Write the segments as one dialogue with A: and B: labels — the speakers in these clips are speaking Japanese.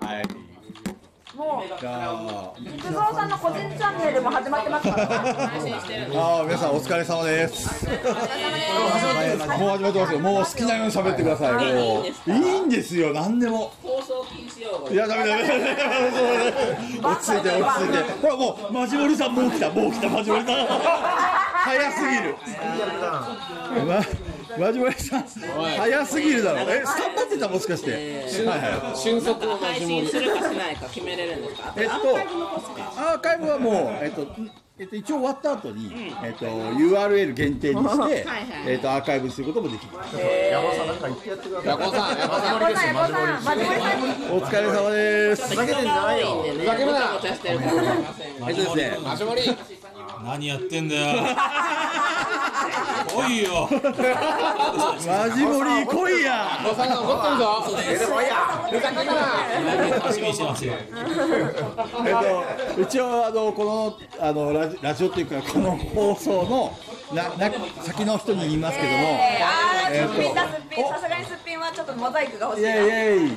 A: はい。
B: もう
A: じゃあ、
B: 菊蔵さんの個人チャンネルも始まってますからね。
A: あー皆さんお疲れ様です。もう始まってますよ。もう好きなように喋ってください。もういいんですよ。何でも。
C: 放送禁止用語
A: いやダメ ダメダメダメダメ。落ち着いて落ち着いて。ほらもうマジモリさんもう来たもう来たマジモリ さん。早すぎる。まマジモリさん早すぎるだろ。えスタンバってたもしかして。はいはい。
D: 俊足を
C: 配信するかしないか決めれるんですか
A: えっと、アーカイブはもう、えっと、えっと、一応終わった後に、えっと、URL 限定に して、えっと、アーカイブすることもできます。
D: ヤコさんヤコ
B: こ
D: さん
B: んなん横さん、マジモリさんに。
A: お疲れ様です。
C: ふざけてんじゃないよふざけるなもちゃもちゃしてるかもしれません
A: えっとですね、
D: マジモリ
E: 何やってん だよ来いよ
A: マジモリ来いや。
D: ヤコさんが怒ってるぞふざけるな
E: 楽しみにしてますよ
A: えっと、一応、あの、この、あの、ラジラジオっていうか、この放送の、な、な、先の人に言いますけども。
B: えーあ
A: え
B: ー、
A: っ
B: す
A: と
B: っぴんだ、すっぴん。さすがにすっぴんはちょっとモザイクが欲し
A: イ
B: いな。イ
A: エイイエイ。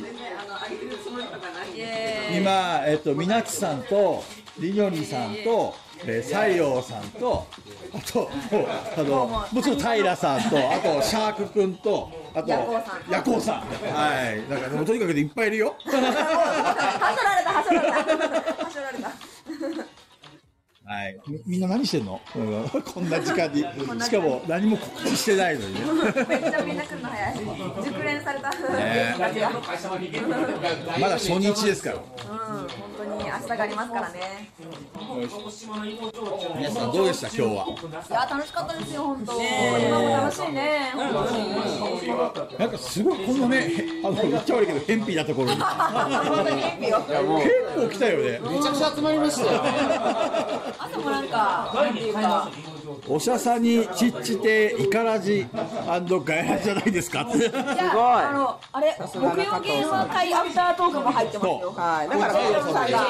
B: エーイ
A: 今、えっと、みなちさんと、りにょりさんと、えー、西洋さんと、あと、もうあの、もちろん平さんと、あと、シャークくんと、あと、ヤコウさん。はい。だから、でもとにかくいっぱいいるよ。
B: はしょられた、はしょられた。はしょられた。
A: はい。みみんな何してんの、 うんこんな時間に。しかも、何も告知してないのにね。
B: めっちゃみんな来るの早い。熟練された。
A: ね
B: 感じがうん、
A: まだ初日ですから。
B: 本当に明日がありますからね。
A: 皆さん、どうでした今日は。
B: いや、楽しかったですよ、本当。今も楽しいね。本当に。
A: なんか、すごい、こんなね、へあの、言っちゃ悪いけど、偏僻なところに。結
B: 本当に元気よ。
A: 構来たよね。
D: めちゃくちゃ集まりましたよ
B: 朝もなんか、なんていうか。
A: おしゃさにちっちてイカラジガヤラジじゃないですか
B: いや、あの、あれ、木曜ゲーム会アフタートークも入ってますよ。はい、だから、さんが、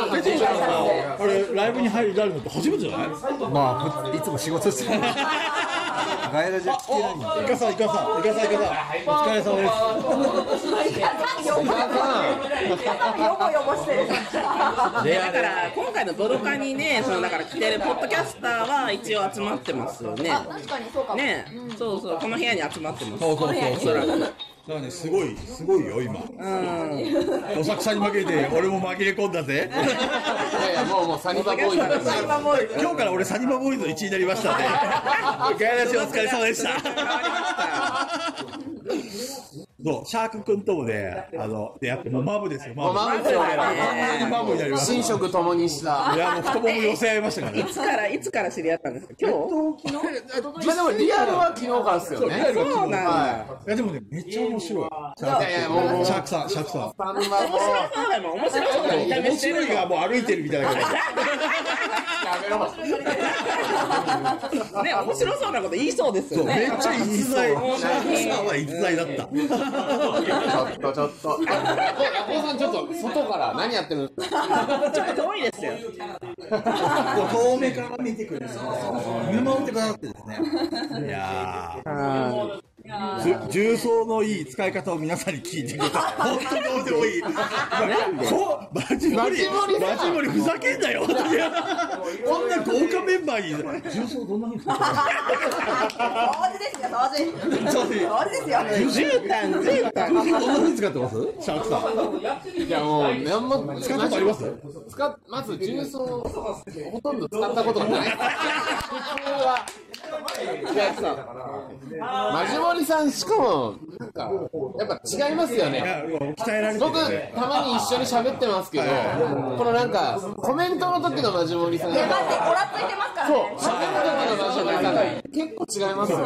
B: 紹介したので。
A: あれライブに入るのって初めてじゃない
F: まあ、いつも仕事してる。ガイラジは来てないんで。
A: イカさんイカさんイカさんイカさんお疲れ様です
B: よぼよぼしてる。
C: だから今回のドルカにねそのだから来てるポッドキャスターは一応集まってますよね
B: 確かにそうかも。
C: ねそうそうこの部屋に集まってます
A: そうそうそう
C: おそらく
A: だからねすごいすごいよ今おさくさに紛れて俺も紛れ込んだぜ
D: いやいやもうもうサニバボーイだから
A: 今日から俺サニバボーイズの1位になりま したねガヤラジお疲れ様でしたそうシャーク君ともねあの出会ってもうマブですよマブ
D: マブですよ俺ら
A: 本当にマブになりました
D: 寝食ともにした
A: いや、もう太もも寄せ合いましたからね
C: い。つからいつから知り合ったんですか今日
D: まあでもリアルは昨日からですよね
C: そうなんだ
A: いや、でもね、めっちゃ面白い。シ
D: いやいやもうもう
A: ャークさん、シャークさん。
D: サンバも
C: そうだもん面白そうな見た目
A: 面
C: して
A: 白
C: る
A: いがもう歩いてるみたいな感
D: やめろ
C: ね面白そうなこと言いそうですよ
A: じ。め
C: ね
A: っちゃ逸材。シャークさんは逸材だった。
D: ちょっとちょっとあヤコさんちょっと外から何やってるの
C: ちょっと遠いですよ
A: 遠目から見てくれる。見守ってくださってですね。いやー。じゅ重曹のいい使い方を皆さんに聞いてください。本当どうでもいい。そう、マジモリ、マジモリふざけんなよ。本当にこんな豪華メンバーに。重曹どんなふうに使ってる
B: 掃除で すよ、掃除。掃除ですよ。
C: 絨毯絨毯
A: どんな風に使ってますシャークさん。
D: いやもう何も
A: 使ったことあります
D: 使っまず重曹をほとんど使ったことがない普通はいやさマジモリさんしかもなんかやっぱ違いますよね
A: 鍛えられて
D: 僕
A: るよね。
D: たまに一緒に喋ってますけどこのなんかコメントの時のマジモリさんと
B: マジでごらついてますから
D: そう
B: ね。
D: 喋る時のマジモリさんが結構違いますよ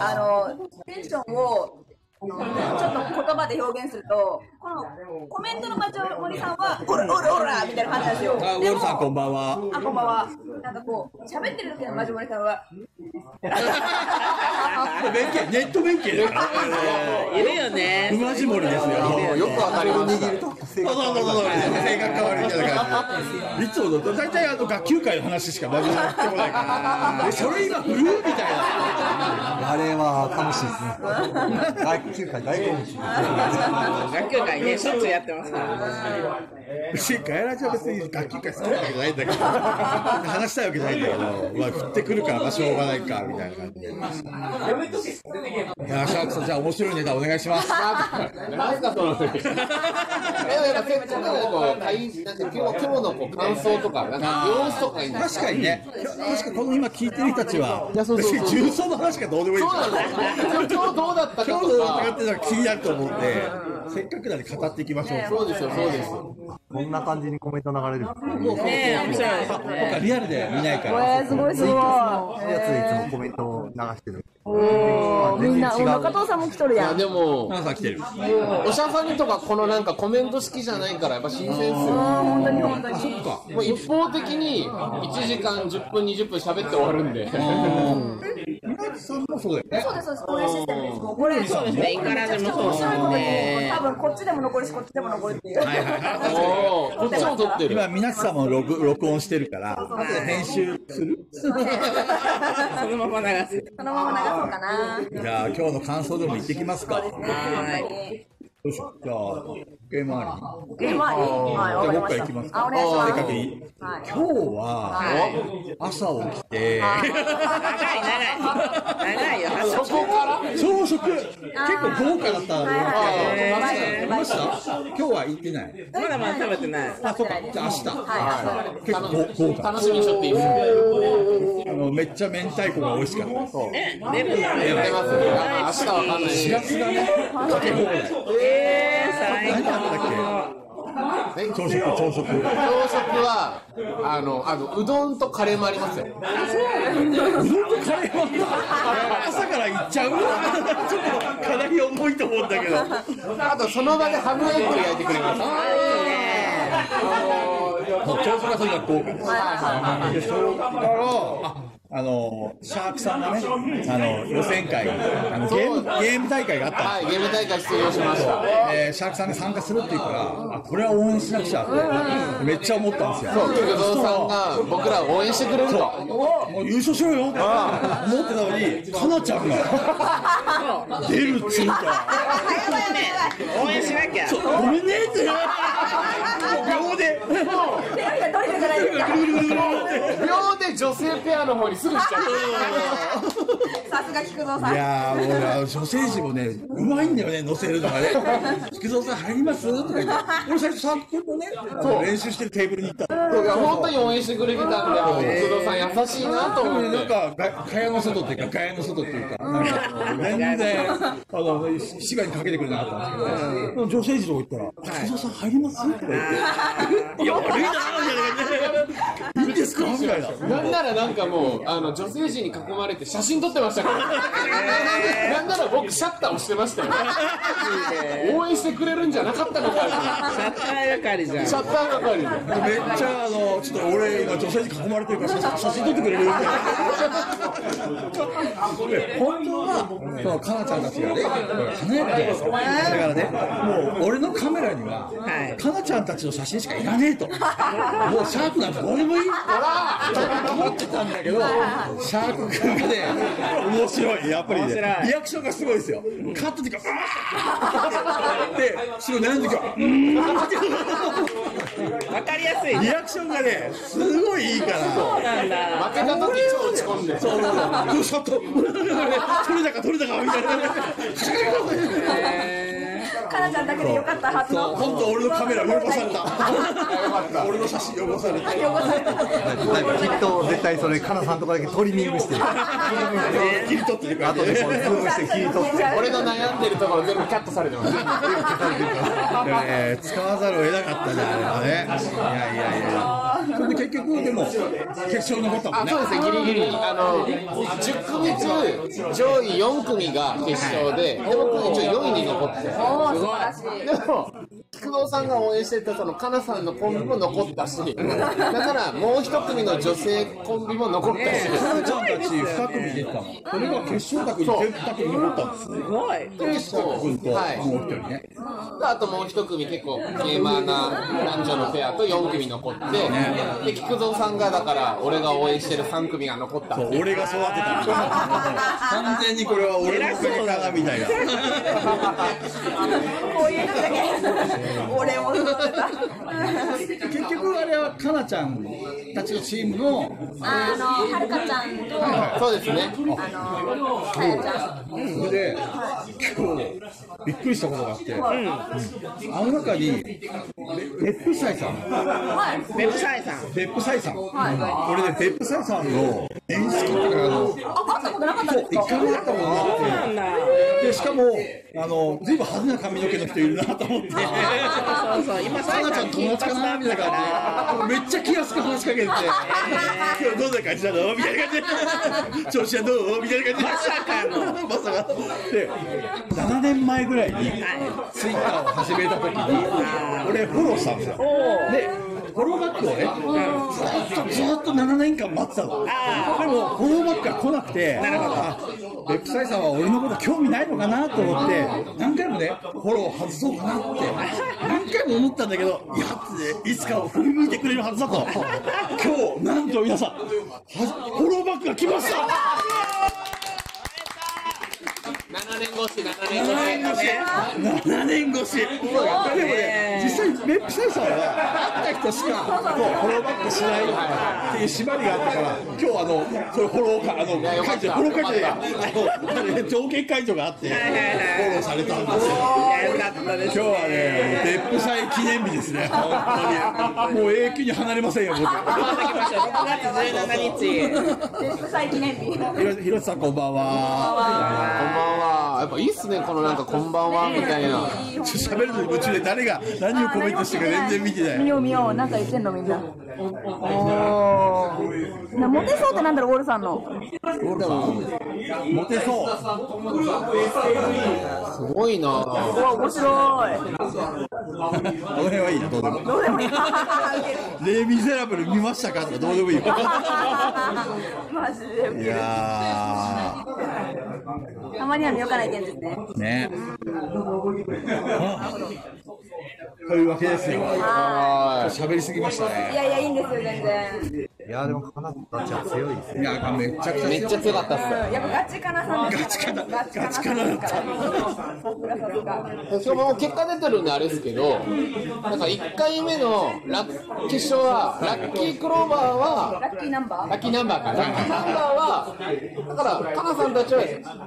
B: あの、テンションを、あのちょっと言葉で表現すると、このコメントの町の森さんは、オラオラオラみたいな感じなんですよ。
A: あ、ウォ
B: で
A: ルさんこん
B: も、
A: ばんは。
B: あ、こんばんは。なんかこう、喋ってる時の町森さんは、
A: ネット弁慶だから。
C: いるよね
A: うまじもりですよ。
D: よくわかりました
A: 性格変わるそうそうそうそう性格変わるみたいな感じでいつもだと大体あの学級会の話しか何もやってこないからえそれ今振るみたい
F: あれは楽しいですね。大級会大好物。
C: 学級会ね、しょっちゅうやってますから。
A: なしガヤラジは別に学級会好きなわけじゃないんだけど話したいわけじゃないんだけどまあ振ってくるからまあしょうがないかみたいな感じでいやシャークさんじゃあ面白いネタお願いします
D: なんかその時。いややっぱせっかくのこう会議なんか今日今日のこう感想とかなんか様子とかに。
A: 確かにね、確かこの今聞いてる人たちは、
D: いやそうそうそう
A: 別に重曹の話がどうでもいい
D: そうなんですよ。今日どうだったか
A: 今日
D: と
A: のどうだったか
D: か
A: っ。ていうのが気になると思うんで、せっかくなんで語っていきましょう。
D: そうですよそうですよ。
F: こんな感じにコメント流れる。
C: ねえ、面白いですね。
A: 僕はリアルで見ないか
G: え
A: ら。
G: ー、すごいすごい。
F: やついつもコメントを流してる。
G: おーみんな、お中藤さんも来とるや
D: あ
G: ん。
D: でも
A: 奈々さん来てる。
D: おしゃさんとかこのなんかコメント好きじゃないからやっぱ新鮮ですよ。
G: あー本当に本当に。
D: もう一方的に1時間10分20分喋って終わるんで。
A: 村木さんもそうだよね。
B: そうですそうですこういうシステムですもうこ
C: こ
B: れ
C: れそうですね、イカラジもそう
B: 面
C: です
B: 白いことに
C: ね
B: 多。分こっちでも残るしこっちでも残るっていう
D: おお、こっちも撮ってる。
A: 今、皆さんも録録音してるから、あとで編集する
C: そのまま流す。
B: そのまま流そうかな
A: じゃあ、今日の感想でも言ってきますか。よ
C: はい。
A: いしょ。じゃあ、ゲーム周りに。
B: えまあいいはいわか
A: じゃあ僕か
B: りました
A: ら行きますか
B: あお願いします
A: せっかくいい
B: はい
A: 今日は、朝起きて、
C: 長い長い長いよ
D: そこから
A: 朝食、結構豪華だったの
B: はい
A: よ。
B: はい
A: 見ました今日は行ってない。
C: まだまだ食べてない
A: あ、そうか。じゃあ明日。
B: は
A: 結構豪華。
D: 楽しみにしとっていいですね。
A: あのめっちゃ明太子が美味しかった。そう。
C: え出るんだ
D: や
C: ね
D: ってますね。あ明日わかんない。
A: 4月だね。
C: えー最
A: 何
C: 高
A: あったっけ？朝食朝食。
D: 朝食はあのあのうどんとカレーもありますよ。
A: うどんとカレーは朝から行っちゃう。ちょっとかなり重いと思うんだけど。
D: あとその場でハムエッグ焼いてくれます。
A: 朝食がとにかく豪華です。でそれからあのシャークさんがね、あの予選会、あのゲームゲーム大会があったんですよ
D: はい、ゲーム大会出場しました。
A: えーシャークさんが参加するっていうから、あこれは応援しなくちゃって、めっちゃ思ったんですよ。
D: そう、菊蔵さんが僕らを応援してくれると。
A: もう優勝しろよって思ってたのに、かなちゃんが出るっつうか、
C: 応援しなきゃ
A: ごめんねって、もう秒で、
D: 秒で女性ペアの方にすぐ来ちゃう。
B: さすが菊蔵さん
A: いやー、もうねあの女性陣もね、うまいんだよね、乗せるのがね、菊蔵さん入りますとか言って、俺、最初、サークルのね、練習してるテーブルに行ったの。
D: 僕は本当に応援してくれてたんで、もう菊蔵さん優しいなと
A: でも
D: 思
A: ね、
D: っ
A: なん
D: て。
A: か、が蚊帳の外っていうか、蚊帳の外っていうか、なんか、全然、あの、芝居にかけてくれなかったんですけど、女性陣とか行ったら、滝沢さん入りますって言って、いや、悪いなーみたいな感じで、いいんですかみたいな。
D: なんならなんかもうあの女性陣に囲まれて写真撮ってましたから、なんなら僕シャッター押してましたよ応援してくれるんじゃなかったのか
C: シャッター係じゃん
D: シャッター係で
A: めっちゃ、あの、ちょっと俺、今、女性に囲まれてるから、写写真撮ってくれるみたいな。で本当は、その、かなちゃんたちがね、華やかじゃないですか。だからね、もう、俺のカメラには、
C: はい
A: かなちゃんたちの写真しかいらねえ と。もう、シャークなんてどうでもいいと思ってたんだけど、シャーク君がね、面白い。やっぱりね、
C: 白い
A: リアクションがすごいですよ。カットっていうか、あーって、白悩んできうーんって
C: わかりやすい
A: リアクションがね、すごいいいから。
C: なんだ
D: 負けた時超落ち込んで
A: そうどうしたと取れたか取れたかみ たいな。
B: かなちゃんだけでよかったはずの
A: 本当俺のカメラ汚された。俺の写真汚された。
F: きっと絶対それカナさんとかだけトリミングしてる。
A: 切り取ってるから。
F: あとでこうズームして切り取って。
D: 俺の悩んでるところ全部キャットされてます
A: えー使わざるを得なかったじゃんあれはね。いやいやいや。それで結局でも決勝に残ったもん
D: あ
A: ね
D: そう。ですねギリギリあの10組中上位4組が決勝で、で僕一応4位に残ってて
B: おー素晴らしい
D: でも菊蔵さんが応援してたそのかなさんのコンビも残ったしだからもう一組の女性コンビも残ったし、
A: かなちゃんたち二組出たの。それが決勝卓に全部二組残ったんですね。
C: すごい
D: でそう
A: 君ともう
D: は
A: 一人ね。
D: い、あともう一一組結構ゲーマーな男女のペアと4組残って、で、菊蔵さんがだから、俺が応援してる3組が残った。
H: そう俺が育てた完全にこれは俺の背中だみたいな
B: こういうのだけ俺を育てた
A: 結局あれはかなちゃんたちのチームの
B: あのはるかちゃんとあ
D: そうですね。
B: のさやちゃん
A: それで結構びっくりしたことがあって、あの中にべ別府斎さん
B: はい
C: ベブサイさん。
A: 別府斎さん
B: はい
A: 俺ね別府斎さんの演出家っていうかあの
B: あ会ったことなかったんです
A: 一
B: か
A: 回も会ったことなくて
C: なんだ。
A: でしかもあのずいぶん派手な髪の毛の人いるなと思って。
C: そうそう、今サ
A: か
C: イ
A: なちゃ
C: さん
A: ん友達かなみたいな感じでめっちゃ気安く話しかけてて
H: 今日どんな感じなのみたいな感じで調子はどうみたいな感じでまさかのまさか
A: で7年前ぐらいにツイッターを始めた時に俺フォローしたんですよでフォローバックをねずっとずっと7年間待ってたのでもフォローバックが来なくてあベップサイさんは俺のこと興味ないのかなと思って何回もねフォロー外そうかなって何回も思ったんだけどいや
H: でいつかを振り向いてくれるはずだと今日なんと皆さんはフォローバックが来ました
D: 7年越し、7年越し。
H: 7年越し
A: でもね、実際、ベップサイさんは会った人しかもうフォローバックしないっていう縛りがあったから、今日あの、それフォローか、あ
D: やよ
A: の、
D: か
A: 解
D: った
A: 除、フォロー解除や、あの、条件解除があって、フォローされたんですよ。
C: よかったです。
A: 今日はね、別府祭記念日ですね、本当に。もう永久に離れませんよ、僕。
C: また来ましたよ。6月17日。
B: 別府祭記念日
A: 広瀬さん、こんばんは。
D: こんばんは。やっぱいいっすね、このなんかこんばんはみたいな。
H: ちょっと喋るのに夢中で誰が何をコメントしてるか全然見てない
I: 見よう見よう、なんか言ってんのみんな。おーなモテそうってなんだろう、ウォルさんの。
H: モテそう
D: すごいなぁ。
I: うわ、面白い。
H: この辺はいいなどうでも
I: どうでもいい。ウケる
H: レ・ミゼラブル見ましたかとかどうでもいいよ
I: マジでウ
H: い
I: ケる。
H: や
B: たまには見よかないけんですね
H: ーねというわけですよ
D: は
H: 喋りすぎました
B: い
H: ね
B: やいやいいんですよ全然
F: いや、でも、かなちゃん強いですね。
H: いやめちゃく
D: い。めっちゃ強かったっす。
B: やっぱガチかなさんガチかなガチかなさんですからそっかそっか
D: しかももう結果出てるんであれですけど、なんか1回目のラッ決勝は、ラッキークローバーは、
B: ラッキーナンバー
D: ラッキーナンバーか、ラッキーナンバーは、だから、かなさんたちは、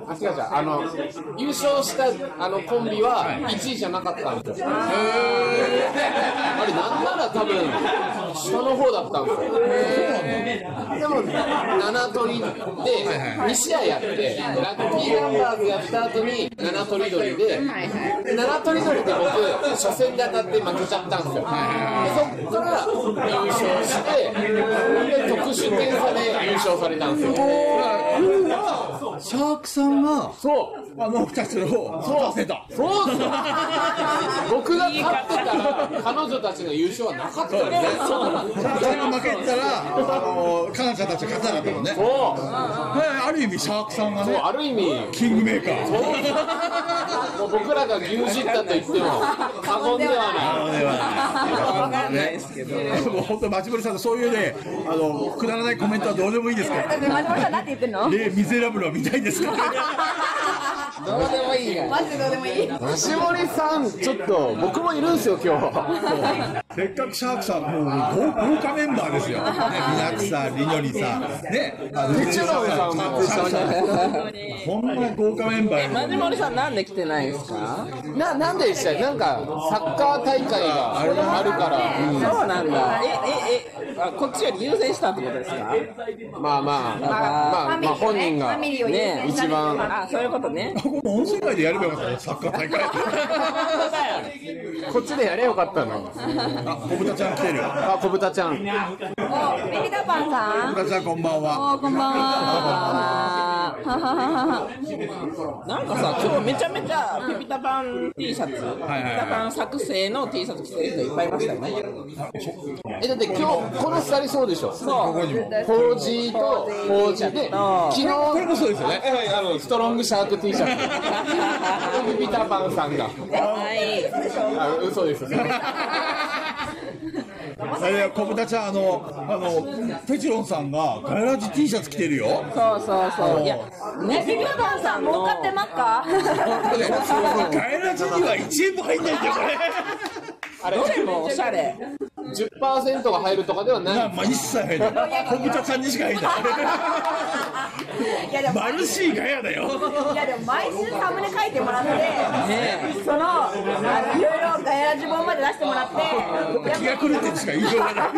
D: あ、違う違う、あの、優勝したあのコンビは1位じゃなかったんですよ。あれ、なんなら多分、下の方だったんですよ。でも、7取りで、2試合やって、ラッキーナンバーズやった後に、7取り取りで、7取り取りで僕、初戦で当たって負けちゃったんですよ。でそっから優勝して、で特殊点差で優勝されたんですよ。
A: シャークさんが、
D: そう
A: あの二つの方、そうせた。
D: そうっすよ僕が勝ってたら、彼女たちの優勝はなかったんですよ。
A: 誰が負けたら、あの、かなちゃんたちが勝たなかったもんね。はいある意味、シャークさんが
D: もう
A: ね、
D: ある意味、
A: キングメーカー。
D: もう僕らが牛耳ったと言っても過言ではない。
C: わかんないですけど。
A: もう本当、町森さんのそういうね、あの、くだらないコメントはどうでもいいですから。
I: え松本さん、なんて言ってんの
A: レ・ミゼラブルは見たいですから。
D: どうでもいいや。
B: マジどうでもいい
D: 西森さん、ちょっと僕もいるんですよ、今日。
A: せっかくシャークさん、もう豪豪華メンバーですよ。 ね、ミナクさん、リノリさん、ね、あの、
D: 一郎さんも一緒
A: に。こんな豪華メンバー
C: マ
A: に
C: ジモリさんなんで来てないんですか
D: な、なんででしたなんか、サッカー大会があるから、
C: そうなんだ。え、え、え、あこっちより優先したってことですか
D: まあまあ、まあ、まあ本人が、ね、一番、
C: あ、そういうことね。
A: この温泉街でやればよかったね、サッカー大会。
D: こっちでやれよかったの。
A: あ、小豚ちゃん来てるよ。
D: あ、小豚ちゃん。
B: お、ビビタパンさん
A: 小豚ちゃんこんばんは。
B: お、こんばんは
C: なんかさ、今日めちゃめちゃピピタパン T シャツ、ピピタパン作成の T シャツ着てる人いっぱいいましたよね。
D: え、だって今日、この二人そうでしょ
C: そう、
D: コージーとコージーで、
C: あ
D: 昨日、これもそうですよね。あの、ストロングシャーク T シャツ。ビビタパンさんが。
C: はい。
D: あ、嘘です。
A: あれ小豚ちゃんあのあのペチロンさんがガヤラジ T シャツ着てるよ
C: そうそうそう。いや、ね、ビビタパンさん
G: 儲
C: の
G: かってますか
A: ガヤラジには1円も入んないんだよこ
D: あれ、
C: どれもおしゃれ。
D: 10%が入るとかでは
A: れ
D: ない。
A: まあ一切入んない小豚ちゃんにしか入んない
B: いやでも
A: マルシーガヤだよ
B: いやでも毎週サムネ書いてもらって、
C: ね
B: そのあのいろいろガヤラジ本まで出してもらって、やっ
A: 気が狂ってるしか言いようがない
B: ぱこ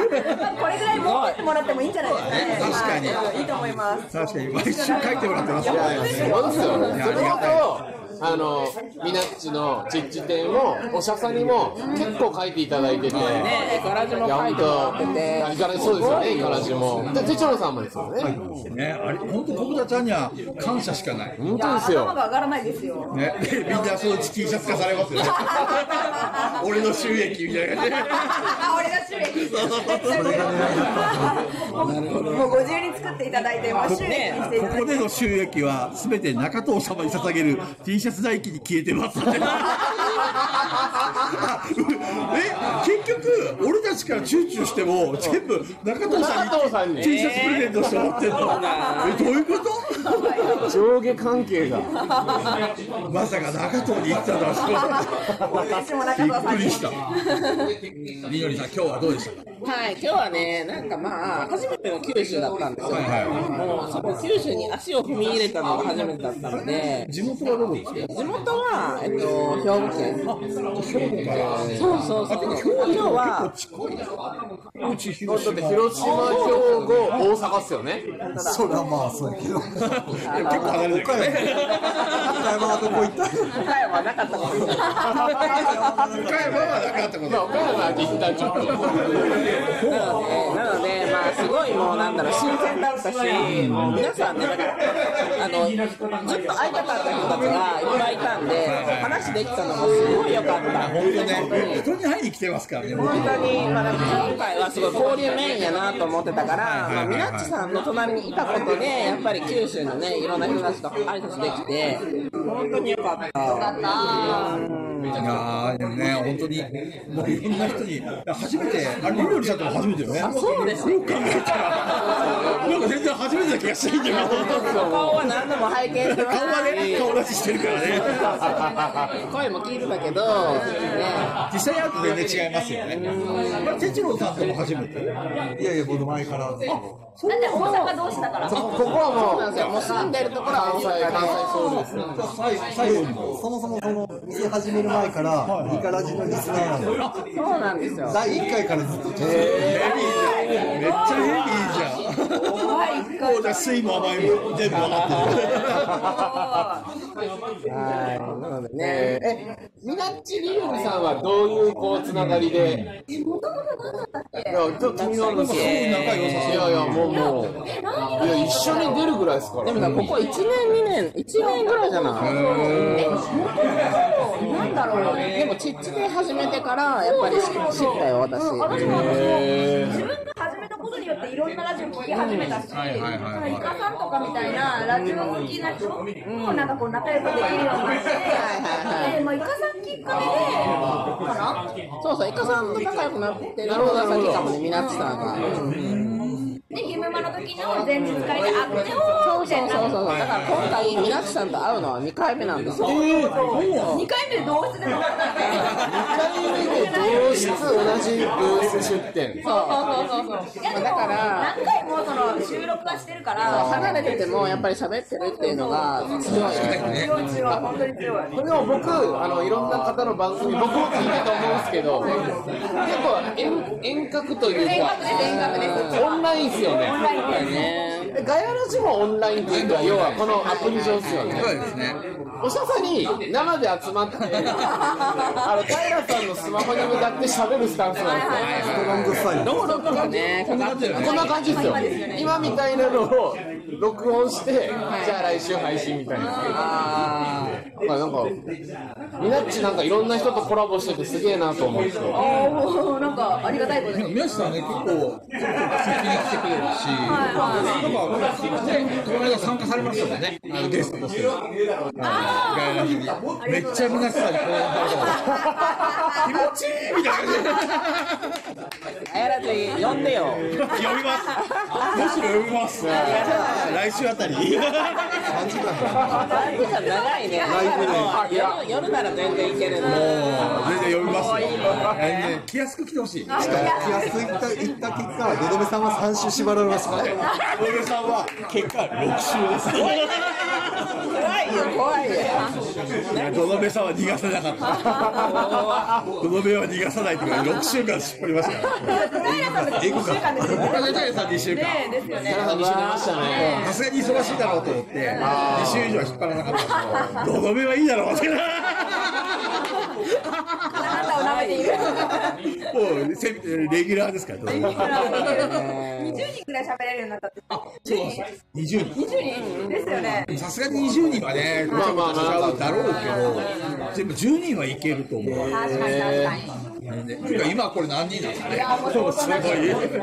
B: れぐらい持ってってもらってもいいんじゃないですかね。
A: 確かに
B: はいいいと思います。
A: 確かに毎週書いてもらってますよ
D: そうですよ。それこそ、あの、ミナッチのチッチ店も、おしゃさにも、結構書いていただいてて。
C: ねガラジも
D: いや、
C: 書い
D: 本
C: てもらってて。
D: 当、イカラジそうですよね、イカラジも。で、テチロンさんもですよね。
A: ねあれ本当小豚ちゃんには感謝しかない
D: 本当です
B: 頭
D: よ。
B: が上がらないですよ。
A: ね、みんなそのうち T シャツ化されますよね俺の収益みたいなね
B: あ、俺が収益。もうご自由に作っていただいて、もう収益にしてい
A: こ
B: ただい
A: こでの収益は全て中藤様に捧げる T シャツ代金に消えてます え結局俺たちから躊躇しても全部中藤さん
D: 中藤さん
A: に
D: に
A: T シャツプレゼントしてもらってんのえどういうこ
D: 上下関係が。
A: とまさか中藤に行ってたとは
B: て、私も中
A: び
B: 澤さ
A: っ
B: ん
A: く
B: に
A: りしたみのりさん今日はどうでしたか
C: はい、今日はね、なんかまあ、初めての九州だったんですよ。もう、そこ九州に足を踏み入れたのが初めてだったので、
A: 地元はどこですか
C: 地元は、えっと、兵庫県。
A: 兵庫から
C: そうそうそう。今日は、
A: うち広島
D: 広島、兵庫、大阪っすよね。
F: それはまあそうやけど岡
A: 結構離れてるからね
F: 山はどこ行った
C: 岡山はなかったです。
A: 岡山はなかったこと
D: まあ、岡山は一旦ちょっと。
C: なので、なので、まあ、すごいもう、なんだろう、新鮮だったし、もう皆さんね、だから、あの、ずっと会いたかった人たちがいっぱいいたんで、話できたのもすごい良かった。
A: 本当ね人に会いに来てますからね
C: 本当に、まあ、なんか今回はすごい交流メインやなと思ってたから、まあ、ミナッチさんの隣にいたことで、やっぱり九州のね、いろんな人たちと挨拶できて、本当によかった。
A: いやーでもね、本当に、もういろんな人に、初めて、あれ、みどりさんとも初めてよね。よく考
C: そうですね。
A: えたら、なんか全然初めてな気がしないんだけど、
C: 顔は何度も拝見してます
A: 顔はね、顔出ししてるからね、
C: 声も聞いてたけど、ね、
A: 実際会うと全然違いますよね。まあ、哲郎さんとも初めて。
F: いやいや僕前から
G: だって大阪同士だから。
D: ここはもう、
C: もう住んでるところは関
D: 関
C: 西
D: 西、関西そうですね。
F: 最後にそもそもその店始める前からイカラジのリスナーなのよ
C: そうなんですよ。
F: 第1回からずっと
A: めっちゃヘビーじゃん。もうじゃあ水も甘いも全部分かってる。
D: えーえ、みなっちりよりさんはどういうこうつながりで。え、もともと何だったっけ。いや、ちょっと気になるんですよ。いやいや、もうもう。いや、一緒に出るぐらいですから。
C: でもここ1年、2年、1年ぐらいじゃないなんだろうね。でも、ちっちで始めてから、やっぱり知ったよ、私。
G: 私も私も自分が始めたことによっていろんなラジオ聞き始めたし、イカさんとかみたいなラジオ好きな人もなんかこう仲良くできるようになって、でまあイカさんきっかけでかな。
C: そうそう、イカさんと仲良くなってるのが先かもね、みなっちさんが。
G: でゲムマの時の前日会であっておーみたい
C: そ
G: な。
C: うそうそう。だから今回、みなっちさんと会うのは2回目なんですよ。
G: 二回目で同室で飲んだん
D: 二回目で同室同じブース出
G: いやで
D: 店。
G: も
C: だから
G: 何回もその収録はしてるから、
C: 離れてても、やっぱり喋ってるっていうのが強い。
B: 強い強い、本当に強い。
D: これでも僕、あのいろんな方の番組、僕も聞いてと思うんですけど、結構遠遠隔というか、
G: 遠隔です遠隔で
D: オンラインです
C: ね。
D: よね。えガヤラジもオンラインっていうか、要はこのアプリ上ですよね。
A: そうですね。
D: おしゃさに生で集まって、あの平さんのスマホに向かって喋るスタンスなんですよ。
F: ロングスタイル。
C: ねかかってる
D: こんな感じですよ。今みたいなのを録音して、じゃあ来週配信みたいな。まあなんか、みなっちなんかいろんな人とコラボしててすげえなと思って。
B: おーなんかありがたいことです。
A: 宮下さんね、結構、積極的に来てくれるし、なんか、ね、この間参加されましたもんね、あのゲストとして。ガヤラジにめっちゃ皆さんにこうやって、気持ちいいみたいな感じで。
C: あやらずに呼んでよ
A: 呼びます。むしろ呼びます。来週あたり。
C: ライブが長いね
D: ブで
C: 夜夜なら全然いけるな
A: 全然呼びますよ。えーね気安く来てほしい。
F: しかも気安いった行った結果、のどめさんは3週縛られましたからね。
A: 小池さんは結果6週です。
C: 怖いよ怖いよ
A: いや、どのべさんは逃がさなかった。どのべは逃がさないってことで、6週間絞りましたから。エゴか。ダイヤさん2週間。
D: 皆さん一緒に出ましたね。
A: さすがに忙しいだろうと思って、2週以上は引っ張らなかったんですけど、どのべはいいだろうって。
B: あなたを舐めている。
A: もうせレギュラーですから、どのべ
B: 20人ぐらい喋れるようになったって。
A: そうなんです20人。
B: 20人ですよね。
A: さすがに20人はね、ごちゃごちゃ違うだろうけど、でも10人はいけると思う。
B: 確かに確かに。
A: ていうか今これ何人ですかね。
C: 机を囲んで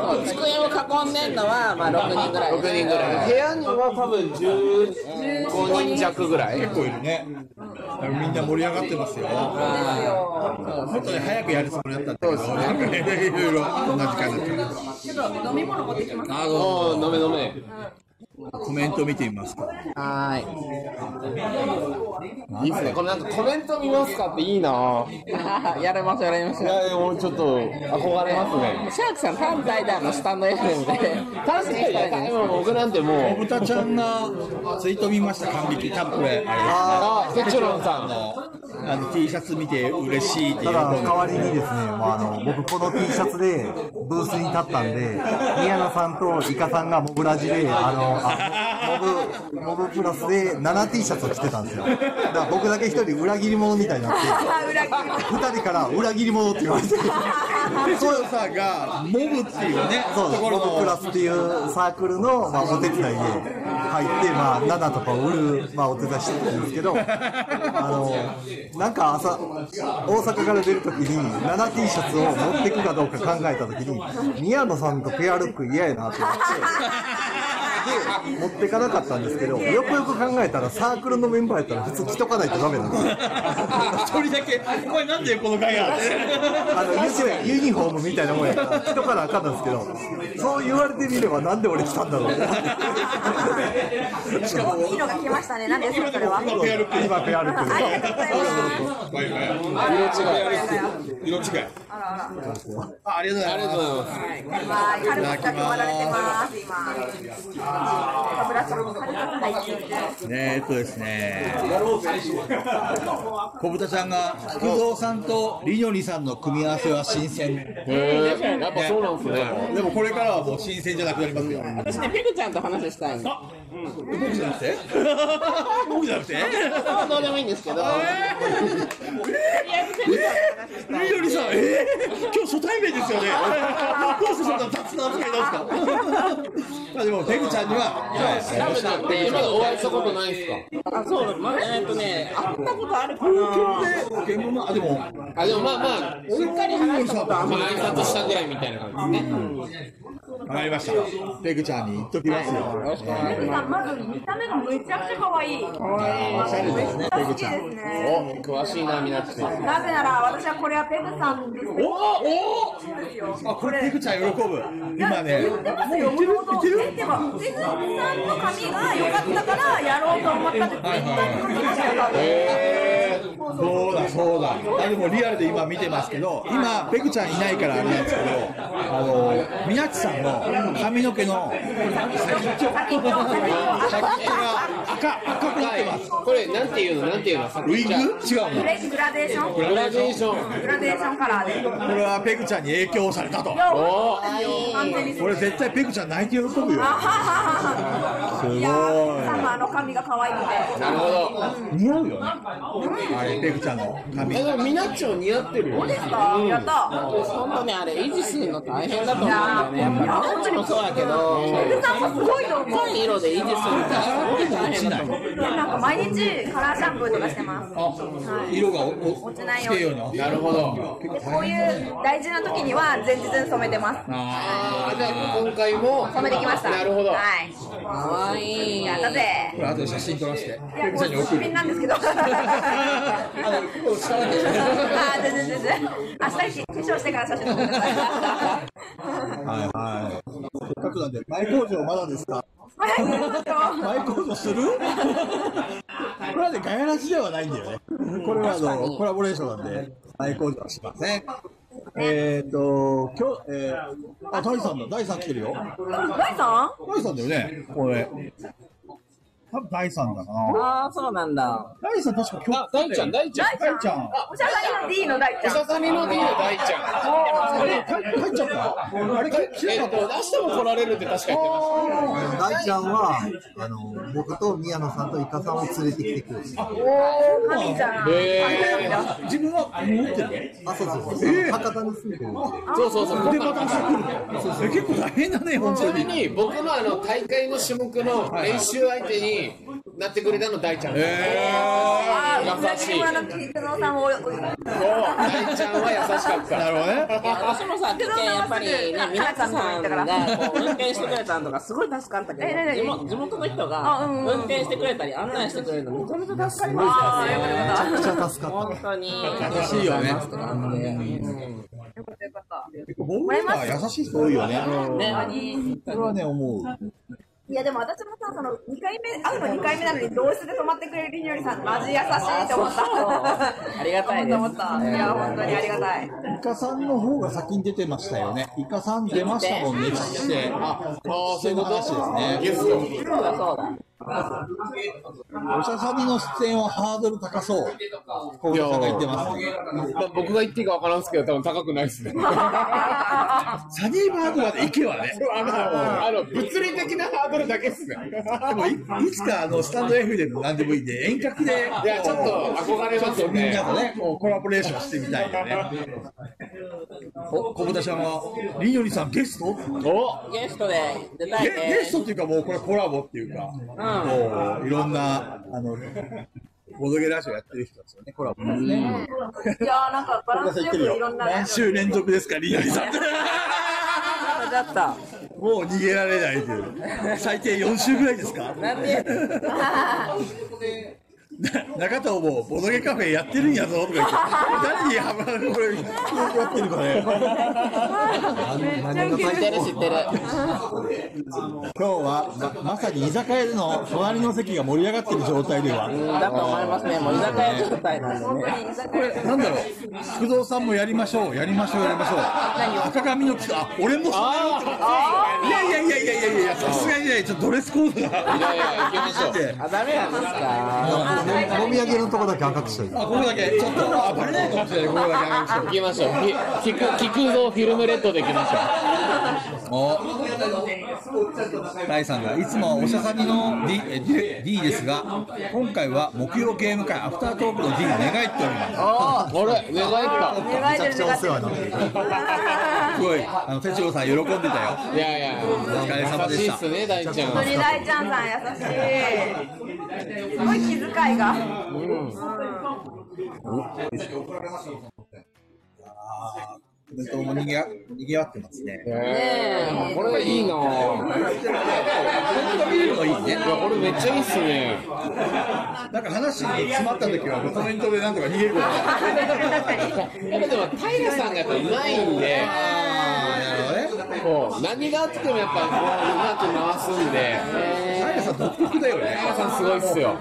C: んのはまあ6人ぐらい
D: 6人ぐらい。部屋には多分15人弱ぐらい。
A: 結構いるね。みんな盛り上がってますよ。もっとね早くやるつもりだったんだけど、なんかねいろいろこんな時間になっちゃう。
D: あの、飲め飲め。
A: コメント見てみますか。
C: はい
D: いいっすね。このなんかコメント見ますかっていいな。
C: やれますやれます
D: いや、もうちょっと憧れますね。
C: シャークさん単体であのスタンド FM で
D: 確かに、もう僕なんてもう、
A: 豚ちゃんがツイート見ました、感激。多分これ、あ
D: あ、セチュロンさんの。
A: れですねあの T シャツ見て嬉しいっていう
F: ただ、代わりにですね、まあ、あの、僕この T シャツでブースに立ったんで、宮野さんとイカさんがモブラジで、あの、あモブ、モブプラスで 7T シャツを着てたんですよ。だから僕だけ一人裏切り者みたいになって、 二人から裏切り者って言われて、
A: そうさがモブっていうね、
F: そうです、モブプラスっていうサークルの、まあ、お手伝いで入って、まあ、7とかを売る、まあ、お手伝いしてるんですけど、あの、なんか朝、大阪から出るときに、7T シャツを持ってくかどうか考えたときに、宮野さんとペアルック嫌やなって思って。で持ってかなかったんですけど、よくよく考えたら、サークルのメンバーやったら普通着とかないとダメなんですよ。
A: 一人だけ、これなんでこのガヤ
F: あの、むしろユニフォームみたいなもんやから、着とかなあかんなんですけど、そう言われてみれば、なんで俺来たんだろう。
A: しかも、
B: いいのが来ましたね。何ですかそれは。
A: 今ペアルック
F: 今ペアルック
B: あり
F: で
B: がとうございます。
A: 色違い。色違い。 あありがとうございます。
B: はい、軽くだけ割られてます。今。カブラさんも軽く入って
A: ね
B: て。
A: えっとですね、小豚ちゃんが、福蔵さんとりにょりさんの組み合わせは新鮮、
D: へえ、やっぱそうなんすね。
A: でもこれからはもう新鮮じゃなくなりますよ、
C: 私ねペグちゃんと話したいの
A: 僕じゃなくて、僕じゃなくて、
D: あどうでもいいんですけど、
A: りにょりさん、えー、今日初対面ですよね、どうしてそんな雑な扱いなんですか、まあでも、ペグちゃんには、
D: 食べたって、まだお会いしたことないですか
C: あそうだ、まえっとね会ったことあるかな
A: でも、あでも、
D: あ、でもまあまあ、
A: 俺からりにょりさんとあんま
D: まあ
A: り
D: 挨拶したぐらいみたいな感じですね。
A: わかりました。ペグちゃんに言っときますよ。
G: まず見た目がめちゃくちゃ可愛い。
A: おしゃれですね、ペグ
B: 好き
A: ち
B: で
A: ゃ
B: す
A: ん。
B: ね。
D: お、詳しいな、みなっ
G: な
D: ち。
G: ぜなら私はこれはペグさんです。
A: おおおあ、これ、ペグちゃん喜ぶ。今ね、
G: 言ってますよ、もともと。え、でも、ペグさんの髪が良かったからやろうと思ったんです。絶対髪が良かった。
A: そうだそうだ。あでもリアルで今見てますけど、今ペグちゃんいないからあれなんですけど、あの宮地さんの髪の毛の先っちょ、先っちょが赤、赤くなってます。
D: これなんていうのなんていうの
A: ウィング違うの
B: グ
A: こ
B: レグラデーション
D: グラデーション
B: グラデーションカラーで。
A: れはペグちゃんに影響されたと。
D: おー
B: 完全に。
A: これ絶対ペグちゃん泣いて喜ぶよ
B: あ。はははは。いやー、ペグさんのあの髪が可愛くて。
D: なるほど
A: 似合うよね。あれ、ペグちゃんの髪。
D: えでもミナッチョ似合ってるよ
B: どうですかやった。
C: 本当ね、あれ、維持するの大変だと思うんだよね、やっぱり。どっちもそうやけど、
B: ペグさんもすごいと思う。
C: 深い色で維持するのって大変だと思う。
B: いやなんか毎日カラーシャンプーとかしてます。はい。
A: 色がお
B: 落ちない
A: つ
B: よう
A: けよう
B: に。
A: に。
D: なるほど
B: でこういう大事な時には前日に染めてます。
D: あーじゃあ今回も
B: 染めてきました。
D: なるほど
B: はい。
C: かわいい。
B: やったぜ。
A: これ後で写真撮らせて。
B: いや、もう新品なんですけど。あー、全然全然。明日化粧してから写真撮ってください。
F: はいはい。せっかくなんで、前工場まだですか
B: 早く行きましょう
F: 前工場する これはね、ガヤラジではないんだ よね。これはあの、コラボレーションなんで、前工場はしません。えっ、ー、と、今日、えー、あ、大さんだ、大さん来てるよ。
B: 大さん
A: 大さんだよね、これ。多分大さんだかな。
C: ああ、そうなんだ。
A: 大さん確か今日。
D: 大ちゃん大ちゃん
B: 大ちゃん
A: 大ちゃん。
B: おしゃさりの D の大ち
D: お
B: ゃん。
D: ささみの D の大ちゃん
A: あれ、帰帰っちゃったあれ、帰帰っち
D: え
A: ゃ
D: っ
A: っ
D: と
A: た
D: 明日も来られるって確か言ってました
F: 大ちゃんは、あの、僕と宮野さんとイカさんを連れてきてくれる。
B: 神じゃん。
D: へ
A: 自分は持ってる。
F: あ、そうそうそう。
A: えー
F: 博多に住んでるんで。
D: そうそうそう
A: で、また朝来るのそうそう結構大変だね、本
D: ち
A: 当
D: なみ
A: に。
D: に僕のあの大会の種目の練習相手になってくれたの大ちゃんです
B: あー、
D: 優しい
B: 村の菊蔵さんを。
D: 大ちゃんは優しかった
A: なるほどね。
C: いや、私もさ、結構やっぱりね、皆さんがこう運転してくれたのとか、すごい助かったけど、
B: え何何
C: 地元地元の人が
B: あうんうん
C: 運転してくれたり、案内してくれるの、めちゃめちゃ助かり
B: あ
C: ま
B: あ、
C: し
B: よ
C: た
B: か
C: よ
B: った
C: ね。
B: よかっ
F: めっちゃ助かっ
C: 本当に。
A: 優しいよね。
C: って感じで。うん
B: た。よかったよかった。
A: 結構、ボールは優しい人多いよね。
C: ね、
A: それはね、思う。
B: いやでも私もさ、その2回目、会うの2回目なのに同室で泊まってくれるりによりさん、マジ優しいと思った。
C: ありがたいです
B: 思った思った。いや、本当にありがたい。
A: イカさんの方が先に出てましたよね。イカさん出ましたもんね、実して。あ、そういう話ですね。
C: そうだそうだ。
A: おしゃさみの出演はハードル高そう。小
D: い
A: 倉
D: や
A: さんが言ってます、
D: まあ僕が言っていいか分からんすけど多分高くないですね
A: サニーバーグまで行けばね。
D: あのあの物理的なハードルだけっすね
A: でもい、いつかあの、スタンド F でも何でもいいんで、遠隔で、
D: いやちょっと憧れますよ
A: みん
D: ね
A: なとね、こうコラボレーションしてみたいよね。こ小豚ちゃんは、りんよりさんゲスト
D: お
C: ゲストで出たい
A: ゲ
C: ね
A: ゲ。ストっていうかもうこれコラボっていうか、もういろんな、あの、ボドゲラジオやってる人たちのね、コラボですね。
B: いやー、なんかバランスよくいろんな。
A: 何週連続ですか、りんよりさん。
C: ちょっと、
A: もう逃げられないという。最低4週ぐらいですか
C: なんで、
A: な 中藤もボドゲカフェやってるんやぞとか言って、誰にハマるこれ、やってるかね。
F: た。何が
C: 知ってる知ってる。
A: 今日はままさに居酒屋での隣の席が盛り上がってる状態では、
C: だと思いますね。もう居酒屋状態なんでね。
A: これ、なんだろう、福蔵さんもやりましょう、やりましょう、やりましょう、赤髪の人、あ俺もそうよとかいやいやいやいやいやいや、さすがにね、ちょっとドレスコードが。
D: いやいや行きましょう
C: あ、ダメなんですか。
F: もみあげのとこだけ赤くしといて。
A: あ、これだけ、ちょっと、あ、バレないかもしれない、これだけ赤くして
D: 行きましょうき聞く聞くぞフィルムレッドで行きましょう
A: お第さんがいつもおしゃさみの D, え D, D ですが今回は木曜ゲーム会アフタートークの D が願いっておりま
D: あれ寝返っ
F: めちゃくちゃお世話になってる。
A: すすごいあの哲郎さん喜んでたよ
D: たいやいや
A: お疲れ様
D: 優
A: で
D: し
A: し
D: いったすね大ちゃん
B: 本当に大ちゃんさん優しい。すごい気遣いが。
A: お弁当もにぎわにぎわってますね
D: ねえこれいいな
A: 見るのいいね
D: いやこれめっちゃいいっすね
A: なんか話に詰まった時はコメントでなんとか逃げることが
D: やっぱでも平さんがやっぱうまいんで
A: なるほどね
D: こう何があってもやっぱこううまく回すんで
A: 平さん独特だよね
D: 平さんすごいっすよ
A: いや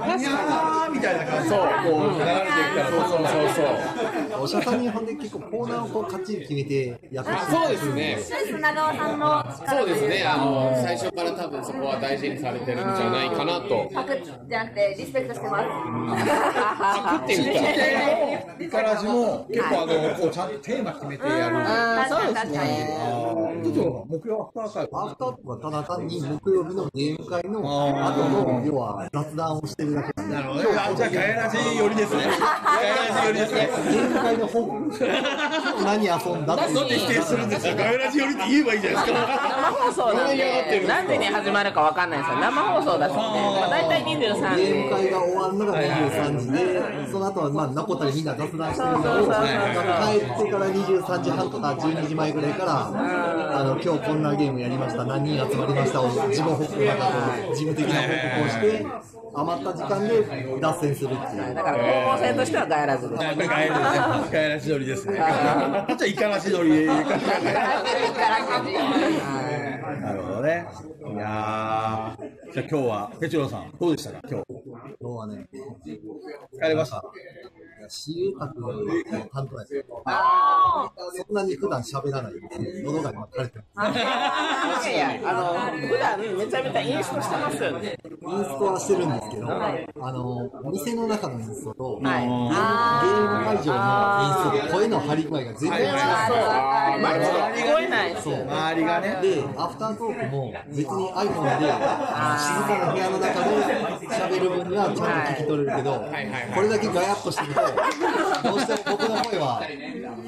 A: ーみたいな感じでこう流れていったらそうそうそうそう
F: おしゃさんにほんで結構コーナーをこうカッチリ決めてやって
D: あそうですね
G: 砂川さんの力
D: そうですねあの最初から多分そこは大事にされてるんじゃないかなと
G: パクッじゃなくてリスペクトしてます。
D: パクってみた
A: イカラジも結構あのこうちゃんとテーマ決めてやる
C: あーそうですね。
A: ちょっと木曜アフター会
F: アフターとかただ単に木曜日のゲーム会の後の要は雑談をしてるだけなんで
A: なるほどあじゃあガヤラジ寄りですねガヤラジ寄りですね
F: ゲーム会の報告何遊んだって
A: なんで否定するんですかガヤラジ寄りって言えばいいじゃないですか
C: 生放送なんで、何時に始まるかわかんないんですよ。生放送だったんで、まあ、大体23
F: ゲーム会
C: 時。
F: が終わるのが23時で、その後はまあ、ナコタでみんな雑談してるのを、帰ってから23時半とか12時前ぐらいから、あの、今日こんなゲームやりました、何人集まりましたを、事務報告とか、事務的な報告をして、余った時間で脱線するっていう。
C: だから高校生としてはガヤらずで。
A: ガヤラジガヤラジ寄りですねじゃあイカラジ寄りなるほどねいやーじゃあ今日は哲郎さんどうでしたか今日
F: 今日はね、
A: 疲れました
F: 私有宅の担当なんですよ。そんなに普段喋らないものが今垂れてます。
C: いやいや、あの、普段めちゃめちゃインストしてますよね。
F: インストはしてるんですけど、あの、店の中のインストと、
C: はい。
F: ゲーム会場の演出と声の張り具合が全然違う。
C: まず聞こえない。
F: そう。
A: 周りがね
F: で、アフタートークも別に iPhone で静かな部屋の中で喋る分にはちゃんと聞き取れるけど、これだけガヤっとしてると、どうしても僕の声は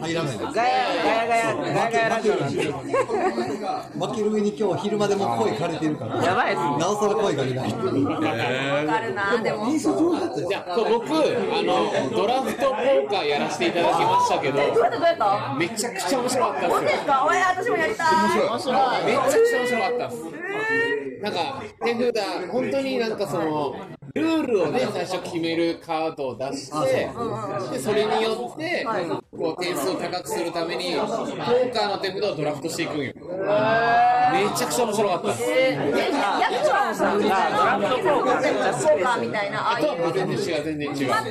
F: 入らないです。
C: ガヤガヤガヤガヤガヤラ
F: 負け
C: ジオな
F: る
C: んで。
F: 負ける上に今日昼間でも声枯れてるから、
C: やばいっすね
F: なおさら声が出ないっていう。
G: あるなでも。
D: いやそう僕あのドラフトポーカーやらせていただきましたけど
G: どうやったどうやった？
D: めちゃくちゃ面白かった
G: どう
D: で
G: で
D: すよ
G: すか？おい私もやりたい。
D: 面白いめちゃくちゃ面白かったですなんか手札本当になんかそのルールをね最初決めるカードを出してでそれによってこう点数を高くするためにポーカーの手札をドラフトしていくんよめちゃくちゃ面白かったです
G: え役所さんみたいな。ポーカーみたいなああいう。
D: あ全然違う全然違う
G: またそ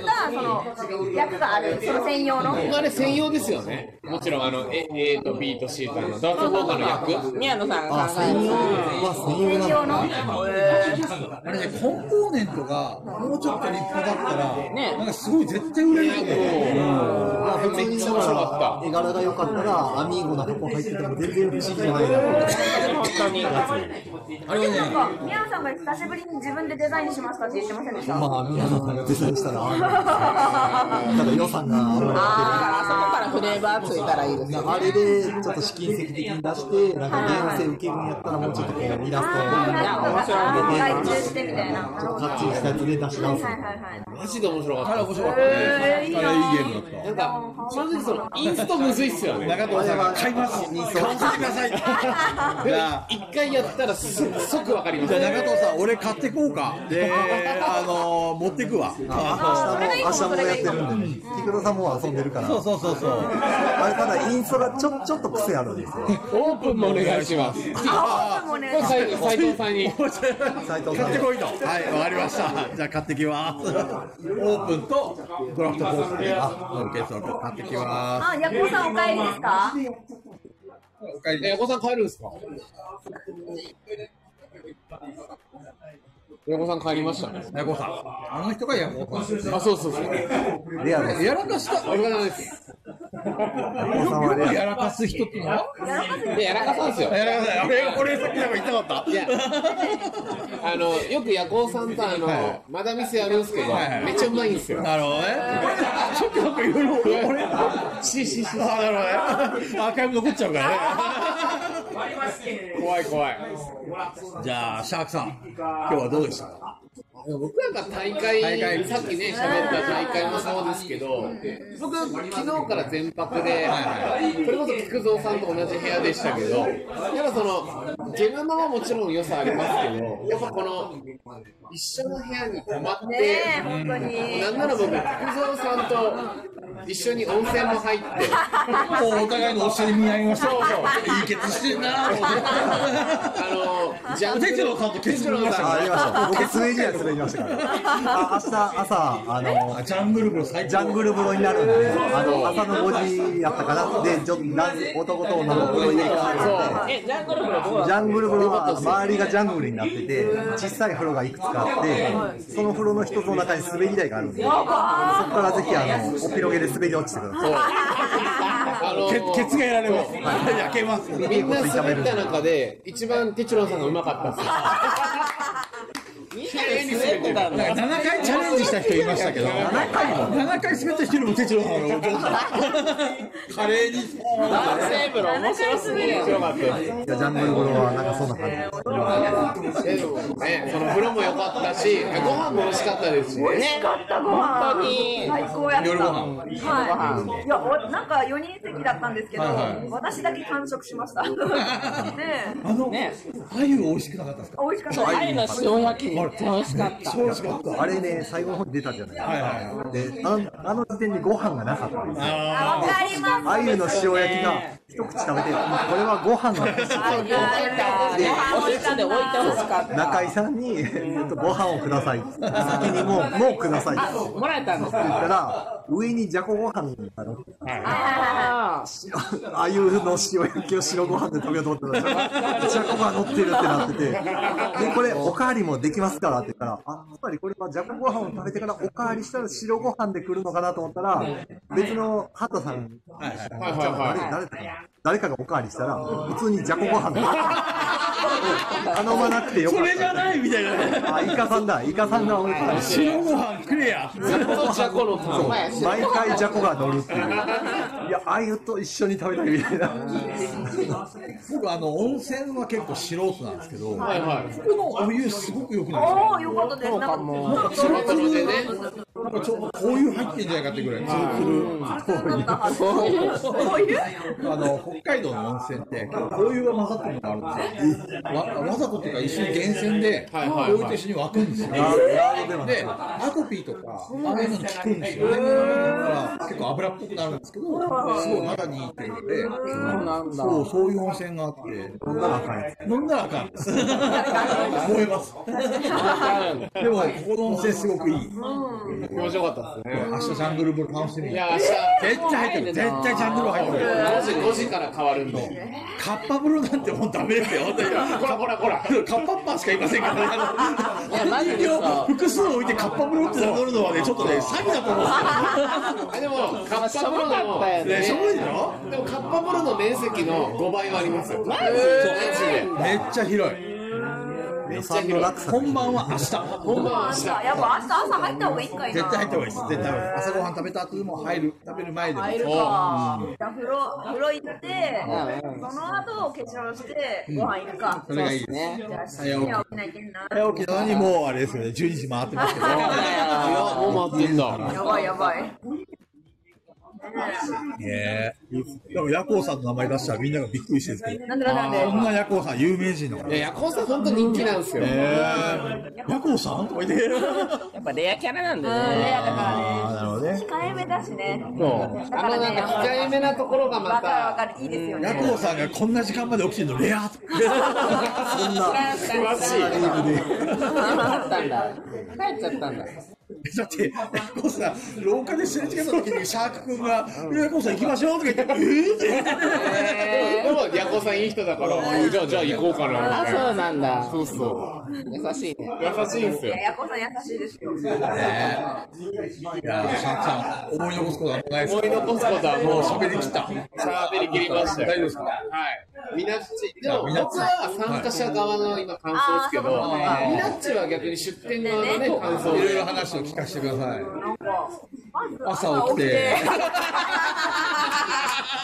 G: の役があるその専用の。
D: あれ専用ですよねもちろんあの A, A と B と C とあのドラフトポーカーの役
C: 宮野さん
F: あ、
C: が考え
F: 専用は専用な
G: 専用の
F: の。
A: あれね、コンポーネントがもうちょっと立派だったら、
C: ね
A: なんかすごい絶対売れると思
F: まあ、普通にだから絵柄が良かったら、アミーゴな箱入ってても全然不思議じゃないなと思って。
C: て本当に。
A: あ
G: な
A: れ
G: ん
A: ね、
G: か宮野さんが久しぶりに自分でデザインしましたって言ってませんでした。
F: まあ、皆さんがデザインしたら、ただ予算があるの
C: だからあそこからフレーバーついたらいいですね。
F: あれで、ちょっと資金積的に出して、なんかゲーム性受けるんやったら、もうちょっとこう、イラストを
G: 外注してみたいな。
F: ちょっとカッチリしたやつで出し直す。
G: はいはいはい。
D: マジで面白かった
A: あれ面白かったね。あれいいゲームだっ
D: なんか、正直その、インストむずいっすよ
A: た。
D: ね。
A: 中藤さんが買います。買わせてください。じゃあ、
D: 一回やったらす即わかりま
A: じ
D: す
A: ゃあ。中藤さん、俺買ってこうか。で、あのー、持ってくわ。あ
F: 明日もやってるんでね、木黒さんも遊んでるから、
A: のそうそうそうそう。
F: あれただインストがちょちょっと癖あるんですよ、
D: オープンもお願いします。斎藤さん に。
F: 斉藤さ
A: 買
F: ん
A: って
F: が。
A: こいと。はい、わかりました。じゃあ買ってきます。オープンとドラフトコースで、あ、オーケー、そうか買ってきま
G: あ、ヤコさんお帰りですか？
A: す。お帰り
D: え、
A: で
D: お子さん帰るんですか親御さん帰りましたね。
A: ヤコさん。あの人がヤコさんですね。
D: あ、そうそうそう。
F: レアです。
A: やらかした。
D: お疲れ様です。
F: お子さんはレア
A: やらかす人ってのは
D: で、やらかさんですよ。
A: やらかさ俺、俺さっきなんか言ったかった
D: いや、あの、よく夜行さんとあの、まだ店やるんですけど、めっちゃうまいんですよ。
A: なるほどね。ちょっとなんかいろいろ、俺、ししし、あ、なるほどね。アーカイブ残っちゃうからね。
D: 怖い怖い。
A: じゃあ、シャークさん、今日はどうでしたか
D: 僕なんか大会
A: 大会
D: さっきね喋った大会もそうですけど僕昨日から全泊でそれこそ菊蔵さんと同じ部屋でしたけどやっぱそのゲムマはもちろん良さありますけどやっぱこの一緒の部屋に泊まって、
G: ねえ、本当に。
D: なんなら僕、福蔵さんと一緒に温泉も入 って、
A: もうお互いのお尻見合いましょう
D: そうそ
A: い
D: う
A: いケツしてんなと思って
D: あのジャング
A: テチロ
D: ル
A: さんとケツ見ました
F: あ、あり
A: ね
F: ました。僕、スウェーデン連れてきましたから。あ、明日、朝、あの、
A: ジャングルブロ最
F: ジャン
A: 高
F: グル風呂になるんで、あの、朝の5時やったかな。で、ちょっと男男と女の風呂に行く
C: え、ジャングルフロどう
F: ジャングル風呂は周りがジャングルになってて、小さい風呂がいくつかあって、その風呂の一つの中に滑り台があるんで、そこからぜひ、あの、お広げで滑り落ちてください。
D: あの
A: ケツがやられます焼けます
D: みんな滑った中で一番テチロンさんがうまかったですよ。綺麗に滑ってたの。
A: 7回チャレンジした人いましたけど7回も7回滑った人よりも哲郎さんの方が上手華麗に
D: 男性風呂面白すぎる。面白かったです。
F: いや、ジャングル風呂はなんかそんな感じ。
D: えでもね、その風呂も良かったし、ご飯も美味しかったですしね。
B: 美味しかったご
C: 本当
B: 飯
C: に
B: 最高やった
A: 夜ご飯
B: はいいやおなんか4人席だったんですけど、私だけ完食しましたねえ
A: あの
C: ね
A: 鮎美味しくなかったですか
B: 美味しかった
C: タイの塩焼きめっちゃ美味しかった
A: 美味しかった
F: あれね、最後の方に出たじゃないですか。で、あの、あの時点でご飯がなかったんですよ。
B: あわかります
F: 鮎の塩焼きが一口食べて、もうこれはご飯が欲し
C: ご
F: い
C: 飯おせちで置いてほしかった
F: 中井さんに、えっと、ご飯をください。先にもう、もうください。って
C: もらえたんです
F: 言
C: か
F: ったら、上にじゃこご飯が乗って
C: あ
F: ああいうの塩焼きを白ご飯で食べようと思ったら、じゃこが乗ってるってなってて、で、これ、おかわりもできますからって言ったら、あ、つまりこれはじゃこご飯を食べてからおかわりしたら白ご飯で来るのかなと思ったら、別の畑さん、誰誰だったかな誰かがおかわりしたら、普通にじゃこご飯で。頼まなくてよか
A: そ
F: っ
A: れじゃないみたいなね
F: た。あ、イカさんだ、イカさんがおいしい。
A: 白ご飯食えや
D: ジャコのパン。
F: 毎回じゃこが乗るっていう。いや、あゆと一緒に食べたいみたいな。
A: 僕あの温泉は結構素人なんですけど
D: はいはい。
A: ここのお湯すごく良くないですか
B: おおよかったですなんか
D: その風呂でね、
A: なんかちょうどこういう入ってんじゃないかってぐらいツルツル
B: そういうそういう
A: あの北海道の温泉って結構こういうが混ざってるのがあるんですよわわざとっていうか一緒に源泉でこ
D: はいはいはいう
A: いうと一緒に沸くんですよでアトピーとかああいうのに効くんですよねだから結構油っぽくなるんですけどすごい肌にいいっていうのでそうそういう温泉があって
F: そんなのあかんやつ
A: 飲んだらあかん です燃えますでもここの温泉すごくいい
D: 面白かったですね。
A: 明日ジャングル風呂楽しみ
D: い
A: 絶
D: や、明日、
A: 対入ってる絶対ジャングル入ってる
D: 5時5時から変わるんで。
A: カッパ風呂なんてもうダメですよ、本当に。
D: ほらほらほら。
A: カッパッパーしかいませんからねあの。
C: いやマジでそう
A: 人形を複数置いてカッパ風呂って名乗るのはね、ちょっとね、詐欺だと思うん
D: あでも、カッパ
C: あしょ
D: 風
C: ぼ
D: 呂
C: か
D: の
C: った、よ
A: ですよ。ね、しょぼい
C: ね
A: でしょ
D: でもカッパ風呂の面積の5倍はありますよ。マジで
A: めっちゃ広い。
D: めっちゃ
F: 三
D: 広
F: の
D: い。
F: 落差
A: 本番は明日。絶
D: 本番は
B: あやっぱ明日朝入った方がいいんかいな
A: 対入った方がいいです。絶対入った方がいい。朝ごはん食べた後でも入る、食べる前でも。
B: 入るか。じゃあ風呂風呂行って、その後結論してご飯行くか。
A: それがいいです。
C: ね
B: じゃあ7時には起きないけんな。
A: 早起きなのにもうあれですよね、12時回ってますけど。
D: もう待ってんだ。
B: やばいやばい。
A: ねえ。でも、ヤコウさんの名前出したらみんながびっくりしてるんですけど。
B: なんでなんで
A: そんなヤコウさん、有名人の方。
D: いや、コウさん本当人気なんですよ。
A: えー、ヤコウさんとか言って。
C: やっぱレアキャラなんで
B: うんレ
C: ね
B: アだからね。
A: あー、なるほどね。
B: 控えめだしね。
D: そう。あのなんか控えめなところがま
B: わかるわか
D: た、
B: る。いいですよ
A: ヤ
B: ね。
A: コウさんがこんな時間まで起きてるのレア
F: そんな。
D: 詳しい。
C: あったんだ帰っちゃったんだ
A: だって、ヤコウさん、廊下ですれ違った時にシャーク君が、ヤコウさん行きましょうとか言って、えーって。
D: でも、ヤコウさんいい人だから、じゃあ、じゃあ行こうかな。
C: あそうなんだ
D: そうそう。
C: 優しいね
D: 優しいんですよ
B: い。やヤコさん優しいですよ。
A: いやー、シャークさん、思い残すことはないです
D: 思
A: か
D: い残すことはもう
A: 喋り切った。
D: 喋り切りましたよ。
A: 大丈夫ですか
D: はい。みなっち、でも
A: みなっち
D: 僕は参加者側の今感想ですけど、
B: はい
D: みなっちは逆に出店側のね、感想
A: いろいろ話を聞かせてください。
B: なんかまず
A: 朝起きて。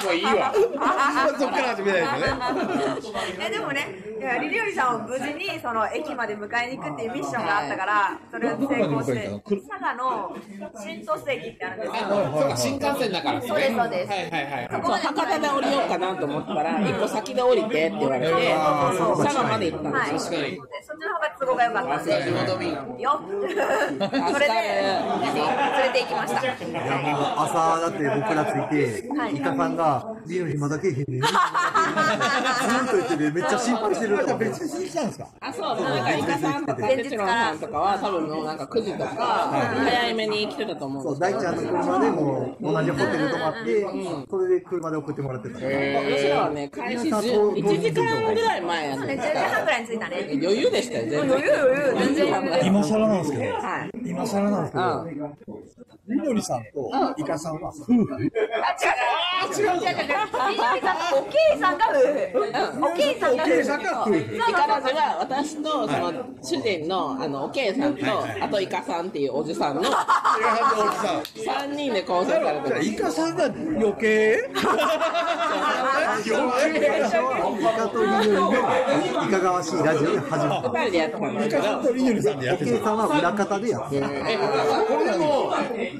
D: もういいわ。
J: そっから始めないとね。
B: いやでもね、いやリリオリさんを無事にその駅まで迎えに行くっていうミッションがあったから、それを成功して、佐賀の新鳥栖駅ってあるんですよ。
D: そうか、新幹線だからね。
B: そうです、そうです。
D: はいはいはい。
B: そこ
C: そう
B: まで
C: 博多で降りようかなと思ったら、一個先で降りてって言われて、佐賀まで行ったん
B: はい、
C: で
B: そ
C: す
B: っ
C: よ。
B: ちの方が都合が良かったんで、よっ、それで無事連れて行き ました。 はい
F: 朝だって僕らついて、
B: はい
F: イカさんが、リーの暇だけへんねん。ずーっと言ってて、めっちゃ心配してる。
A: 別々に来たんですか
C: あ、そう、もうなんか、イカさんとか、テチロンさんとかは、多分もうなんか9時とか、早めに来てたと思うん
F: そ
C: です
F: う、
C: け
F: 大
C: ど。
F: ちゃんの車でもう同じホテル泊まって、それで車で送ってもらってた。
C: 私らはね、開始10 1時間ぐらい前や
B: 10
C: ね。
B: 時半ぐらいに着いたね。
C: 余裕でしたよ、全
B: 余
C: 然。
B: 裕余裕、全然余裕です。
A: 今更なんですけど、
C: はい。
A: 今更なんですけど、
C: うん。
A: みのりさんとイカさんは夫婦
B: 違う違う違う違う。DJ さんとおけいさんが夫婦。おけいさんが夫婦。
A: さんが夫婦。
C: イカラジは私とその主人のあのおけいさんとあとイカさんっていうおじさんの
A: イカさんと大木さん。
C: 3人で構成されて
A: じゃあ
C: ます
A: イカさんが 余計余計
F: イカとリーのいかがわしいラジオで始まった。
C: 2人でやってたんです
A: イカさんとりのりさんでやって
F: 計
A: る。
F: さんは裏方でやってる。
D: え、これでも、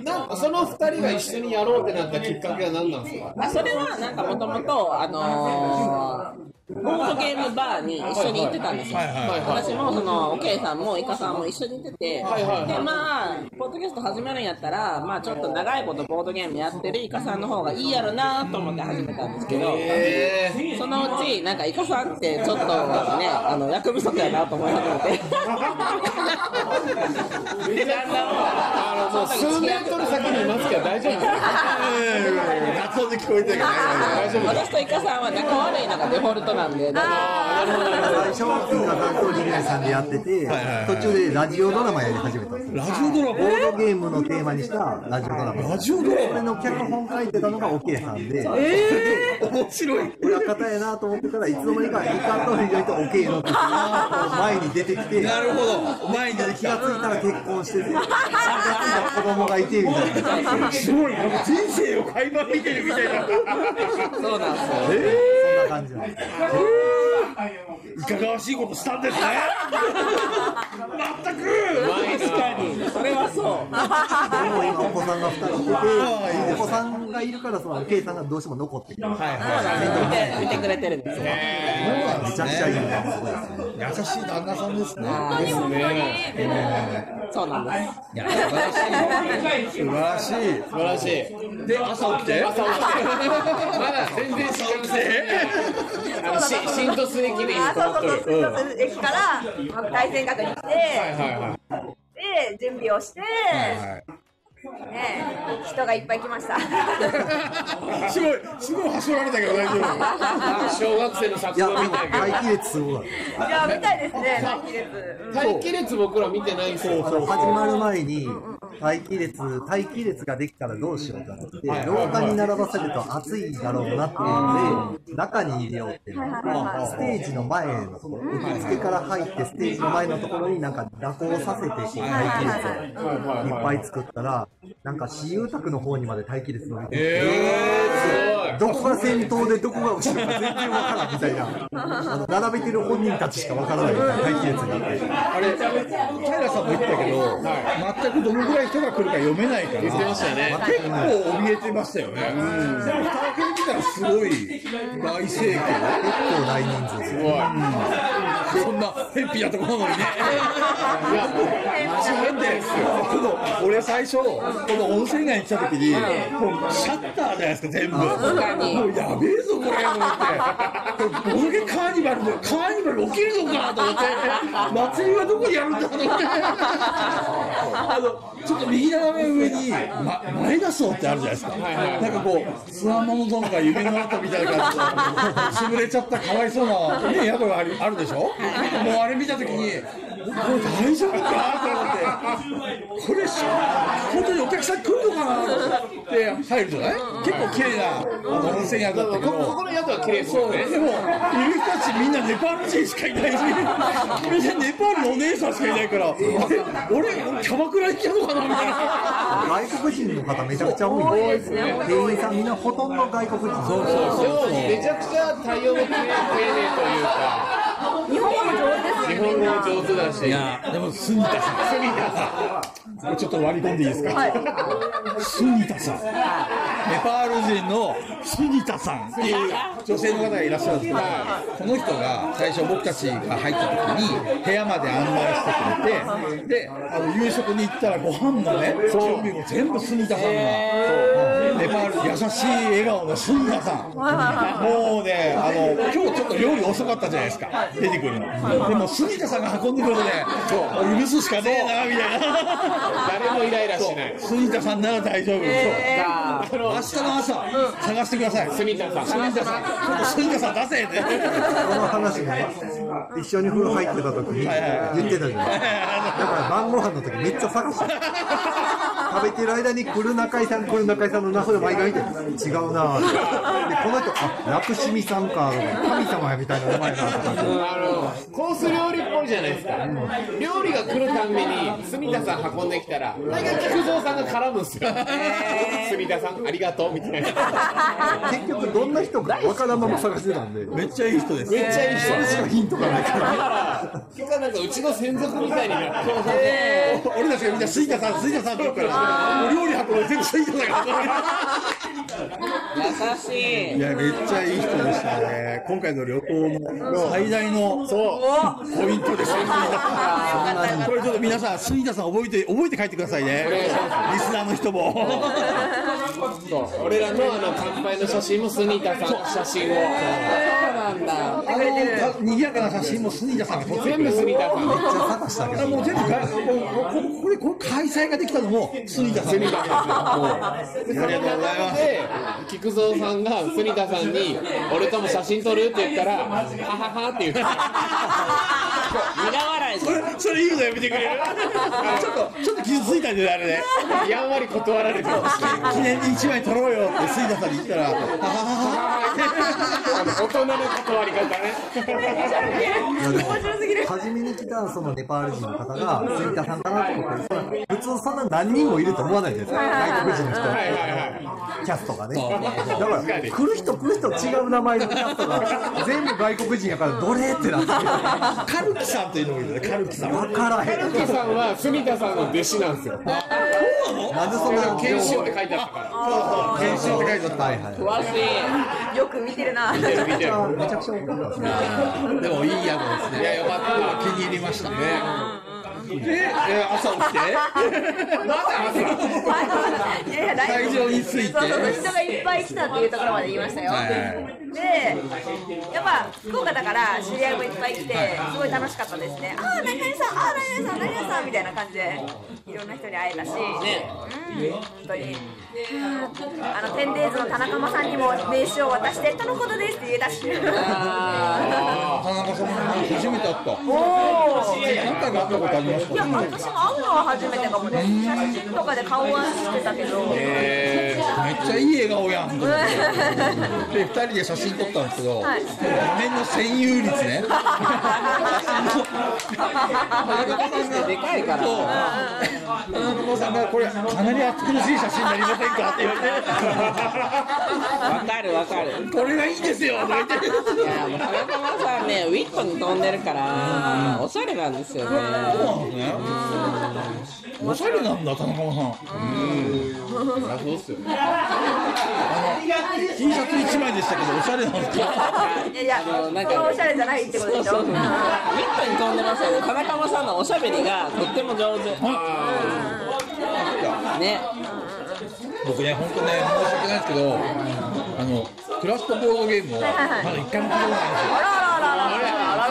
D: なんかその二人が一緒にやろうってなったきっかけは何なんですか
C: あそれはなんかもともとあのーボードゲームバーに一緒に行ってたんですよ。
D: はいはい
C: 私もそのおけいさんもいかさんも一緒に行ってて、
D: はいはいはい
C: でまあポッドキャスト始めるんやったらまあちょっと長いことボードゲームやってるいかさんの方がいいやろなと思って始めたんですけど。
D: えー
C: そのうち、なんか、イカさんって、ちょっとね、あの、役不足やなと思い始め て。
D: あの、もう数メートル先にいますけど大丈夫ですか
A: 夏音で聞こえてる
D: 大丈夫です
C: 私とイカさんは仲悪いのがデフォルトなんで、
D: あーなるほどなるほど
F: 最初はイカさんとリーさんでやってて、途中でラジオドラマやり始めたんですよ。
A: ラジオドラ
F: ボードゲームのテーマにしたラジオドラマ。
A: ラジオドラマ
F: それの脚本書いてたのがオケさんで、
A: マ面白い。
F: 裏方やなと思ってたらいつの間にかイカとリーとオケの前に出てきて、
A: なるほど。前に出てき
F: 気が
A: た
F: つ。いたら結婚してて、気がついたら子供がいてみたいな。
A: すごい。なんか人生を垣間見てるみたいな。
C: そうなんですよ。
F: そんな感じなんです。
A: いかがわしいことしたんですね。全く。
C: 確かに、それはそう。
F: でも今お子さんが2人いてて、お子さんがいるからそのケイさんがどうしても残ってくる。
A: はい
C: 見て、見てくれてるんですよ。
F: めちゃくちゃいいのがすごいですね。
A: 優しい旦那さんですね。
C: そうなんです。
A: いや素晴らしい。素
D: 素晴らしい
A: 晴らしい。で朝起きて。
D: 朝起きてまだ全然時間制あのし新都市駅でいい
B: あ
D: と
B: そ
D: 思
B: う
D: っ
B: そ
D: と
B: うそ
D: る
B: う、
D: うん
B: 新鳥栖駅から、まあ、大仙学に来て、
D: はいは
B: で、準備をして、ね、人がいっぱい来ました。
A: すごい、すごい走られたけど大丈夫。
D: い小学生の
F: い
D: 作
F: や、
D: 文みたいな
F: 待機列すごかっ
B: いや、みたいですね、待機列。うん
D: 待機列僕ら見てないんですよ
F: た。あの始まる前に、待機列、待機列ができたらどうしようかなって、廊下に並ばせると暑いだろうなっていうので、中に入れようっていう。ステージの前のところ、受付から入って、ステージの前のところになんか蛇行させて、待機列をいっぱい作ったら、なんか私有宅の方にまで待機列伸びてて、どこが先頭でどこが後ろか全然わからんみたいな、あの並べてる本人たちしかわからないみたいな待機列があって。
A: あれ、平さんも言ったけど、全くどのぐらい人が来るか読めないから。言ってましたね。結構怯えてましたよね。でも蓋を開けてみたらすごい大盛況。
F: 結構大人数ですよ。
A: そんなヘッピーなとこなのにね。いや、マジですよ。この俺最初、この温泉街に来た時に、もうシャッターじゃないですか、全部。も
C: かに
A: うやべえぞ、これ、と思って。これ、ボルゲカーニバルも、カーニバル起きるのかと思って、 祭りはどこでやるんだと思って。あの、ちょっと右斜め上に、ま、前田荘ってあるじゃないですか。なんかこう、スワンモノドンが夢の中みたいな感じで、潰れちゃったかわいそうな、ね、宿がありあるでしょもうあれ見たときに、これ大丈夫かと思って、これし、本当にお客さん来るのかなと思って入るじゃない結構綺麗なあの温泉宿だったけど、
D: ここの宿は綺麗そう
A: そうでも、いる人たちみんなネパール人しかいないし、みんなネパールのお姉さんしかいないから、あれ、俺、キャバクラ行きたのかなみたいな。
F: 外国人の方めちゃくちゃ多いですね。店員さんみんなほとんど外国人。そうそう
D: でもめちゃくちゃ対応も丁寧というか
B: 日本語も上手です
D: 日
B: ねみ
D: 本
B: ん
D: 語
B: な
D: も上手だし
A: いやでも杉田さん、杉田さん、これちょっと割り込んでいいですか、杉田さん、ネパール人の杉田さんっていう女性の方がいらっしゃるんですけど、この人が最初、僕たちが入った時に、部屋まで案内してくれて、であの夕食に行ったら、ご飯のね、準備も全部杉田さんが、ネパール、優しい笑顔の杉田さん。もうね、あの今日ちょっと料理遅かったじゃないですか、出てくるの。でも杉田さんが運んでくるので、許すしかねえなみたい な。
D: 誰もイライラしない
A: 杉田さんなら大丈夫。そう明日の朝、探してください。
D: 住田さん
A: 杉田さん、ちょっと杉田さん出せって。
F: この話がね、一緒に風呂入ってた時に言ってたじゃないだから晩ご飯の時めっちゃ探してた食べてる間に来る中井さん来る中井さんの中で毎回見て違うなぁってでこの人あラプシミさんか神様やみたいな名前だとか
D: あのコース料理っぽいじゃないですか、料理が来るたんびに住田さん運んできたら大概菊蔵さんが絡むんですよ、住田さんありがとうみたいなめっち
F: 結局どんな人かわからんまま探してたんで
A: めっちゃいい人です。
D: ゃいい人
F: しかヒントがないから
D: 今日はなんかうちの専属みたいになって
A: 俺たちがみんな杉田さん、杉田さんって言うから、お料理運んで全部杉田さんが。
C: 優しい
A: いや、めっちゃいい人でしたね。今回の旅行の最大のポイントですよ。これちょっと皆さん、杉田さん覚えて、覚えて帰ってくださいね。リスナーの人も。
D: そう俺らのあの乾杯の写真も住田さんの写真を
A: あの、賑やかな写真も杉田さんが撮ってく
D: 全
A: れ
D: 部
A: る。
D: 住田さん
F: めっちゃ探したけど
A: もう全部か、もうもうここれ、これ開催ができたのも、杉田さん。
D: 住田さんですよ
A: ありがとうございます
D: で菊蔵さんが住田さんに「俺とも写真撮る?」って言ったら「ははは」って言って
C: 苦笑い
A: それ、それ言うのやめてくれる ちょっと、ちょっと傷ついたんだよね、あれね。
D: やんわり断られてました
A: 記念に一枚撮ろうよって杉田さんに言ったら、 あはははは
D: 大人の断り方ね。
F: 初めに来たそのネパール人の方が杉田さんかなと思って普通そんな何人もいると思わないじゃないですか外国人の人キャストがねだから来る人来る人違う名前のキャス トが全部外国人やからどれってなって
A: はカルキさんというのもいるね、カルキさん。
F: 分からへ
D: 春樹
F: ん
D: さんは住田さんの弟子なんですよ。
F: なんでそんな
D: 研修って書いてあったか
A: 研修って書いてあった。
F: はいはい
C: 詳しい
B: よく見てるな
D: ら。見てる。
F: めちゃくちゃ多かったですね
A: でもいい宿ですね。
D: いやよかった
A: 気に入りましたね。で、えー朝起きて、
B: いやいや大
A: 会
B: 丈夫
A: 場に着いて、
B: そうそうそう人がいっぱい来たっていうところまで言いましたよ、
A: はいは
B: でやっぱ福岡だから知り合いもいっぱい来てすごい楽しかったですねああ何々さんああ何々さん何々さんみたいな感じでいろんな人に会えたし、うん本当に。うんあのテンデイズの田中間さんにも名刺を渡してとのことですって言えた し。
A: 田中さんも初めて会った。
B: おお。
A: 何回か会ったことあります
B: いや、
A: か
B: 私も会うのは初めてかもね。写真とかで顔はしてたけど。
A: めっちゃいい笑顔やん。で、二人で写真撮ったんですけど、
B: はい
A: 画面の占有率ね。田中さんが
C: でかいから
A: そう田中さんがこれかなり暑苦しい写真になりませんかって言われて
C: わかるわかる
A: これがいいですよとか言って
C: いやもう田中間さんねウィットに飛んでるからおしゃれなんですよね
A: そうなんですねおしゃれなんだ田中さん
D: あ、そうっすよね。
A: T シャツ一枚でしたけどおしゃれなんですか
B: いやいや、
C: あの
B: そ
C: なん
B: れ
C: か
B: はおしゃれじゃないってこと
C: そう
B: でし
C: そ
B: ょ。
C: うそうウィットに飛んでますよね田中間さんのおしゃべりがとっても上手ね
A: 僕ね本当ね申し訳ないですけどあのクラフトボードゲームをまだ一回も買ったことないんですよ
B: あらあらあらあらあらあら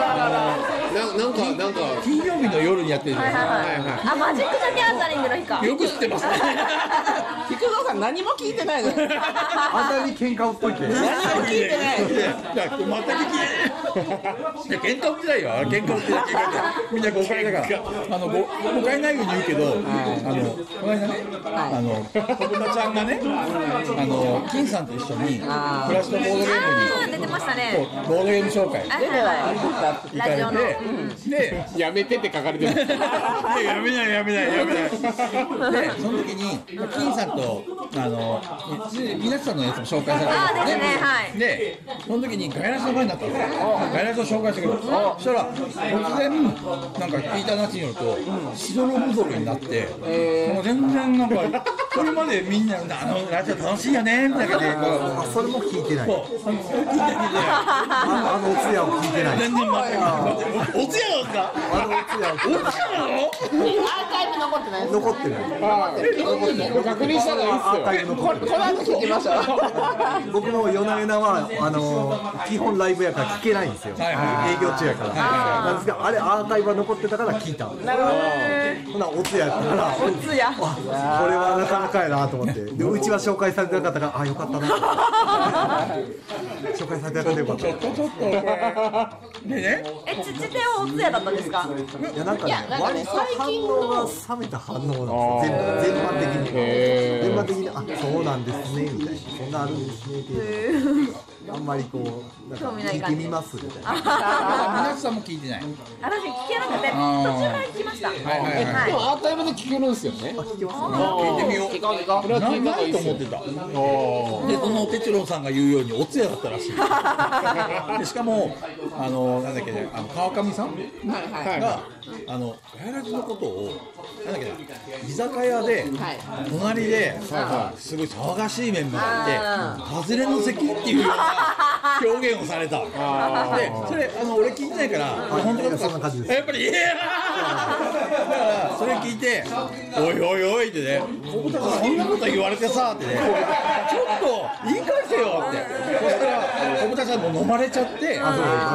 B: あらあら。
D: ななんかなんか
A: 金曜日の夜にやってるじゃないですか
B: あ、マジック・ザ・ギャザリングの日か。
A: よく知ってますね。
C: 菊蔵さん何も聞いてないのよ
F: あんなに喧嘩をっといて。
C: 何も聞いてない
A: いや喧嘩売ってないよ、喧嘩売ってない、喧嘩売ってないみんな誤解だから、あのご誤解ないように言うけど、あのこの間ね、あの小熊ちゃんがね、あの金さんと一緒に、暮らしのボードゲーム
B: あー出てました
A: に、こ
B: ね
A: うボードゲーム紹介
B: はいはいはい
A: 行かれ
B: ラジオの
A: て、で、
D: やめてって書かれてる。
A: い ややめない、やめない、やめない、で、その時に、金さんと、あの、皆さんのやつも紹介されたんだ
B: あー
A: よ
B: ですねはい
A: で、その時にガイラスの場になったの。ガイラスを紹介してくれた。そしたら、突然、なんか聞いた話によると、しどろもどろになって、もう全然なんか、それまでみんな、あの、ラジオ楽しいよね、みたいな感
F: あ、それも聞いてな
A: じで、
F: い。
A: こう、聞いたけど
F: あの、あのお通夜を聞いてない。
A: 全然全く、おつやなんだ
F: あのお通夜を聞いて
A: おつやなの
C: アーカイブ残ってないです
F: 残ってない。
D: 確認したらいいっ
F: アーカイブ残っ
C: こ
F: て
C: の後聞きましょう
F: る。僕も夜な夜なは、あの、基本ライブやから聞けないんですよ。営
A: いは
F: 業中やから。なんですが、あれアーカイブは残ってたから聞いた。なるほど。ほな、お通夜やったから。
C: お通夜
F: あこれはなかなかやなと思ってでうちは紹介されてなかったからあよかったな紹介されてなかったよかったい
A: ちょっとこれ、でね、
B: えちちておつやだったん ですか
F: やなんかね
C: なんかね
F: 割と反応が冷めた反応なんですよ全部全般的に全般的にあそうなんですねみたいなそんなあるんですねっていうあんまりこうなんか
B: 興味な
F: 聞
B: い
F: い
B: 感
F: て
B: じ
F: みますみたいな
A: 皆さんも聞いてない。
B: 私聞けなくて途中から聞きましたはい
A: はいはい
D: でもアーカイブで聞けるんですよね。
A: 聞いてみよう。
D: 聞こう聞こう。これは
A: な
D: 聞いた方が
A: ない
D: い
A: い
D: で
A: と
D: すよ
A: 思ってたでその哲郎さんが言うようにお通夜だったらしい でしかもあのなんだっけねあの川上さんが、あのガヤラジのことをなんだっけな居酒屋で、隣ですごい騒がしいメンバーがいて「外れの席」っていうような表現をされたでそれあの俺聞いてないから本当かどうか
F: そんな感じです
A: やっぱり、いやだから、それ聞いて、おいおいおいってね、小太さん、そんなこと言われてさってね、ちょっと言い返せよって、そしたら、小太さんも飲まれちゃって、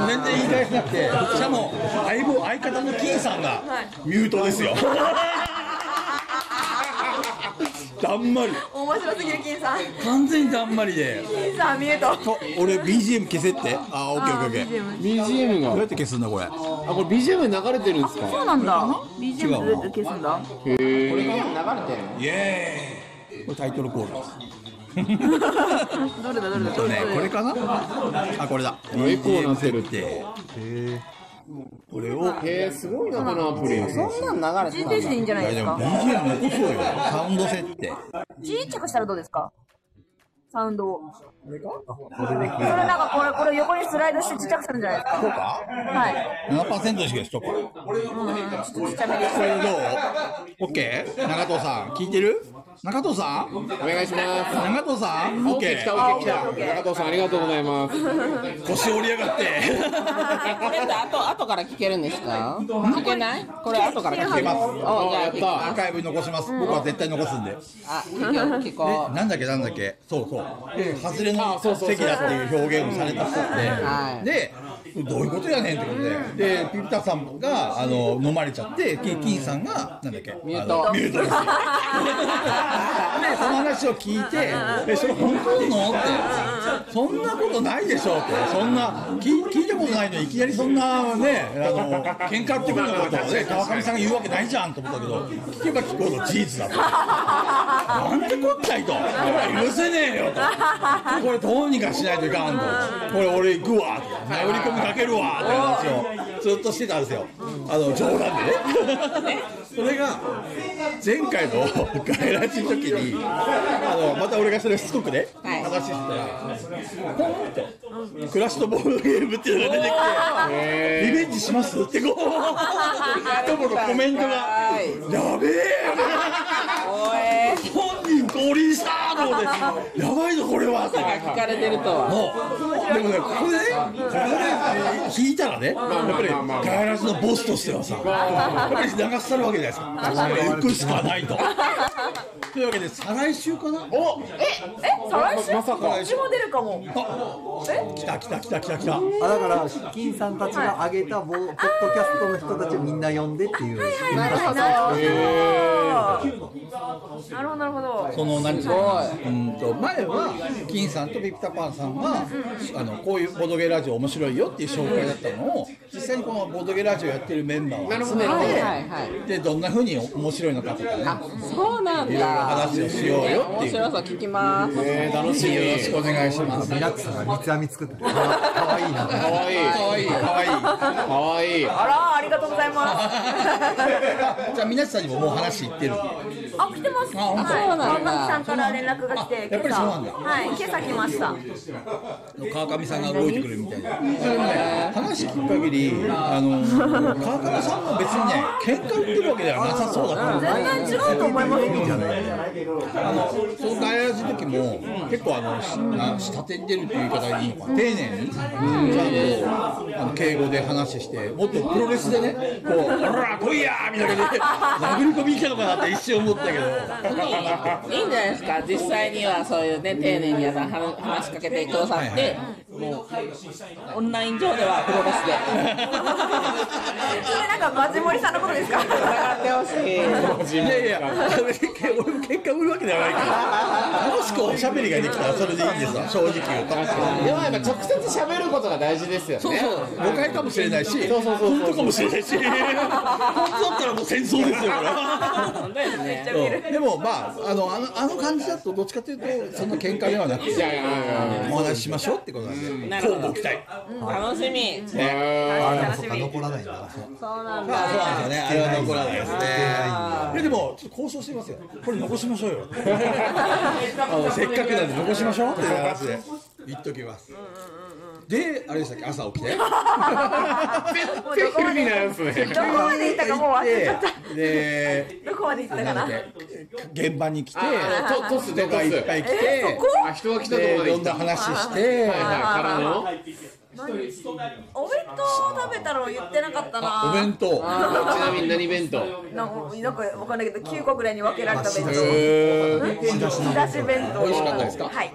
A: 全然言い返せなくて、しかも、相棒、相方の金さんがミュートです よ。だんまり、
B: 面白すぎる金さん
A: 完全にだんまりで、
B: 金さん見えと
A: と俺、BGM 消せって、あー、オッケーオッケーオッケー。
D: BGM
A: どう
D: が。
A: やって消すんだ、これ。
D: あ、これ BGM 流れてるんですか。
B: そうなんだ BGM で消すんだ
A: イエーイこれタイトルコールです。
B: どれだどれだ
A: とね、これかなあ、これだ。エコーなってるって。これを、
D: えー、すごいな、このアプリ。
C: そんなん流れて
B: 人定していいんじゃないですか
A: BGM 残そうよ。サウンド設定。
B: ちっちゃくしたらどうですかサウンドをそれなんかこれこれ横にスライドしてちっちゃくするんじゃないですか
A: そうか
B: はい
A: ?7% にしかしとこう。これどう ?OK? 中藤さん、聞いてる中藤さん
D: お願いします。
A: 中藤さん
D: オッケー来た、オ
A: ?OK?
D: ッケー来た。中藤さん、ありがとうございます。
A: 腰折りやが って。
C: これって後後から聞けるんですか聞けないこれ後から聞
A: 消
C: け
A: えます
C: おじゃあ聞き
A: アー
C: ます
A: カイブに残します。僕は絶対残すんで。
C: あ聞こう聞こ
A: なんだっけなんだっけそうそうで外れの席だっていう表現をされた人
C: はい
A: で、でどういうことやねんってことででピピタさんがあの飲まれちゃってキンキンさんがなんだっけミ
D: ュート
A: ミュートですよでその話を聞いて「えそれ本当なの?」って「そんなことないでしょ」ってそんな聞聞いたことないのにいきなりそんなねあの喧嘩ってことのことをね川上さんが言うわけないじゃんと思ったけど聞けば聞くほど事実だと。なんてこっちゃいと許せねえよとこれどうにかしないといかんとこれ俺行くわって殴り込みかけるわって話をずっとしてたんですよあの冗談でねそれが前回の外来の時にあのまた俺がそれをしつこくね
C: はい
A: 話してたらポンと「暮らしとボードゲーム」っていうのが出てきて「リベンジします?」ってこうとこのコメントが
C: はい
A: 「やべえ!」
C: うおえ
A: 本人降臨したと思って、やばいぞ、これはって。
C: 聞かれてるとは
A: もうでもね、ここでね、これね、聞いたらね、やっぱり、ガイラスのボスとしてはさ、やっぱり流されるわけじゃないですか。やっぱり行くしかないと。というわけで、再来週かな
D: お
B: え、再来週
D: まさか
B: うちも出るかも。え、
A: 来た来た来た来た来た。
F: あだから、ヒ金さんたちが上げたボ、ポッドキャストの人たちをみんな呼んでっていう。
B: なるほど。なるほど、なるほど。
A: その何うんと前は金さんとピピタパンさんが、あのこういうボドゲラジオ面白いよっていう紹介だったのを実際にこのボドゲラジオやってるメンバーを集め
C: はい
A: て
C: はいはい
A: でどんなふうに面白いのかとかね
C: そうなん
A: いろいろ
C: だ
A: 話をしようよって
C: 面
A: いう。
C: 白そう聞きます
D: えー、楽しみ
A: よろしくお願いします。
F: リラックスが三つ編み作ってて、かわいいな。
D: かわいい
A: かわいい、かわいい。
D: かわいい
B: あら、ありがとうござい ます。
A: じゃあ、みなちさんにももう話行ってる。
B: あ、来てます。
A: あ本当
B: はい
C: そうなんだ
B: 川上さんから連絡が来て、
A: やっぱりそうなんだ
B: はい、今朝来ました。
A: 川上さんが動いてくれるみたいな。それもね、話聞く限り、あの、川上さんも別にね、喧嘩売ってるわけではなさそうだったの。
B: 全然違うと思います。
F: いいじゃない
A: あのその大学の時も、結構あのしな下手に出るっていう言い方がいいのかな丁寧に、ちゃんとあの敬語で話してもっとプロレスでねこう「おら来いや!」みたいな感じで殴り込みいけのかなって一瞬思ったけど
C: いいんじゃないですか実際にはそういうね丁寧に皆さん話話しかけてくださって、もうオンライン上ではプロレスで
B: それなんかマジモリさんのこと ですか。
C: 戦ってほし
A: い
C: い
A: やいや俺も喧嘩売るわけではないけど楽しくおしゃべりができたらそれでいいんですよ正直言うと。
D: でもやっぱ直接喋ることが大事ですよね
A: そうそう誤解かもしれないし本当かもしれないし本当だったらもう戦争ですよこれ
C: 本当ですね
A: うんでもまああのあのあの感じだとどっちかというとそんな喧嘩ではなくて
D: いやいやいや
A: お話ししましょうってことなんで
C: なる
A: 乞
C: ほ
A: う
C: ど
A: ご期待
C: 楽しみ
F: あれも
B: 楽し
F: そっか、
B: み。
F: 残らないんだ。
C: そうな
A: ま
C: ん
A: あそう
C: だ
A: なんですよねあれは残らないですね
C: あ
A: いやでもちょっと交渉してみますよこれ残しましょうよ あのせっかくなんで残しましょうっていう話で言っときますであれでしたっけ朝起きて
B: もうどこまで
D: なんすね
B: どこまで行ったかもう忘れちゃっ
A: で
B: た。どこまで行ったか
A: な。
B: なん
A: だっけ現場に来て
D: あのトトスで
A: 人
D: ト
A: が
D: ス
A: いっぱい来て
B: そこ
D: あ人が来たとこ
A: で
D: まで
A: ど
D: 行
A: ん
D: った
A: な話して
D: からの
B: お弁当を食べたの言ってなかったな。
A: お弁当
D: ちなみに何弁当
B: なんかなんかわかんないけど9個ぐらいに分けられた弁当。仕出し弁当。
A: 美味しかったですか
B: はい。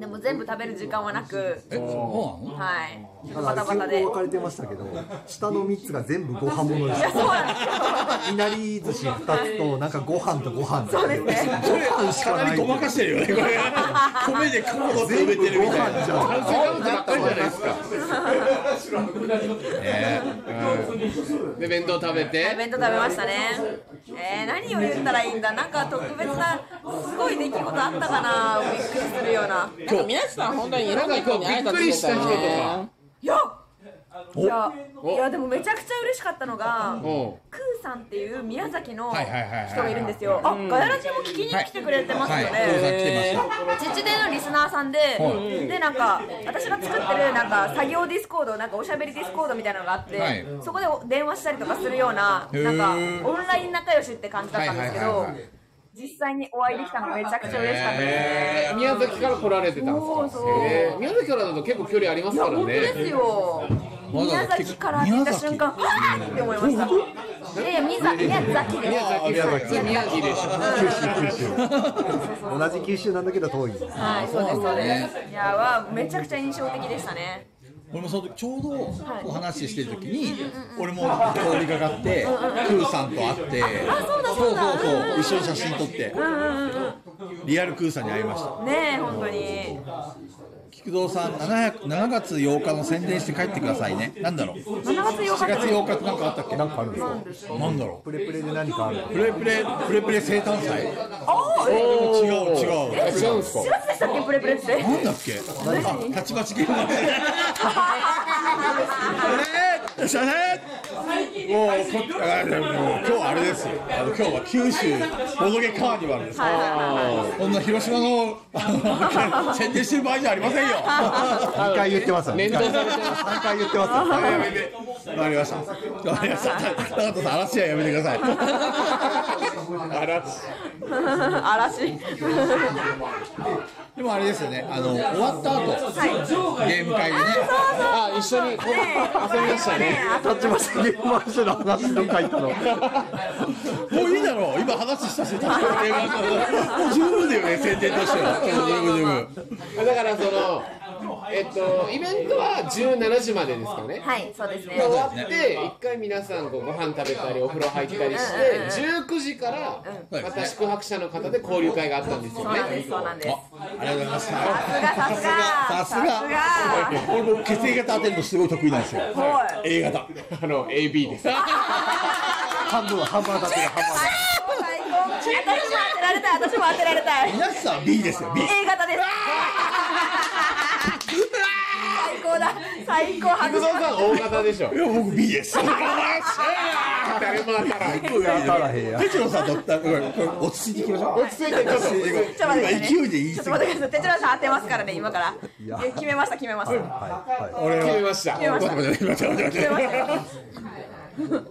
B: でも全部食べる時間はなく、
A: えそうなの
B: はい。ちょっとバ
F: だ
B: タ
F: か
B: バ
F: ら、
B: タで
F: 結構分。かれてましたけど、下の3つが全部ご飯物で
B: い
F: し
B: やそう
F: た。
B: なんですよ。
F: いなり寿司2つと、なんかご飯とご飯
B: そうですね。
A: これかなりごまかしてるよねこれ米で雲を埋めてるみたいな
F: 全部ご飯じゃん
A: 炭水化物ばっかりじゃないですか
D: で弁当食べ
B: お
D: て
B: 弁当食べましたね。えー、何を言ったらいいんだ。なんか特別なすごい出来事あったかな。びっくりするような。
C: なんか皆さん本当にいろんな人に挨拶してたよね
B: いや。いやいやでもめちゃくちゃ嬉しかったのが
D: おう
B: クーさんっていう宮崎の
A: はいはいはいはいはい
B: 人がいるんですよあガヤラジも聞きに来てくれてますよ
A: はい
B: ね、
A: お父さん来てまし
B: 自治でのリスナーさんで、でなんか私が作ってるなんか作業ディスコードなんかおしゃべりディスコードみたいなのがあって、
A: はい
B: そこでお電話したりとかするような
A: へー
B: なんかオンライン仲良しって感じだったんですけど、
A: はいはいはいはい
B: 実際にお会いできたのめちゃくちゃ嬉しかったですね。
D: えー宮崎から来られてたん
B: そう
D: ですか
B: そう
D: えー宮崎からだと結構距離ありますから
B: 本当です
D: ね
B: よ。宮崎から出た瞬間、わーって思いました。いやいや、宮崎、宮崎です。
D: 宮崎宮城でし
F: 同じ九州なんだけど遠い。
B: はい、そうです、そうです。いや、わー、めちゃくちゃ印象的でしたね。
A: 俺もその時ちょうどお話ししてる時に俺も通りかかってクーさんと会って
B: そうだ
A: そ
B: そうう
A: そ
B: だ
A: うそう一緒に写真撮ってリアルクーさんに会いました
B: ねえ、本当に。
A: 菊蔵さん 7, 7月8日の宣伝して帰ってくださいねなんだろう7
B: 7月8日
A: 月8日って何かあったっけ
F: なんかあるんですか
A: なんだろう
F: プレプレで何かある
A: プレプレプレプレ生誕祭
B: あーえ
A: 違う違う
B: え、違うんですか ?4 月でしたっけ、プレプレって。
A: なんだっけあ、たちまちゲームだねしゃねもうこあでも今日あれですよあの今日は九州ボドゲカーニバルですよこんな広島のあの宣伝してる場合じゃありませんよ
F: 2回言ってます。
D: 連動されてます
F: 3回言ってます。
A: わかりましたわかりました高田さん嵐はやめてください嵐
B: 嵐。
A: でもあれですよねあの終わった後ゲーム会でね
D: あ一緒にこう遊びましたね
F: 立ちました、ゲームマ学生の話どっか行ったの
A: もういいだろう今話したし、確かに映画もう十分だよね、宣伝としては。十分十分。
D: だからその、えっと、イベントは17時までですかね。
B: はい、そうですね。
D: 終わって、一回皆さんこうご飯食べたり、お風呂入ったりして、19時から、また宿泊者の方で交流会があったんですよ
B: そうなんで
D: ね。
B: す、そうなんです。
A: ありがとうございました。
B: さすが、さすが、
A: さすが
B: さす
A: 俺も血液型当てるのすごい得意なんですよ。
B: が。はい。
A: A 型。
D: あの、AB です。
F: 半分は半分当たってる半分
B: 最高私も当てられたい私も当てられたい
A: 皆さん B ですよ、B。
B: A 型です最高だ最高外し
D: 菊蔵
B: ま
D: さん、大型でしょ
A: い。や、僕 B です。
D: 誰も当たらない。
F: 当たらへんやん
A: ペチロさんだったら、これこれ落ち着いていきましょう。
D: 落ち着いて、ちょっと落ち着いて。
B: ちょっと待ってください
A: 今勢いで言い
B: ちょっ
A: 過ぎ
B: と待ってくださいテチロさん当てますからね今からいや決めました決めました決
A: 俺
D: 決め
A: は。
D: ました。
B: めました
A: 待って待って待って待って
B: 決めま
A: 待
B: し
A: って
B: たよ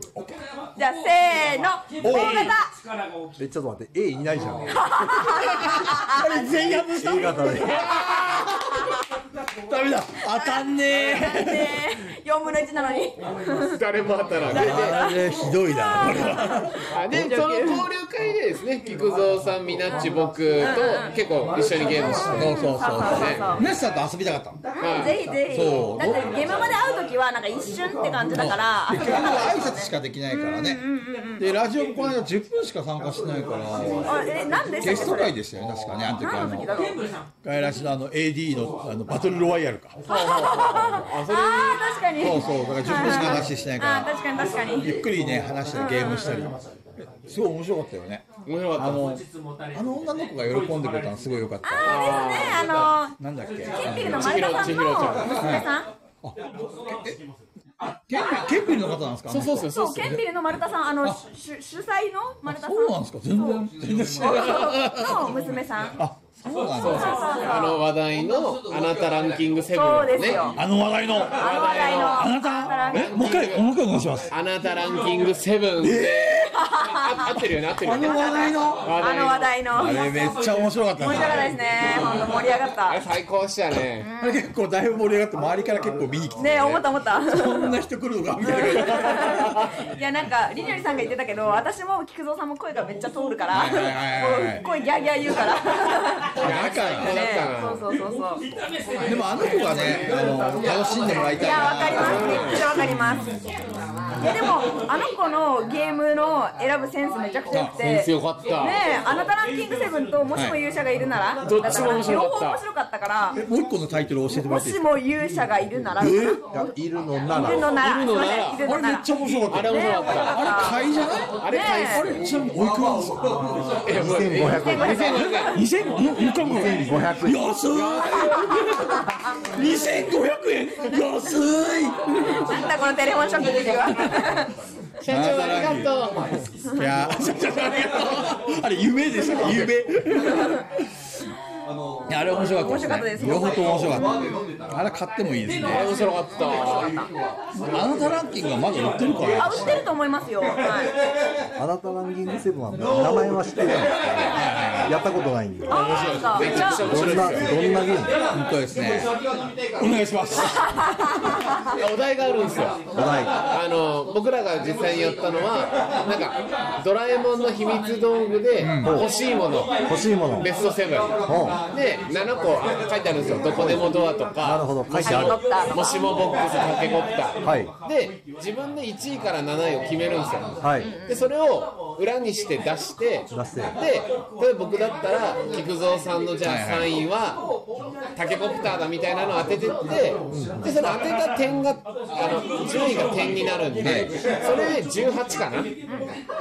B: じゃあせーの A 型
F: えちょっと待って A いないじゃん
A: 全員外した
F: A 型で
A: ダメだ当たんね
B: なんで4分の1なのに
D: 誰も当たらない。
A: えあれひどいなこれは
D: あでその交流会でですね菊蔵さんみなっち僕と結構一緒にゲームして
A: そうそうそう
B: そうそう
A: メッシさんと遊びたかったの
B: ぜひぜひだって現場まで会う時はなんか一瞬って感じだから
A: で結局挨拶しかできないからねでラジオもこの間10分しか参加してないから
B: あえ何でした
A: ゲ
B: っけ
A: ス
B: そ
A: ト
B: れ
A: 会でしたよね確かねあの時あ
B: 何の時だ
A: の
B: ろう
A: 外来種のあの AD のあのバトルロワイヤルかそ
B: ああー確かに
A: うそうだから10分しか話してない
B: あー
A: から
B: 確かに確かに
A: ゆっくりね話したりゲームしたりすごい面白かったよね
D: 面白
A: あ
D: かっ
A: のあの女の子が喜んでくれたのすごい良かった
B: あですねあ
A: な
B: の
A: んだっけ
B: ケンピルの前田さんの娘さん
A: ケンピケンピルの方なんですか
D: たそうそうそ
B: そ
D: うそう
B: うケンピルの丸田さんあの主主主催の丸田さん
A: そうなんですか全然全然知らない
B: の娘さん
A: あそうなんだ
D: あの話題の「あなたランキングセブン
B: そうで
D: ですね
B: よ
A: あの話題の
B: あの話題の
A: あなたえもう一回もう一回お願いします
D: あなたランキングセブンであ合ってるよね合ってるよね
A: 話題の
B: あの話題の
A: あれめっちゃ面白かった
B: 盛り上がったですね本当盛り上がっ
D: あ
B: た
D: れ最高でしたね
A: あれ結構だいぶ盛り上がって周りから結構見に来て
B: ね思った思った
A: こんな人来るのかみたい な感
B: いやなんかりにょりさんが言ってたけど私も菊蔵さんも声がめっちゃ通るから
A: いはいはいはい
B: もう声ギャーギャー言うから
A: じだか
D: そうだ
B: ね
D: っ
B: そ
D: たな
B: うそうそうそうい
A: らでもあの子がねあの楽しんでもらいたい
B: やわか
A: な
B: りますめっちゃわかりますいやでもあの子のゲームの選ぶセンスめちゃくちゃ良くて
D: センス良かった
B: ねえあなたランキングセブンともしも勇者がいるなら、
D: どっちも面白かっ
B: 両方
D: た
B: 面白かったから
A: もう一個のタイトル教えても
B: も
A: らっていい
B: し
A: です
B: も勇者がいるなら、
A: か
B: い
A: え
B: る
A: ー
F: いやいるのなら
B: のなら
D: いるのなら
B: すいませんい
A: あれめ
B: るのな
A: っ
B: ら
A: ちゃ面白かった
D: あれ面白かった
A: あれ買いじゃない
D: あれ買い
B: ね
A: えちなみにおいくらなんですか
F: 2500円
A: 2000もう一回も2500円安い2500円安い
B: なんだこのテレフォンショックでは
D: 社長ありがと
A: い
D: う
A: やーあれ夢でしたね夢いやあれ面白かったですね両方とも面白かったあれ買ってもいいですね
D: 面白かった
A: あなたランキングはまだ売ってるから
B: あ売ってると思いますよ、はい、
F: あなたランキングセブンは名前は知ってるんですけどやったことないんでどんな
B: あなんか
D: めちゃくちゃ面
F: どん
D: 白
F: ないゲ
D: ですよ
F: ーム
A: 本当ですねお願いします
D: お題があるんですよ
F: お題
D: あの僕らが実際にやったのはなんか「ドラえもんの秘密道具で欲しいもの」
F: 欲しいもの
D: ベストセブン
F: う
D: で7個あ書いてあるんですよどこでもドアと
F: なる
D: か
F: ほど書いてある
D: もしもボックスタケコプター、
F: はい
D: で自分で1位から7位を決めるんですよ、
F: はい
D: でそれを裏にして出して
F: 出して
D: で例えば僕だったら菊蔵さんのじゃあ3位はタケコプターだみたいなのを当ててってでその当てた点があの順位が点になるんでそれで18かな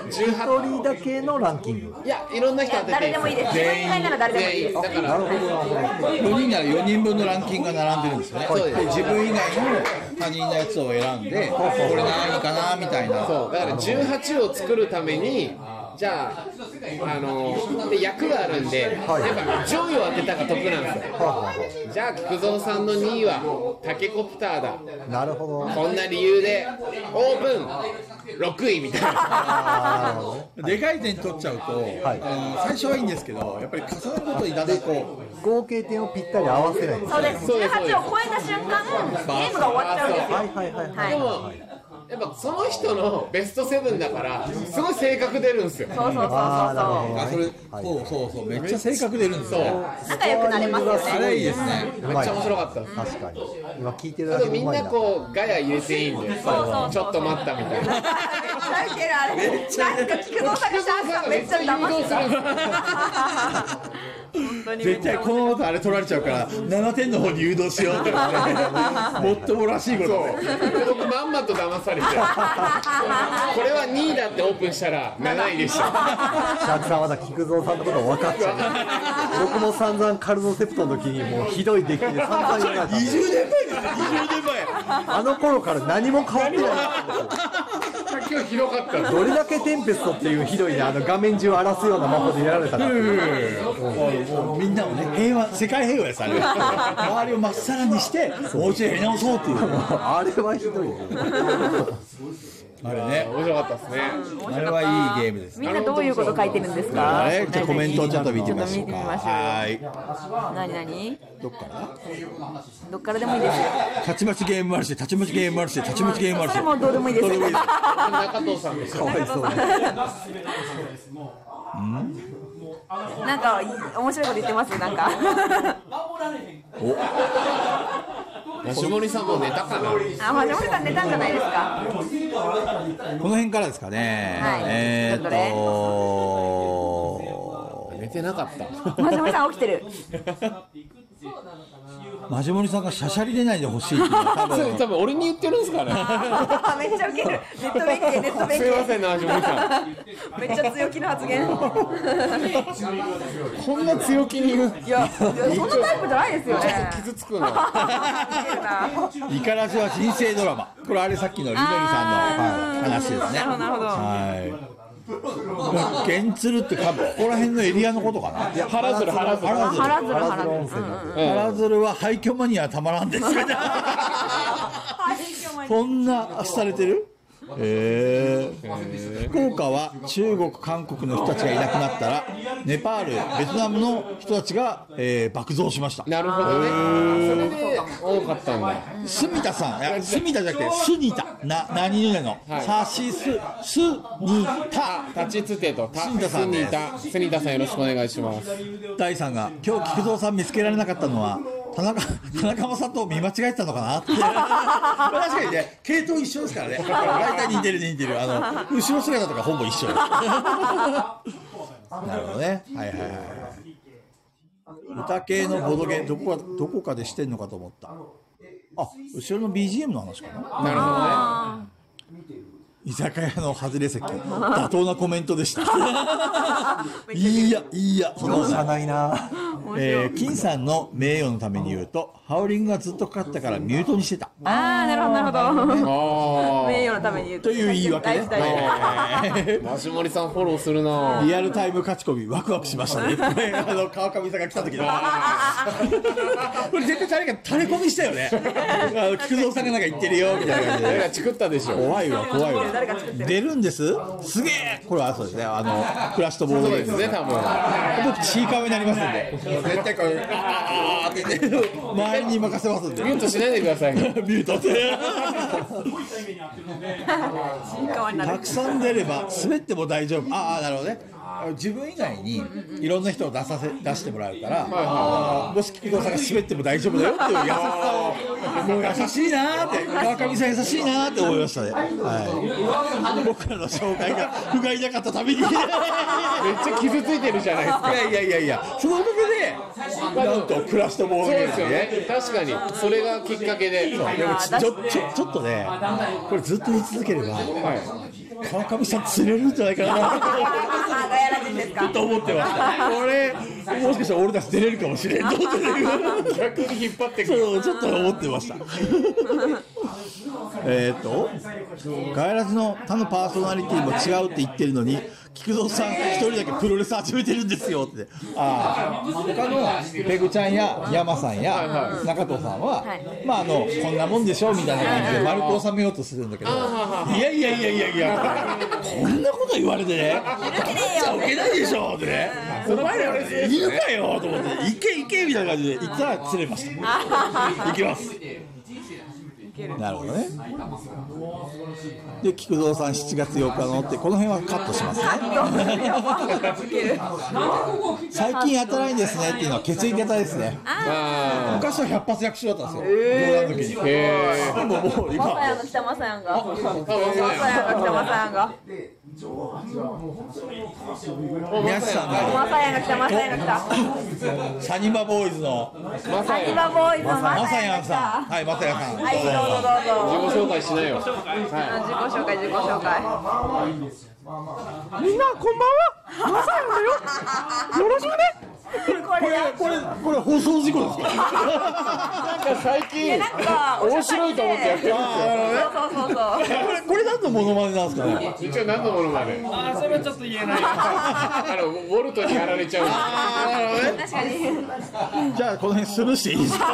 F: 一
D: 18
F: 人だけのランキング
D: いやいろんな人当てて
B: 誰でもいいです自分以外なら誰でもいい
D: 全
B: で
D: 員
B: す
D: だから
F: なるほどなるほど
A: 4人なら4人分のランキングが並んでるんですよね、
D: そうです
A: で自分以外の他人のやつを選んで、これ何かなみたいな、
D: そうだから18を作るためにじゃあ、あので役があるんで、
F: い
D: やっぱ上位を当てたが得なんですよ、
F: はあはあは
D: じゃあ菊蔵さんの2位はタケコプターだ
F: あなるほど
D: こんな理由でオープン6位みたいな
A: でかい点取っちゃうと、
F: い
A: あの最初はいいんですけど、やっぱり重なることにだんだんこう、
F: 合計点をぴったり合わせない
B: そうです18を超えた瞬間ゲームが終わっちゃうんですよ
F: はいはいはいはい
D: でも
F: はい
D: やっぱその人のベストセブンだからすごい性格出るんで すよ
B: そうそうそう
F: ああ、なる
B: そ
A: あ、そ
B: う
A: れ、そうそうそう、めっちゃ性格出るんです
D: そう
A: ね。
B: 仲良くなれますよ
A: あ
B: ね
A: れいいですね。
F: ほど。
D: めっちゃ面白かったです
F: た。確かに。今聞いてる
D: あ
F: だけ
D: と
F: で
D: み
F: うんまい
D: な
F: な。
D: こうガヤ入れていいんです
B: そうそうそう
D: ちょっと待ったみたいな
B: 泣いてるあれなんか菊蔵さんがシャーさんめっちゃ騙してた本当にめっ
A: 絶
B: ちゃ
A: 対この後あれ取られちゃうから、7点の方に誘導しようとかね。もっともらしいことね。
D: 僕まんまと騙されてこれは2位だってオープンしたら7位でした
F: シャークさんはまだ菊蔵さんのこと分かっちゃう。僕も散々カルノセプトの時にもうひどい出来で散々言われた。
A: 20年前ですよ、20年前。
F: あの頃から何も変わってない。
D: 今日ひどかった
F: どれだけテンペストっていうひどいね、あの画面中を荒らすような魔法でやられたか。
A: もうみんなをね、平和、世界平和です、あれ。周りをまっさらにして、お家やり直そうっていう。
F: あれはひどいね。
A: あれね。
D: 面白かったですね
A: あれはいいゲームです。
B: みんなどういうこと書いてるんですか
A: あれじゃあコメントをちょっと見てみましょうか。
B: ちょっと見てみましょう
A: はい。
B: 何何どっからどっからでもいいですよ
A: たちまちゲームマルシェ、たちまちゲームマルシェ、たちまちゲームマル
B: そ
A: シ
B: れも
A: ェ。
B: どうでもいいで
A: ど
B: す
A: うでもいいです
D: 中藤さんですよ
F: かわいそうだ。
B: なんか面白いこと言ってますなんか
D: ナシモリさんもう寝たかな
B: あ、マジモリさん寝たんじゃないですか
A: この辺からですかね。
B: はい
A: えーっ
B: どれ
A: と。
D: 寝てなかった
B: マジモリさん起きてる
A: マジモリさんがシャシャリ出ないでほしいっていうのは多
D: それ
A: 分
D: 多分俺に言ってるんですかね
B: あめっちゃウケるネット弁慶ネット弁
D: すいませんナシモリさん
B: 慶めっちゃ強気な発言
D: こんな強気に言う
B: いやいやそんなタイプじゃないですよね
D: 傷つくな
B: ウケるな
A: イカラジは人生ドラマ。これあれさっきのリノリさんの話ですね。
B: なるほどなるほど
A: はい。ゲンツルってかここら辺のエリアのことかな。
D: 腹ずる腹ずる
A: 原鶴
B: 腹ずる腹ずる
A: 原鶴は廃墟マニアはたまらんですよね。そんなされてるえー、福岡は中国、韓国の人たちがいなくなったらネパール、ベトナムの人たちが、えー爆増しました
D: なるほどねそれで多かったんだ
A: 住田さんいや住田じゃなくてスニタな何々の、さしすすにた
D: 立ちつてと、た
A: 住田さんです
D: 住田さんよろしくお願いします。
A: 大さんが今日菊蔵さん見つけられなかったのは田中田中正人を見間違えてたのかなって確かにね系統一緒ですからね大体似てる似てるあの後ろ姿とかほぼ一緒ですなるほどねはいはいはいはい歌系のボドゲどこかどこかでしてんのかと思ったあ後ろの BGM の話かな
D: なるほどね。
A: 居酒屋の外れ席妥当なコメントでした いいやいいやそんなこと
F: 容
A: ない
F: 赦ないな。
A: えー金さんの名誉のために言うと、ハウリングがずっとかかったからミュートにしてた。
B: あーなるほどなるほど
D: あ
B: 名誉のために言う
A: という言い訳ね
B: 大事大事
D: あ。マシモリさんフォローするな。
A: リアルタイム勝ち込み、ワクワクしましたね。こ れあの、川上さんが来た時の。これ絶対誰か垂れ込みしたよね。あの菊蔵さんがなんか言ってるよ、みたいな感じ
D: 誰
A: で。
D: がチクったでしょ。
A: 怖いわ、怖いわ
B: 誰が作っ。てる
A: 出るんですすげえこれはそうですね、あの、クラッシュとボード
D: そう
A: ゲー
D: で
A: ム
D: すね、多分。
A: 僕、ちいかわになりますんで。絶対これ、あーあーあーって言って 周りに任せますんで。
D: ミュートしないでくださいね。
A: ミュートって。
B: いい顔にな
A: た
B: る
A: くさん出れば滑っても大丈夫ああなるほどね自分以外にいろんな人を出させ出してもらうから、もし菊蔵さんが滑っても大丈夫だよっていう優しさをもう優しいなーって川上さん優しいなーって思いましたね、はい、僕らの紹介が不甲斐なかったためにい
D: めっちゃ傷ついてるじゃないですか。
A: やいやいやいやそのおかげでなんと暮らしても
D: そう
A: らえ
D: で
A: る
D: すよね。確かに。それがきっかけで。
A: ちょちょちょっとね、これずっと言い続ければ、川上さん釣れるんじゃないかなと思って
B: あーガヤラジンですか
A: と思ってました。俺、もしかしたら俺たち出れるかもしれんと思ってる。
D: 逆に引っ張ってくる。
A: そう、ちょっと思ってました。えーっと、ガイラスの他のパーソナリティも違うって言ってるのに、菊蔵さん一人だけプロレス始めてるんですよって。ああ、他のペグちゃんや山さんや中藤さんは、
B: はい
A: まああの、こんなもんでしょみたいな感じで丸く収めようとするんだけど、いやいやいやいやいや、こんなこと言われてね、
B: てねえよ
A: いけないでしょってね、お前らいるかよと思って、いけいけみたいな感じで、行ったら釣れました。行きます。なるほどね。で、菊蔵さん7月8日のって、この辺はカットしますね。最近働いんですねっていうのは血液型ですね。昔は百発百中だったんですよ。
D: へ
A: でももう
B: マサ
A: 今、
B: ヤンが来たマサヤンが。マサヤンが来たマサヤンが。
A: 宮下さんが、
B: マサヤンが来たマサヤンが来た。
A: サニバボーイズの
D: まさに
B: 今ボーイズのマ
A: マサ
B: サヤ
A: ヤ
B: ン
A: ン
B: が来
A: さん。
B: た。
A: はい、マサヤンさん。
B: はい、どうぞどうぞ。
D: 自己紹介しないよ
B: あ自己紹介自己紹介みんなこんばんはマサヤンだよよろしくねこれや
A: これ、これ放送事故ですか
D: なんか最近
B: なんか
D: 面白いと思ってやってるんですよ
B: そうそうそうそう
A: これ、これ何のモノマネなんですかね
D: 一応何のものまで
K: あそれはちょっと言えない
D: あのウォルトにやられちゃうんです
B: 確かに
A: じゃあこの辺スルーしていいですか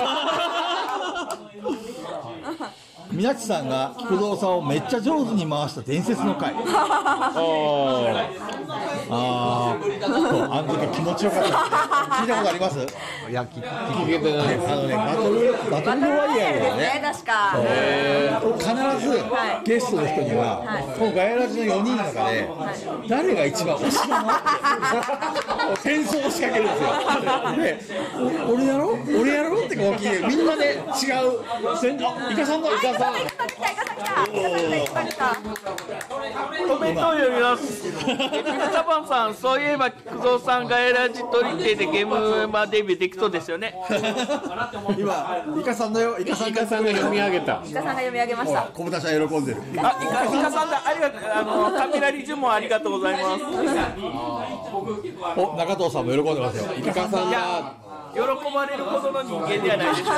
A: 宮地さんが菊蔵さんをめっちゃ上手に回した伝説の回あーそうあの時は気持ちよかったですね聞いたことあります
F: いや、き
D: 聞けてない
A: あのねバトルバトルロワイヤル
B: で
A: ですね
B: ね確か
A: 必ずゲストの人には、このガヤラジの4人の中で、誰が一番推しなのって戦争を仕掛けるんですよでお俺やろ俺やろってこう聞いてみんなで違う戦あイカさんだイカさん
B: 来た来た来た来た来た来た
K: コメントを読みますサバンさんそういえば菊蔵さんガエラジトリッテでゲームマデビューできそうですよね
A: 今イカさんだよイカさん
D: イ
A: だ
D: カ
A: よ
D: さんが読み上げた
B: イカさんが読み上げました
A: 小豚ちゃん喜んでる
K: あイカイカさんだありがとうあのカピラリ呪文ありがとうございます
A: お中藤さんも喜んでますよイ
D: イカさんが
K: いや喜ばれるほどの人間ではないです
A: や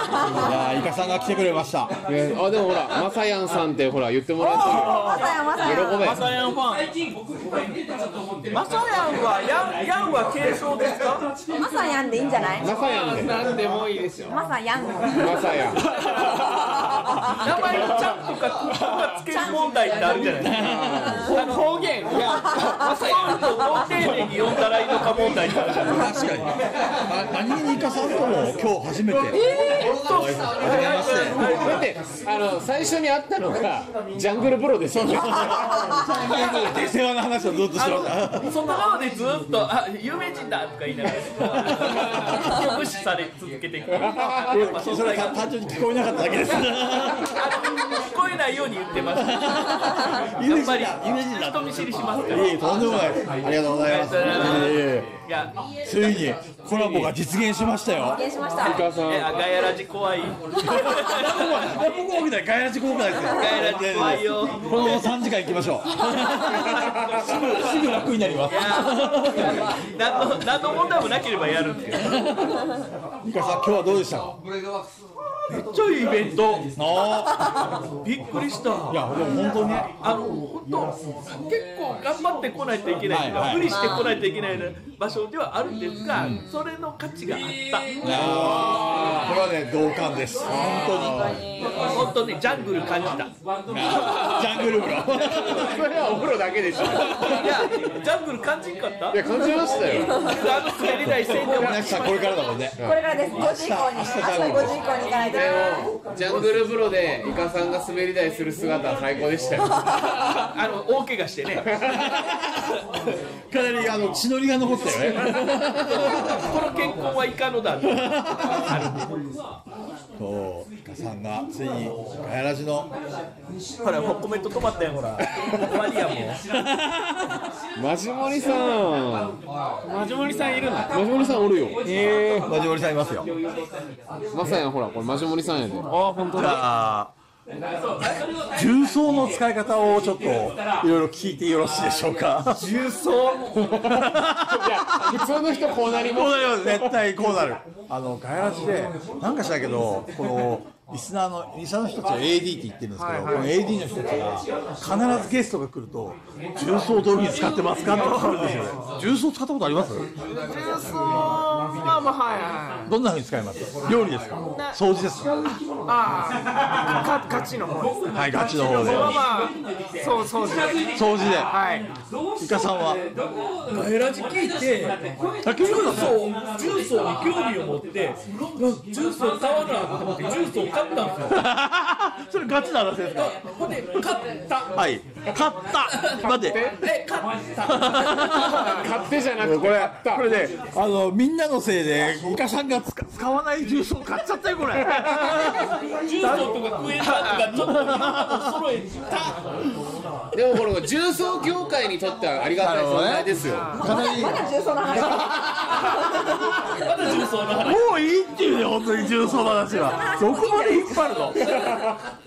A: ーイカさんが来てくれました
D: えーあでもほらマサヤンさんってほら言ってもらっ
B: マサヤンマサ
D: てる
B: ヤン
D: 喜べ
K: マサヤンファンマサヤンはヤンヤンは継承ですか
B: マサヤンでいいんじゃない
D: マサヤンで
K: なんでもいいですよ
B: マサヤン
D: マサヤン
K: 名前のちゃんとかとかつける問題ってあるじゃないですかあの方言いやマサヤンと同丁寧に呼んだらいいのか問題ってあるじゃないですか
A: 確かにあ何気にイカさんとも今日初めてお会いしましたはじめまして
D: だってあの最初に会ったのがジャングルブロですよね
A: 世話の話をずっとしてました
K: そのままでずっと「あ有名人だ」とか言いながら無視され続けていく
A: それは単純に聞こえなかっただけです。
K: 聞こえないように言ってますやっぱり人見知りしますから
A: いえ、とんでもないです。ありがとうございます。い
K: ありがとうございます
A: え
K: いや
A: いえついにコラボが実現しましたよ。
B: 発見しました
D: イカさん
K: えあガヤラジ怖い
A: 僕もみたい、ガヤラジ公開ですよ。
K: ガヤラジ怖いよ
A: このまま三時間行きましょう。すぐ、すぐ楽になります。
K: 何の何の問題もなければやるんでめっ
A: ゆかさん、今日はどうでしたか。
K: ちゃいいイベント
A: あ
K: びっくりした
A: あ、いや、でも本当にね。
K: あの本当結構頑張ってこないといけないとか、
A: はいはい
K: 無理してこないといけない場所ではあるんですが、それの価値があった、
A: ああ、これはね、同感です。本当に。
K: 本当ねジャングル感じた
A: ジャングル風呂。
D: それはお風呂だけでしょい
K: いやジャングル感じんかった
D: や感じましたよ
K: あの滑り台せんでも
A: 皆さん、これからだもんね。
B: これからです5時以降に明日5時以降に行かないと
D: ジャングル風呂でイカさんが滑り台する姿は最高でしたよ
K: あの大怪我してね
A: かなり、あの、血のりが残ったよね。
K: この健康はいか のだ
A: そう、イカさんがついにガヤラジの
K: ほらもうコメント止まったよほら終わりやもう
D: マジモリさん
K: マジモリさんいるの
D: マジモリさんおるよ
A: マジモリさんいますよ。
D: マサヤンほらこれマジモリさんやで
A: じゃあ重曹の使い方をちょっといろいろ聞いてよろしいでしょうか。重曹。
D: いや普通の人こうなります
A: こうなります絶対こうなるあのガヤラジでなんかしらんけどこのリスナーのリスナーの人たちは AD って言ってるんですけど、この AD の人たちが必ずゲストが来ると重曹どういうふうに使ってますかって聞かれるんですよね重曹使ったことあります
C: まあまあは
A: どんなふうに使います料理ですか掃除ですか
C: いああガチの方です
A: はいガチの方で
C: まあまあそうそうです
A: 掃除で
C: はい
A: イカさんは
K: ガエラジ聞いて、重曹、重曹に興味を持って、重曹買わなと思って、重曹買ったんですよ。
A: それガチな話ですか
K: ほんで勝った
A: はい勝った待って
K: え勝った
D: 勝手じゃなくて
A: これこれねあのみんなのせいでイカさんが使使わない重曹買っちゃったよこれ
K: 重曹とかクエンタとかちょっと日本を揃えた
D: でもこの重曹業界にとってはありがたい存在ですよ。
B: まだ重曹の話
K: まだ重曹の話
A: もういいっていうね本当に重曹の話はどこまで引っ張るの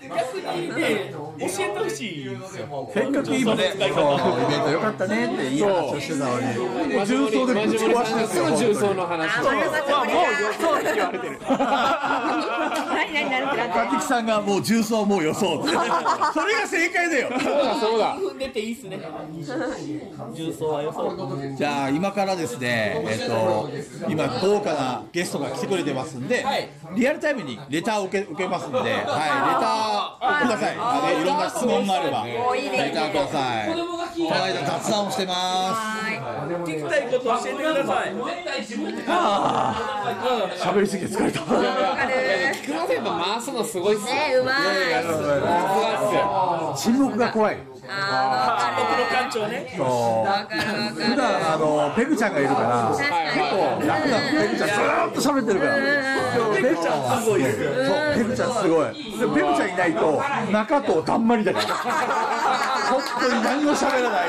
K: で教えてほしいですよ
A: せっかく今ね、そう、イベント良かったねっていい話をしてたのに、もう重曹でぶち壊して
D: すぐ重曹の話。
B: あ、丸松森だ
A: って言われてる。
B: 何何何ってなって
A: バティキさんがもう重曹もう予想って。それが正解だよ。
D: そうだそうだ。
K: 踏んでていいっすね重曹はよそう
F: じゃあ今からですね、えっと、今豪華なゲストが来てくれてますんで、リアルタイムにレターを受け受けますんで、はい、レターをください。あのいろんな質問があれば、
B: もういいです
F: レターください。この間雑談をしてま
K: 聞きたいこと教えてください絶対自分で
A: 喋りすぎて疲れた。
B: わかるね
D: 黒電波回すのすごいっすよ。
B: うまい
L: 沈黙が怖い。
B: あ
K: 館長ね
B: ーわかるわかる
L: 普
B: わかる
L: 段あのペグちゃんがいるから、結構楽なのペグちゃんずーっと喋ってるから。ペグちゃんすごい。そうペグちゃんすごい。でもペグちゃんいないと中藤だんまりだから。本当に何も喋らない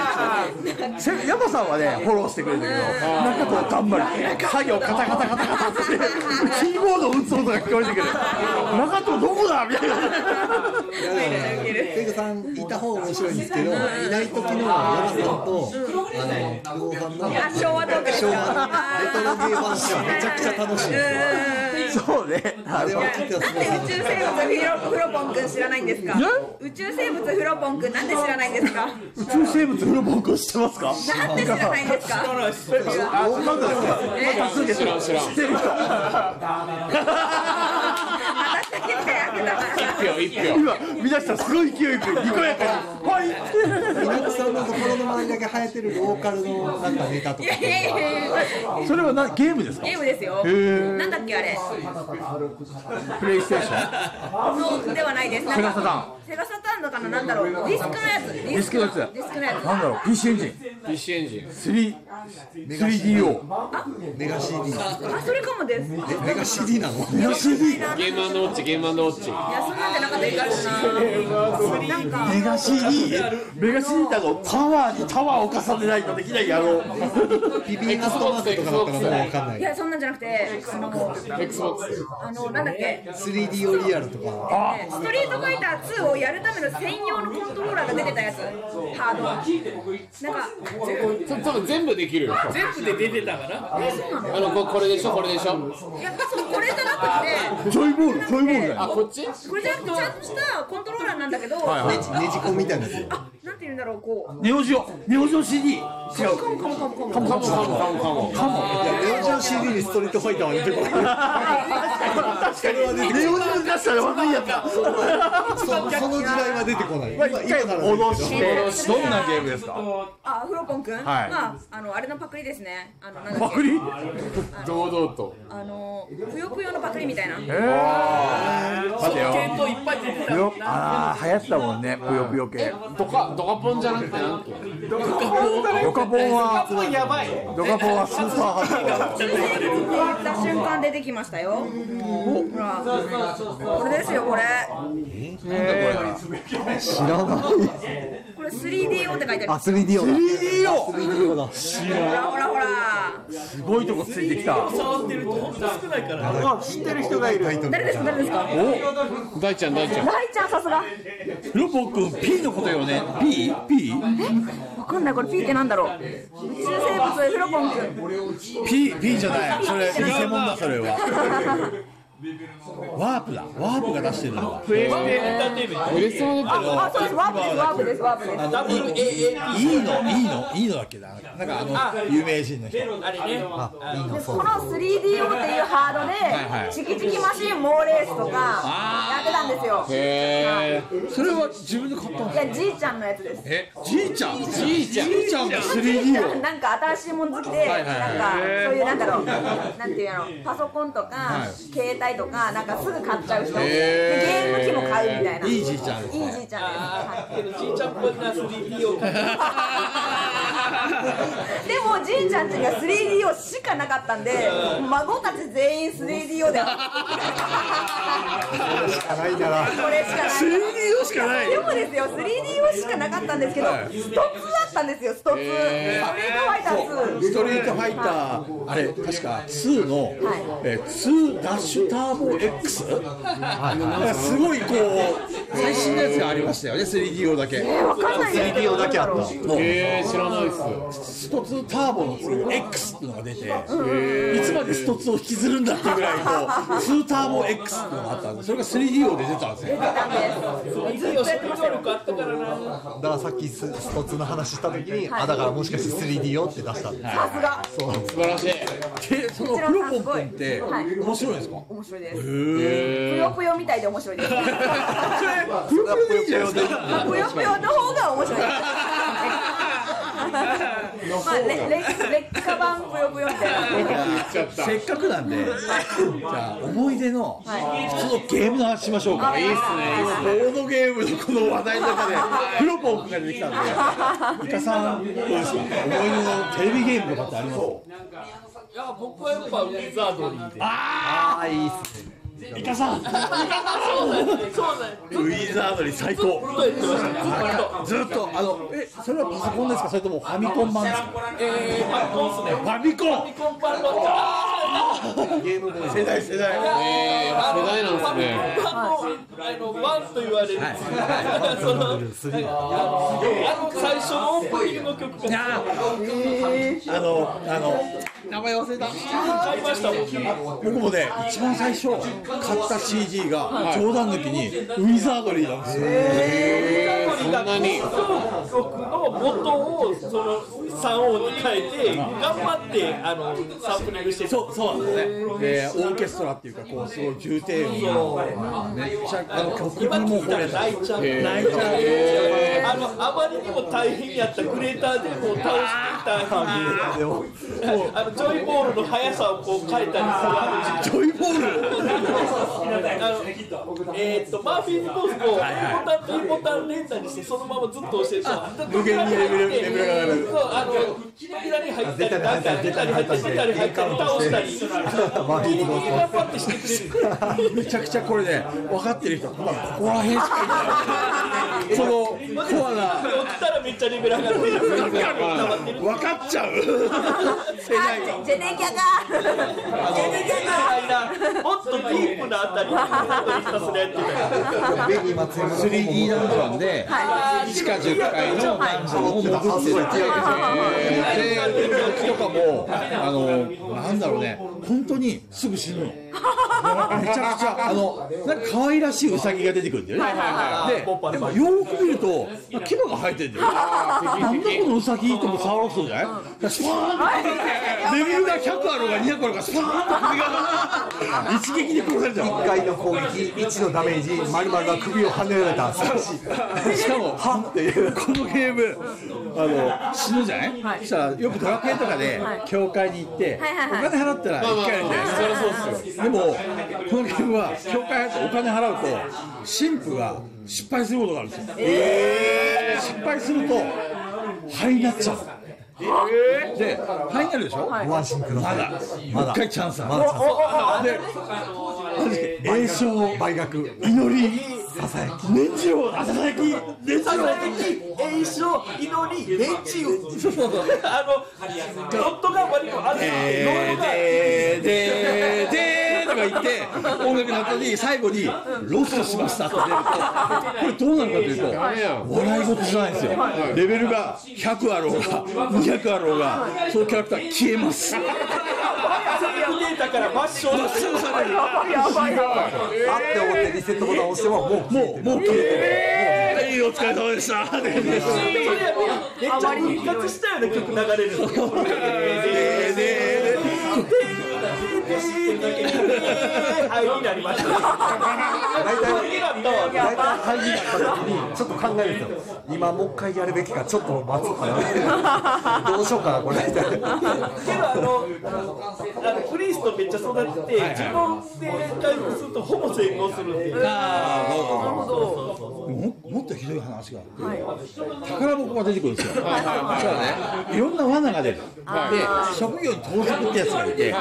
L: っていう。せヤマさんはねフォローしてくれるんだけど、中藤だんまり。作業カタカタカタカタってキーボード打つ音が聞こえてくる。中藤どこだみたいな。
F: ペグさんいた方が面白いんですけど、いない時の山さんと、あの、久保さんの、
B: あ昭和トークですか
F: ロゲー話はめちゃくちゃ楽しいんですよ。
L: そうね。あの
B: なんで宇宙生物フィロフロポンくん知らないんですか宇宙生物フロポンくんなんで知らないんですか
A: 宇宙生物フルボンク知ってますか
B: なんで知らないんですか
D: 知らん知らん。
B: 私だけで役立たない
D: 一票一票。
A: 今、皆さんすごい勢いで、にこやかに。は
F: 稲木さんのところの周りだけ生えてるローカルのなんかネタとか。
B: いやいやいや
A: い。それはなゲームですか
B: ゲームですよ
A: ー
B: なんだっけあれ
A: プレイステーション
B: そうではないですなん
A: セガサタ
B: かセガサターンとかのなんだろうディスクのやつディ
A: スクのやつ
B: ディスクのやつ
A: なんだろう PC エンジン
D: フィッシュエンジン。
A: 3 3DO
F: メガ CD。
B: あそれかもですいや
F: メガ CD なの
A: メガ CD
D: ゲームウォッチゲームウォッチ。
B: そんなんじゃなかった気がするななんか
A: メガ CD メガ CD だとタワーにタワーを重ねないとできない野郎
F: ピピーナットマークとかだったらまだわかんないい。
B: やそんなんじゃなくてあの
D: Xbox。
B: あのなんだっけ
F: 3D オリアルとか。
B: ねストリートファイター2をやるための専用のコントローラーが出てたやつハードなんか
D: そ多分全部できるよ。
K: 全部で出てたかな
B: えそうなの
D: あのここれでしょこれでしょ。
B: いやそうこれじゃなくて
A: ジョイボールジョイボールだよ
D: あこっち？
B: これじゃなくてちゃんとしたコントローラーなんだけど、
F: ねじねじ込みみたいなやつ。
B: あなんて言うんだろうこう
A: ネオジオネオジオ CD 違う
D: カモカモカモカモ。
F: いや、レオジオ CD にストリートファイターは出てこない。
A: 確かにネオジオ出したら悪いやつだ
F: そその時代は出てこない。今今なら出て
A: 脅してどんなゲームですか
B: あフロポンくん、
A: はい
B: まああのあれのパクリですねあのなんだ
A: パ
B: っ
A: ク
B: け
A: リ
D: 堂々と。
B: あのぷよぷよのパクリみたいな
A: えー待てよ
K: 検討いっぱい出て
A: ぷ
K: た
A: よあー流行ってたもんねぷよぷよ系
D: ドカドカポンじゃなくてなんて。
A: ドカポンは
K: やばい
A: ドカポンはスーパーハッ
B: 中性ポンって言った瞬間出てきましたよほらこれですよこれ
L: 知らない。
B: これ 3DO って書いてあ
L: あ、
B: る
L: 3D をだ。
A: 3D よ
L: 3D をだ。
B: ほらほらほら
A: すごいとこついてきた
K: 触ってると本当少ないか
B: 誰
K: ら
B: ですか誰ですか
D: 大ちゃん大ちゃん。
B: 大ちゃんさすが
A: ロボ君 P のことよね P?P?
B: わかんないこれ P ってなんだろう宇宙生物フロポンくん
A: P、P じゃない。それ、偽物だ、それは。ワープだ。ワープが出してるのは。
K: エンターテイメント
D: 売れそうだ
B: あそうですワープですワープですワープです
A: ダブル AA。いいの、いいの、いいのだっけだ。なんかあの、有名人の人。
K: あれね
B: この 3DO っていうハードでチキチキマシン猛レースとかやってたんですよ
D: へー
A: それは自分で買ったの
B: いやじいちゃんのやつです
A: じいちゃん。じ
D: いちゃん。
A: いちゃんが
B: じいち
A: 3D
B: ゃ
A: を。
B: んなんか新しいもの好きで、なんかそういうなんだろう、なんていうの、パソコンとか、携帯いとか、なんかすぐ買っちゃう人、でゲーム機も買うみたいな、いい
A: じいちゃんですね
B: いじいちゃんですはい
K: けど、じいちゃんっぽいな、3D を買って。
B: でもじいちゃんちには 3DO しかなかったんで孫たち全員 3DO で
F: しかないなら。
B: これしかない 3DO しかないでもですよ 3DO しかなかったんですけどスト2だったんですよスト2ストリートファイター2
A: ストリートファイター、あれ、確か2の、
B: はい
A: えー、2ダッシュターボ X? なんかすごいこう、最新のやつがありましたよね、3DO だけ。
B: えわかんないですけど
F: 3DO だけあった。
J: えー、知らないっす
A: スト2ターボの次の X っていうのが出て、いつまでスト2を引きずるんだっていうぐらい、こう、2ター ボ X っていうのがあったんで、それが 3DO で出たんですよ。
F: だからさっきススポーツの話した時に、あだからもしかして 3D をって出したんだ。
B: さすが
J: 素晴らしい
A: で、そのフロポンポンって、
B: はい
A: 面白いんですか
B: 面白いですぷよぷよみたいで面白い です
A: フロポンでいいじゃないですか。
B: ぷよぷよの方が面白いですまあ、れれ劣化版ぷよぷよみたいな
A: せっかくなんで、じゃあ思い出の、普通のゲームの話しましょうか。いいっすね。ボードゲームのこの話題の中で、フロポンが出てきたんで、イカさん、どうですか思い出のテレビゲームとかってあります
K: いや、僕はやっぱウィザードリーで。
F: ああ、いいっすね。
A: イカさん、
K: そうだね。そうだね。
A: ウィザードリー最高。
K: プロやってました。ず
A: ずっ
K: っと。
A: と、あの、え、それはパソコンですかそれともファミコン版ですか
K: えー、パッコンっすね。
A: ファミコン
K: パッコンパンの。
A: 世代世代。
J: えー、世代なんですね
K: あのワンと言われる、そのあの最初のオープニングの曲が
A: あの、あの、名前忘れた。
K: 買いましたもん、
A: 僕もね、一番最初、買った CG が、冗談抜きに、ウィザードリーなんですよ。
K: そんなに曲の元をその3音に変えて頑張ってあのサンプリングして
A: そうそうなんですね、えー、オーケストラっていうかこうすごい重低音のめっちゃあの曲に
K: 今
A: も
K: 聞いた
A: 惚
K: ら
A: れた
K: 泣いちゃう、
A: 泣いちゃう
K: あのあまりにも大変やったグレーターでもう倒していた
F: でも、
K: あのジョイボールの速さをこう変えたりするあの
A: ジョイボール
K: あのえーっとマーフィーズポーズを A ボタンと E ボタン連打にしてそのままずっと押してると
A: 無限にレベルレベルが上がる
K: そうあの扉に入ったりなんか出たり入ったり出たり入ったり倒したりギリギリ頑張ってしてくれる
A: めちゃくちゃこれね分かってる人まだここら辺しかいないそのコア な
K: 起きたらめっちゃレベル上がってる溜まってる
A: 分かっちゃう世
B: あ
A: 代
B: ジェジェネギャがジェネギャが
K: もっとディープなあたりにひたすらやってたよ
A: 3D ダンジョンで地下10階のダンジョンを戻ってっていうで時とかもあのなんだろうね本当にすぐ死ぬのめちゃくちゃあのなんか可愛らしいウサギが出てくるんだよねででもよーく見ると牙が生えてんだよなんだこのウサギとも触ろうとするじゃないスパーンってレベルが100あろうが200あろうがスパーンって首が一撃で殺されちゃう
F: 1回の攻撃、1のダメージ、まるまるが首を跳ねられた。少し。
A: しかも、はっていう、このゲーム、あの、死ぬじゃない、そしたら、よくドラクエとかで、教会に行って、
B: はいはいはい
A: お金払ったら1回やるじゃないですか。でも、このゲームは、教会入ってお金払うと、神父が失敗することがあるんですよ。失敗すると、灰になっちゃう。で、灰になるでしょ、
F: ワンシンクの。
A: まだ、
F: まだ
A: 一回チャンスある
F: まだチャンス
A: で、栄翔、
F: 倍額。
A: 祈り、ささやき、年中を、ささやき、年中
K: 栄翔祈り連中
A: そうそうそう。
K: あのドットが割とあってローが
A: でーでーでーとか言って音楽の後に最後に「ロストしました」って出るとこれどうなるかというと笑い事じゃないんですよレベルが100あろうが200あろうがそのキャラクター消えます
K: データから抹消
A: 抹消される
F: あって思ってリセットボタン押しても、もう、
A: もうもう消えてるいいお疲れ様でした
K: めっちゃ復活したような曲流れる。
A: でーでーでー
K: 灰になりました。
F: 大体
K: だったわ。
F: 大体会議だった時にちょっと考えるんですよ今もう一回やるべきかちょっと待つかなどうしようかなこれみたいな
K: けどあの、あのクリストめっちゃ育てて、自分で回復するとほぼ成功するっていう。
M: ああ、どうぞ。
K: そうそうそう
A: ももっとひどい話があって、宝箱が出てくるんですよ、いろんな罠が出る、で職業に盗賊ってやつがいて、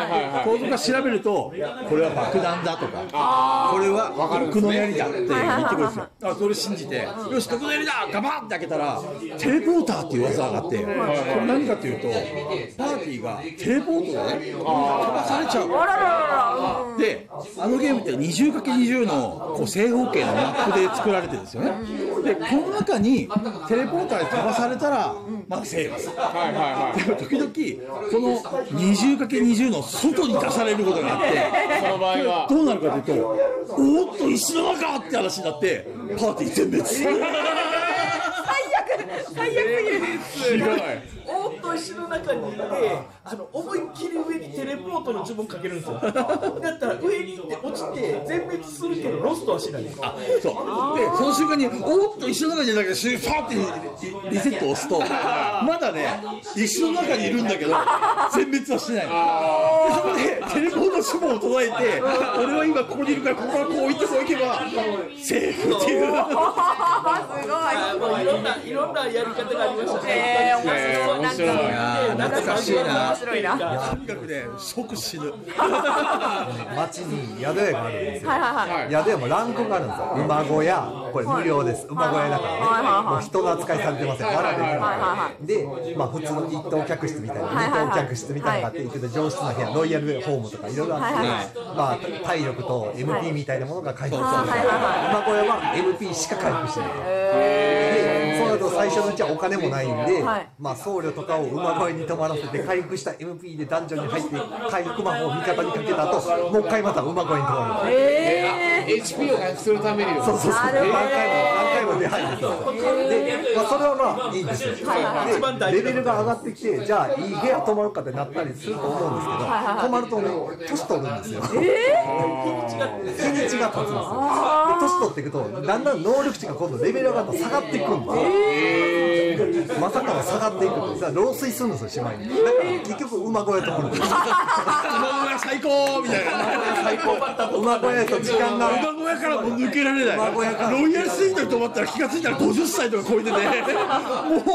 A: 盗賊が調べると、これは爆弾だとか、これは毒の槍だって言ってくるんですよ、あそれ信じて、よし、毒の槍だ、ガバンって開けたら、テレポーターっていう技があって、これ何かというと、パーティーがテレポートでね、飛ばされちゃう。で、あのゲームって 20×20 のこう正方形のマップで作られてるんですよね。で、この中にテレポーターで飛ばされたら、まあセーフ。でも時々、この 20×20 の外に出されることになって、
D: その場合は
A: どうなるかというと、おーっと、石の中って話になって、パーティー全滅。
B: 最悪すぎる
K: おーっと石の中にいて、あの思いっきり上にテレポートの呪文かけるんですよ。だったら上に行って落ちて全滅するけどロストはしないんです。あ、
A: そうでその瞬間におーっと石の中にいるんだけどシューパーってリリセットを押すとまだね石の中にいるんだけど全滅はしてないのでそこでテレポート指紋を唱えて俺は今ここにいるからここからこう行ってそう行けばセーフっていう
B: すごい
K: いろんないろんなやり方がありましたね。
B: えー、面白いなんか
M: あー懐かしい
B: 面
M: な。
B: 白いなはい
A: とにかくね即死ぬ
F: 街に宿屋があるんですよ
B: はいはい
F: 宿屋もランクがあるんですよ馬小屋これ無料です馬小屋だか
B: はいはいは
F: ら
B: い
F: ねもう人の扱いされてませんわら
B: はいは
F: ででまあ普通の一等客室みたいな
B: はい
F: 二
B: はいはい
F: 等客室みたいなのがあっていくと上質な部屋ロイヤルホームとかいろいろあ
B: はいはい
F: ってまあ体力と MP みたいなものが回復するんです
B: はいは
F: よ
B: いはい
F: 馬小屋は MP しか回復してないでそうなると最初のうちはお金もないんで、
B: はい
F: まあ、僧侶とかを馬小屋に泊まらせて回復した MP でダンジョンに入って回復魔法を味方にかけた後もう一回また馬小屋に泊まる
B: え
D: HP を回復するためには
F: そうそうそう
B: な
F: 何
B: るほ
F: 回
B: ど
F: も何回も出入るんですよで、まあ、それはまあいいんですよでレベルが上がってきてじゃあいい部屋泊まるかってなったりすると思うんですけど泊まるとね年取るんですよ日にちが経つんですよで年取っていくとだんだん能力値が今度レベル上がって下がっていくんですよまさかの下がっていくとさ老衰するんですよしまいにだから結局馬小屋とこるんですよ
A: 馬小屋最高みたいな
F: 最高馬小屋と時間が
A: 馬小屋からもう抜けられない
F: 馬小屋から
A: ロイヤルスイートに泊まったら気が付いたら50歳とか超えてても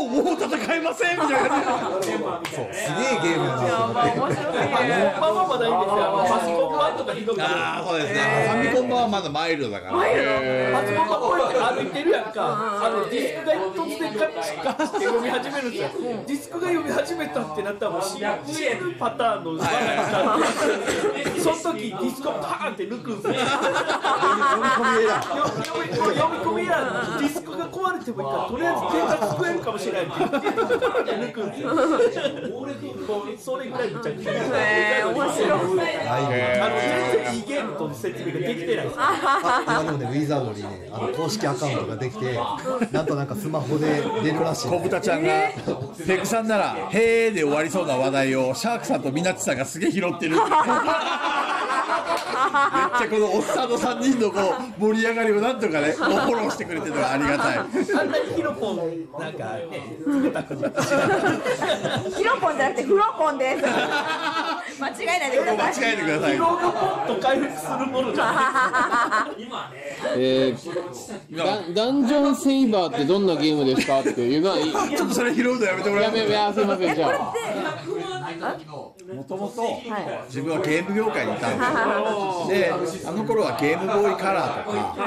A: うもう戦えませんみたいな
F: そうすげえゲームだなと思っ
B: 面
F: て
B: 白い
K: まあまあまだいいんですよ。あのパソコン版とかひどくなる。
M: ああ、そうですね。ファミコン版はまだマイルドだから。
B: マイルド
K: パソコンがこうやって歩いてるやんか、あのディスクが突然ガチガチって読み始めるんですよ、ディスクが読み始めたってなったら、もう死ぬパターンの技が来たんで、その時ディスクをパーンって抜くんですよ、読み込みエラー、読み込みエラー、ディスクが壊れてもいいから、とりあえず電話作えるかもしれないって言って、パーンって抜くんですよ、もうそれぐらいめちゃくちゃ。
B: えー、面白い
K: あの全然いいゲームとの説明ができてないで
F: 今
K: す。
F: でもねウィザードにねあの公式アカウントができてなんとなんかスマホで出るらしい
M: 小豚ちゃんが、ペクさんなら、へーで終わりそうな話題を、シャークさんとミナッチさんがすげえ拾ってる。め っちゃこのおっさんの3人のこう盛り上がりをなんとかね、こうフォローしてくれてるのがありが たい。
K: あんなにヒロポンなんかね、作ったこと
B: ヒロポンじゃなくてフロポンです間違えないでください
M: 間違えてください。
K: ロボット回復するものじゃない。
D: えーダンダンジョンセイバーってどんなゲームですかっていうのは、い
M: ちょっとそれ拾うのやめてもらえ
D: や
M: ま
D: め
M: す
D: やめあすいません、じゃあ。
M: もともと自分はゲーム業界にいたんですよ であの頃はゲームボーイカラーとか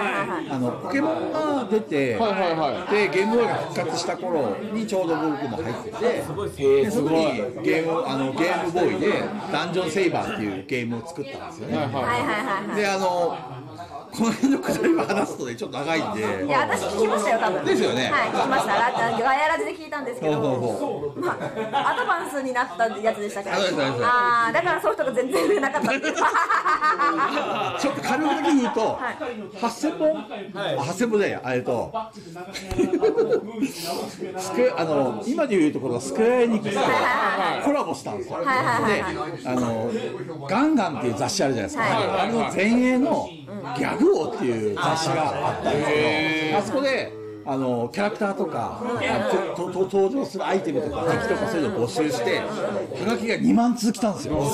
M: あのポケモンが出て
D: はいはいは
M: でゲームボーイが復活した頃にちょうど僕も入っててでその時にゲームあのゲームボーイで「ダンジョンセイバー」っていうゲームを作ったんですよね
B: はいはいはいはい
M: であの
A: この辺のくだりは話すとね、ちょっと長いんで
B: い。や私聞きましたよ多分
A: ですよね
B: はい聞きましたラガヤラジで聞いたんですけど
A: そうそう
B: まあアドバンスになったやつでしたから
A: そうですそうです
B: ああだからソフトが全然売れなかったっていう
A: ちょっと軽くだけ言うと、
B: はい
A: 8000本、あ8000本じゃないや、えっと、スクエあの今でいうところのスクエアエニックスとコラボしたんですよ。
B: はいはいはいはい
A: あのガンガンっていう雑誌あるじゃないですか、
B: はい
A: あれの前衛のギャグ王っていう雑誌があったんですけど、あそこであのキャラクターとか、あのとと登場するアイテムとか、敵とかそういうのを募集して、はがきが2万通来たんですよ。これ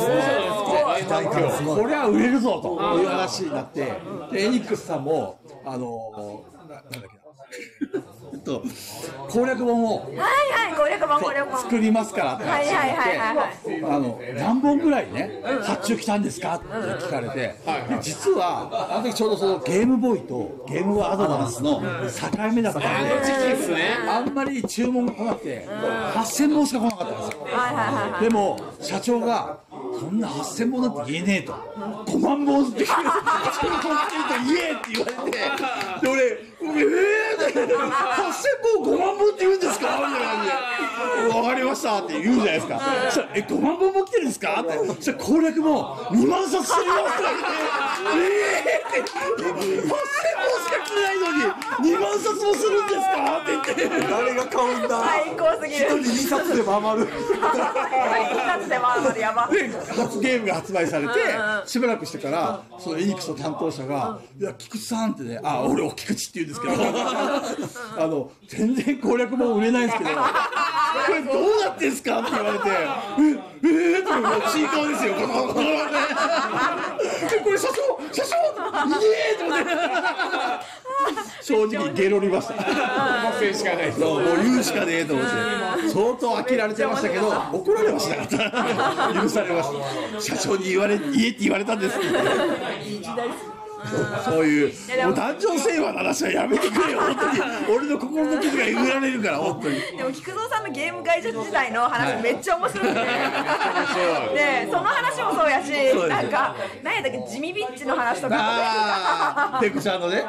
A: は売れるぞという話になって、でエニックスさんも、あのななんだっけなえっと攻略本を
B: はいはい攻略本攻略本
A: 作りますからって
B: はい
A: 話に
B: はいはいはい
A: な
B: は
A: っ
B: い
A: て、あの何本ぐらいね、発注来たんですかって聞かれて、で実は、あの時ちょうどそのゲームボーイとゲームボーイアドバンスの境目だったんで、あんまり注文が来なくて、8000本しか来なかったんですよ。
B: はいはいはいはい
A: でも社長がそんな8000本なんて言えねえと5万本って言えって言われてで俺ええー、って8000本5万本って言うんですかみたいな感じで分かりましたって言うじゃないですかそしたらえ5万本も来てるんですかってそしたら攻略も2万冊するよって言われてええー、って8000本しか来ないのに2万冊もするんですかって言って
F: 誰が買うんだ
B: 最高すぎる
F: 一人2冊でも余る
B: 一冊で回るまでやば
A: で初ゲームが発売されてしばらくしてからそのエニックスの担当者が「いや菊池さん」ってね「あ俺お菊池って言うんですけど あの全然攻略本売れないんですけどこれどうなってんすか?」って言われて「ええー、ってもうちい顔です よこのこのねでこれ社長社長イエーイ!」って思って正直ゲロりました
D: しかないです
A: そうもう言うしかねえと思って相当呆られちゃいましたけど怒られはしなかった許されま した社長に言われ言えって言われたんですけどそういうもう壇上聖和の話はやめてくれよ本当に俺の心の傷がえぐられるから本当に
B: でも菊蔵さんのゲーム会社時代の話めっちゃ面白くて、ね、その話もそうやし
A: そうです
B: なんか何やったっけ地味ビッチの話と
A: あ
B: か
A: ーペグちゃんのね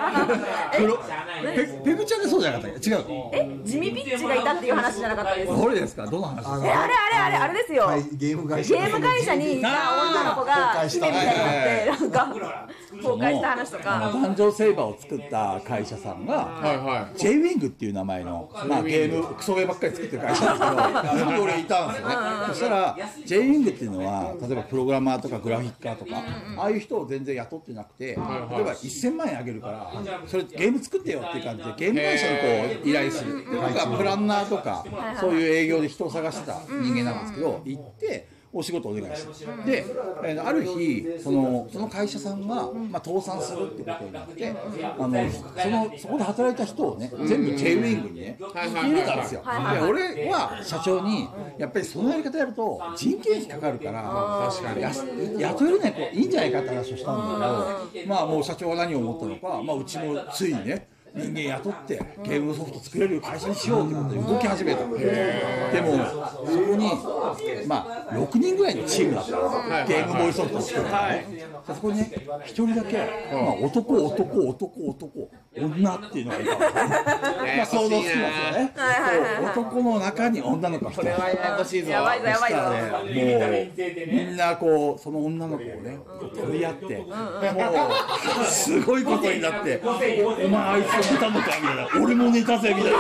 A: 黒ペペグちゃんでそうじゃなかったっけ違う
B: え地味ビッチがいたっていう話じゃなかったです
A: どれですかどの話ですか
B: えあれあれあれあれですよ、
F: ゲーム会社
B: ゲーム会社にいた女の子が姫みたいになってなんか崩壊した話と
A: あの
B: か
A: 誕生セイバーを作った会社さんが、j w i n g っていう名前の、まあ、ゲームクソゲーばっかり作ってる会社なんですけどそこに俺いたんですよねそしたら j w i n g っていうのは例えばプログラマーとかグラフィッカーとかああいう人を全然雇ってなくて例えば1000万円あげるからそれゲーム作ってよっていう感じでゲーム会社にこう依頼するっていうのがプランナーとかそういう営業で人を探してた人間なんですけど行って。お仕事お願いしてで、えーある日そのその会社さんが、まあ、倒産するってことになってあのそのそこで働いた人をね全部 J ウィングにね引き入れたんですよ
B: はいはい
A: で俺は社長にやっぱりそのやり方やると人件費かかるから確かに雇えるねこういいんじゃないかって話をしたんだけどまあもう社長が何を思ったのか、まあ、うちもついにね人間雇ってゲームソフト作れる会社にしようってことで動き始めたでもそこに、まあ、6人ぐらいのチームだったんですよゲームボーイソフトを作るのねそこにね1人だけ、まあ、男男男男女っていうのがいたんですよまあ想像つきますよね
B: はいはいはいはい
A: 男の中に女の子が来て
B: やばいぞやばいぞ
A: ね、もうみんなこうその女の子をね取り合って、もうすごいことになって「お前あいつ寝たのか」みたいな「俺も寝たぜ」みたい な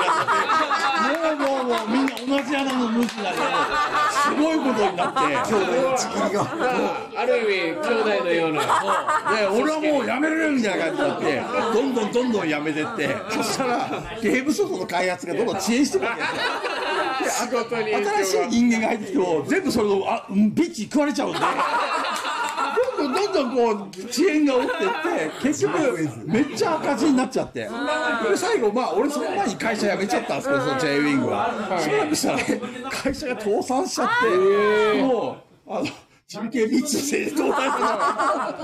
A: 感じでもうもうもうみんな同じ穴の無視なりすごいことになって
F: 今日の打ち切りが
D: ある意味兄弟のような
A: で俺はもうやめれるみたいな感じになってどんどんどんどんやめてってそしたらゲームソフトの開発がどんどん遅延してくるわけですよ
D: 仕事に
A: 新しい人間が入ってきても全部それのあうんビッチ食われちゃうんでどんどんどんどんこう遅延が起きてって結局めっちゃ赤字になっちゃってで最後まあ俺その前に会社辞めちゃったんですけどその J ウィングはしばらくしたらね会社が倒産しちゃってもうあの人権律正当だな。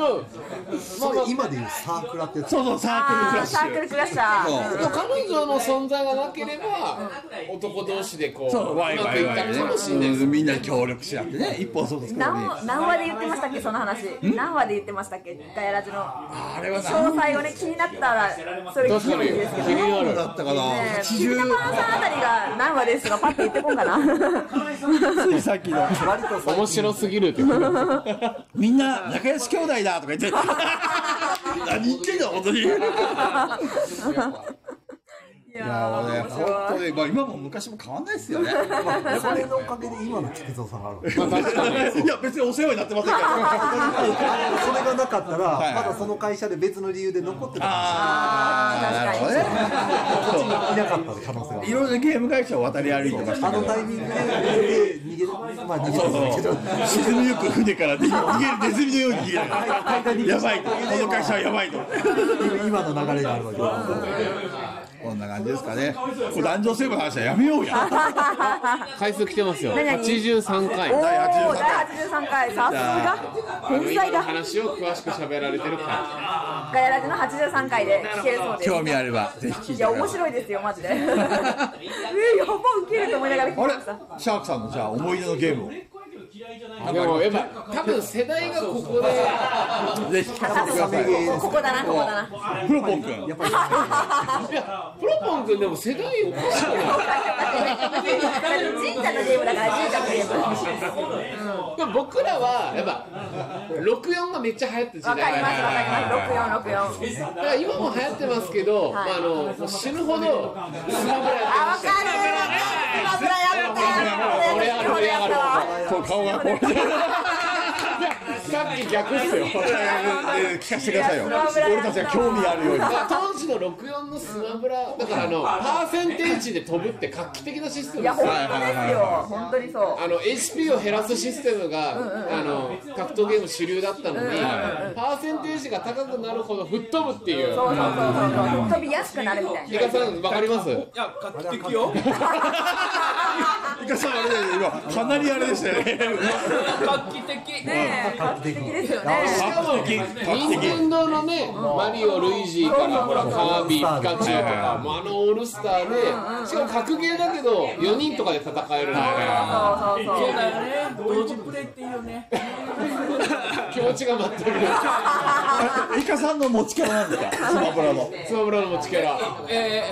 F: それ今でいうサークラってやつ
A: そうそう、サークルクラッ
B: あー
A: シ
B: サーク
A: ュ。
B: ルクラッシャー
A: そう
D: でも彼女の存在がなければ男同士でこう
A: そう、ワイワイワイ
D: うまくいったかもしれない
A: ね。みんな協力し合ってね、一本そうですから
B: 何
A: ね。
B: 話何話で言ってましたっけその話何話で言ってましたっけガヤラジの
A: あれは
B: 詳
A: 何
B: 細をね気になったらそれ聞けばいいですけどね
A: 話だったかな
B: ピピタパンさんあたりが何話ですがパッて言ってこん かな
A: ついさっきの。
D: 面白すぎるって
A: みんな仲良し兄弟だとか言 って。何言ってんだ、本当に。いや
B: いやー面
A: 本
B: 白
A: 当
B: い
A: に、まあ今も昔も変わんないですよね。
F: それのおかげで今の菊蔵さんがあるの
A: いや、別にお世話になってませんから。
F: それがなかったら、
A: いはい
F: まだその会社で別の理由で残ってた か
A: あー、なるほどね。
F: もしれないいなかった可能性があ
A: いろいろゲーム会社を渡り歩いてまし
F: る
A: た
F: あ
A: け
F: の
A: ど。
F: タイミングで逃げて、まあ、逃げてたんだけど
A: 沈みゆく船から逃げるネズミのように逃げながらやばいこの会社はやばいと
F: 今の流れがあるわけだ
A: こんな感じですかねこれ男女性の話はやめようや
D: 回数来てますよ
B: 何々
D: 83回
B: おお
A: 第83回
B: 第83回さすが天才だ
D: 話を詳しく喋られてる感
B: ガヤラジの83回で聞けるそうです
A: 興味あればぜひ聞い
B: い
A: て
B: や
A: くだ
B: 面
A: さい
B: 白いですよマジで えやばウケると思いながら聞き
A: あ
B: ま
A: れ
B: した
A: シャークさんのじゃあ思い出のゲーム
D: じでもやっぱ多分世代がここで
A: をぜひ聞かせてください
B: ここだなここだな
A: プロポン君やっぱり
D: プロポン君でも世代おかしい
B: 神社のゲームだから神社のゲーム
D: でも僕らはやっぱ64がめっちゃ流行った時
B: わかり
D: 代
B: ますわかります六四六四
D: だから今も流行ってますけ
B: は
D: ど、
B: い
D: まあ、あのもう死ぬほどスマブラや
B: あわかるわかるわかるやったやったや
A: こう顔がこう
D: ってるさっき逆っすよ
A: えー聞かせてくださいよ俺たちが興味あるよう に
D: だから当時の64のスマブラだからあのパーセンテージで飛ぶって画期的なシステム
B: い
D: で
B: や
D: す
B: 本
D: よ
B: 当ですよ本当にそう
D: あの HP を減らすシステムが、あの格闘ゲーム主流だったのに、パーセンテージが高くなるほど吹っ飛ぶっていう
B: そうそうそうそう飛びやすくなるみたい
D: イ
B: な
D: カさんわかります
K: いや画期的よ
A: いかさんあれだよね今かなりあれでしたよね
K: 画期的
B: ねえ画期的ですよね
D: しかも任天堂のね、マリオ、ルイージーからほらカービィ、ピカチュウとか、もうあのオールスターで、しかも格ゲーだけど4人とかで戦えるので、
B: そうそうそう
K: 同時プレイっていいよね
D: 気持ちが 全く
A: いかさんの持ちからなんですかスマブラの
D: スマブラの持ちキャラ。
K: え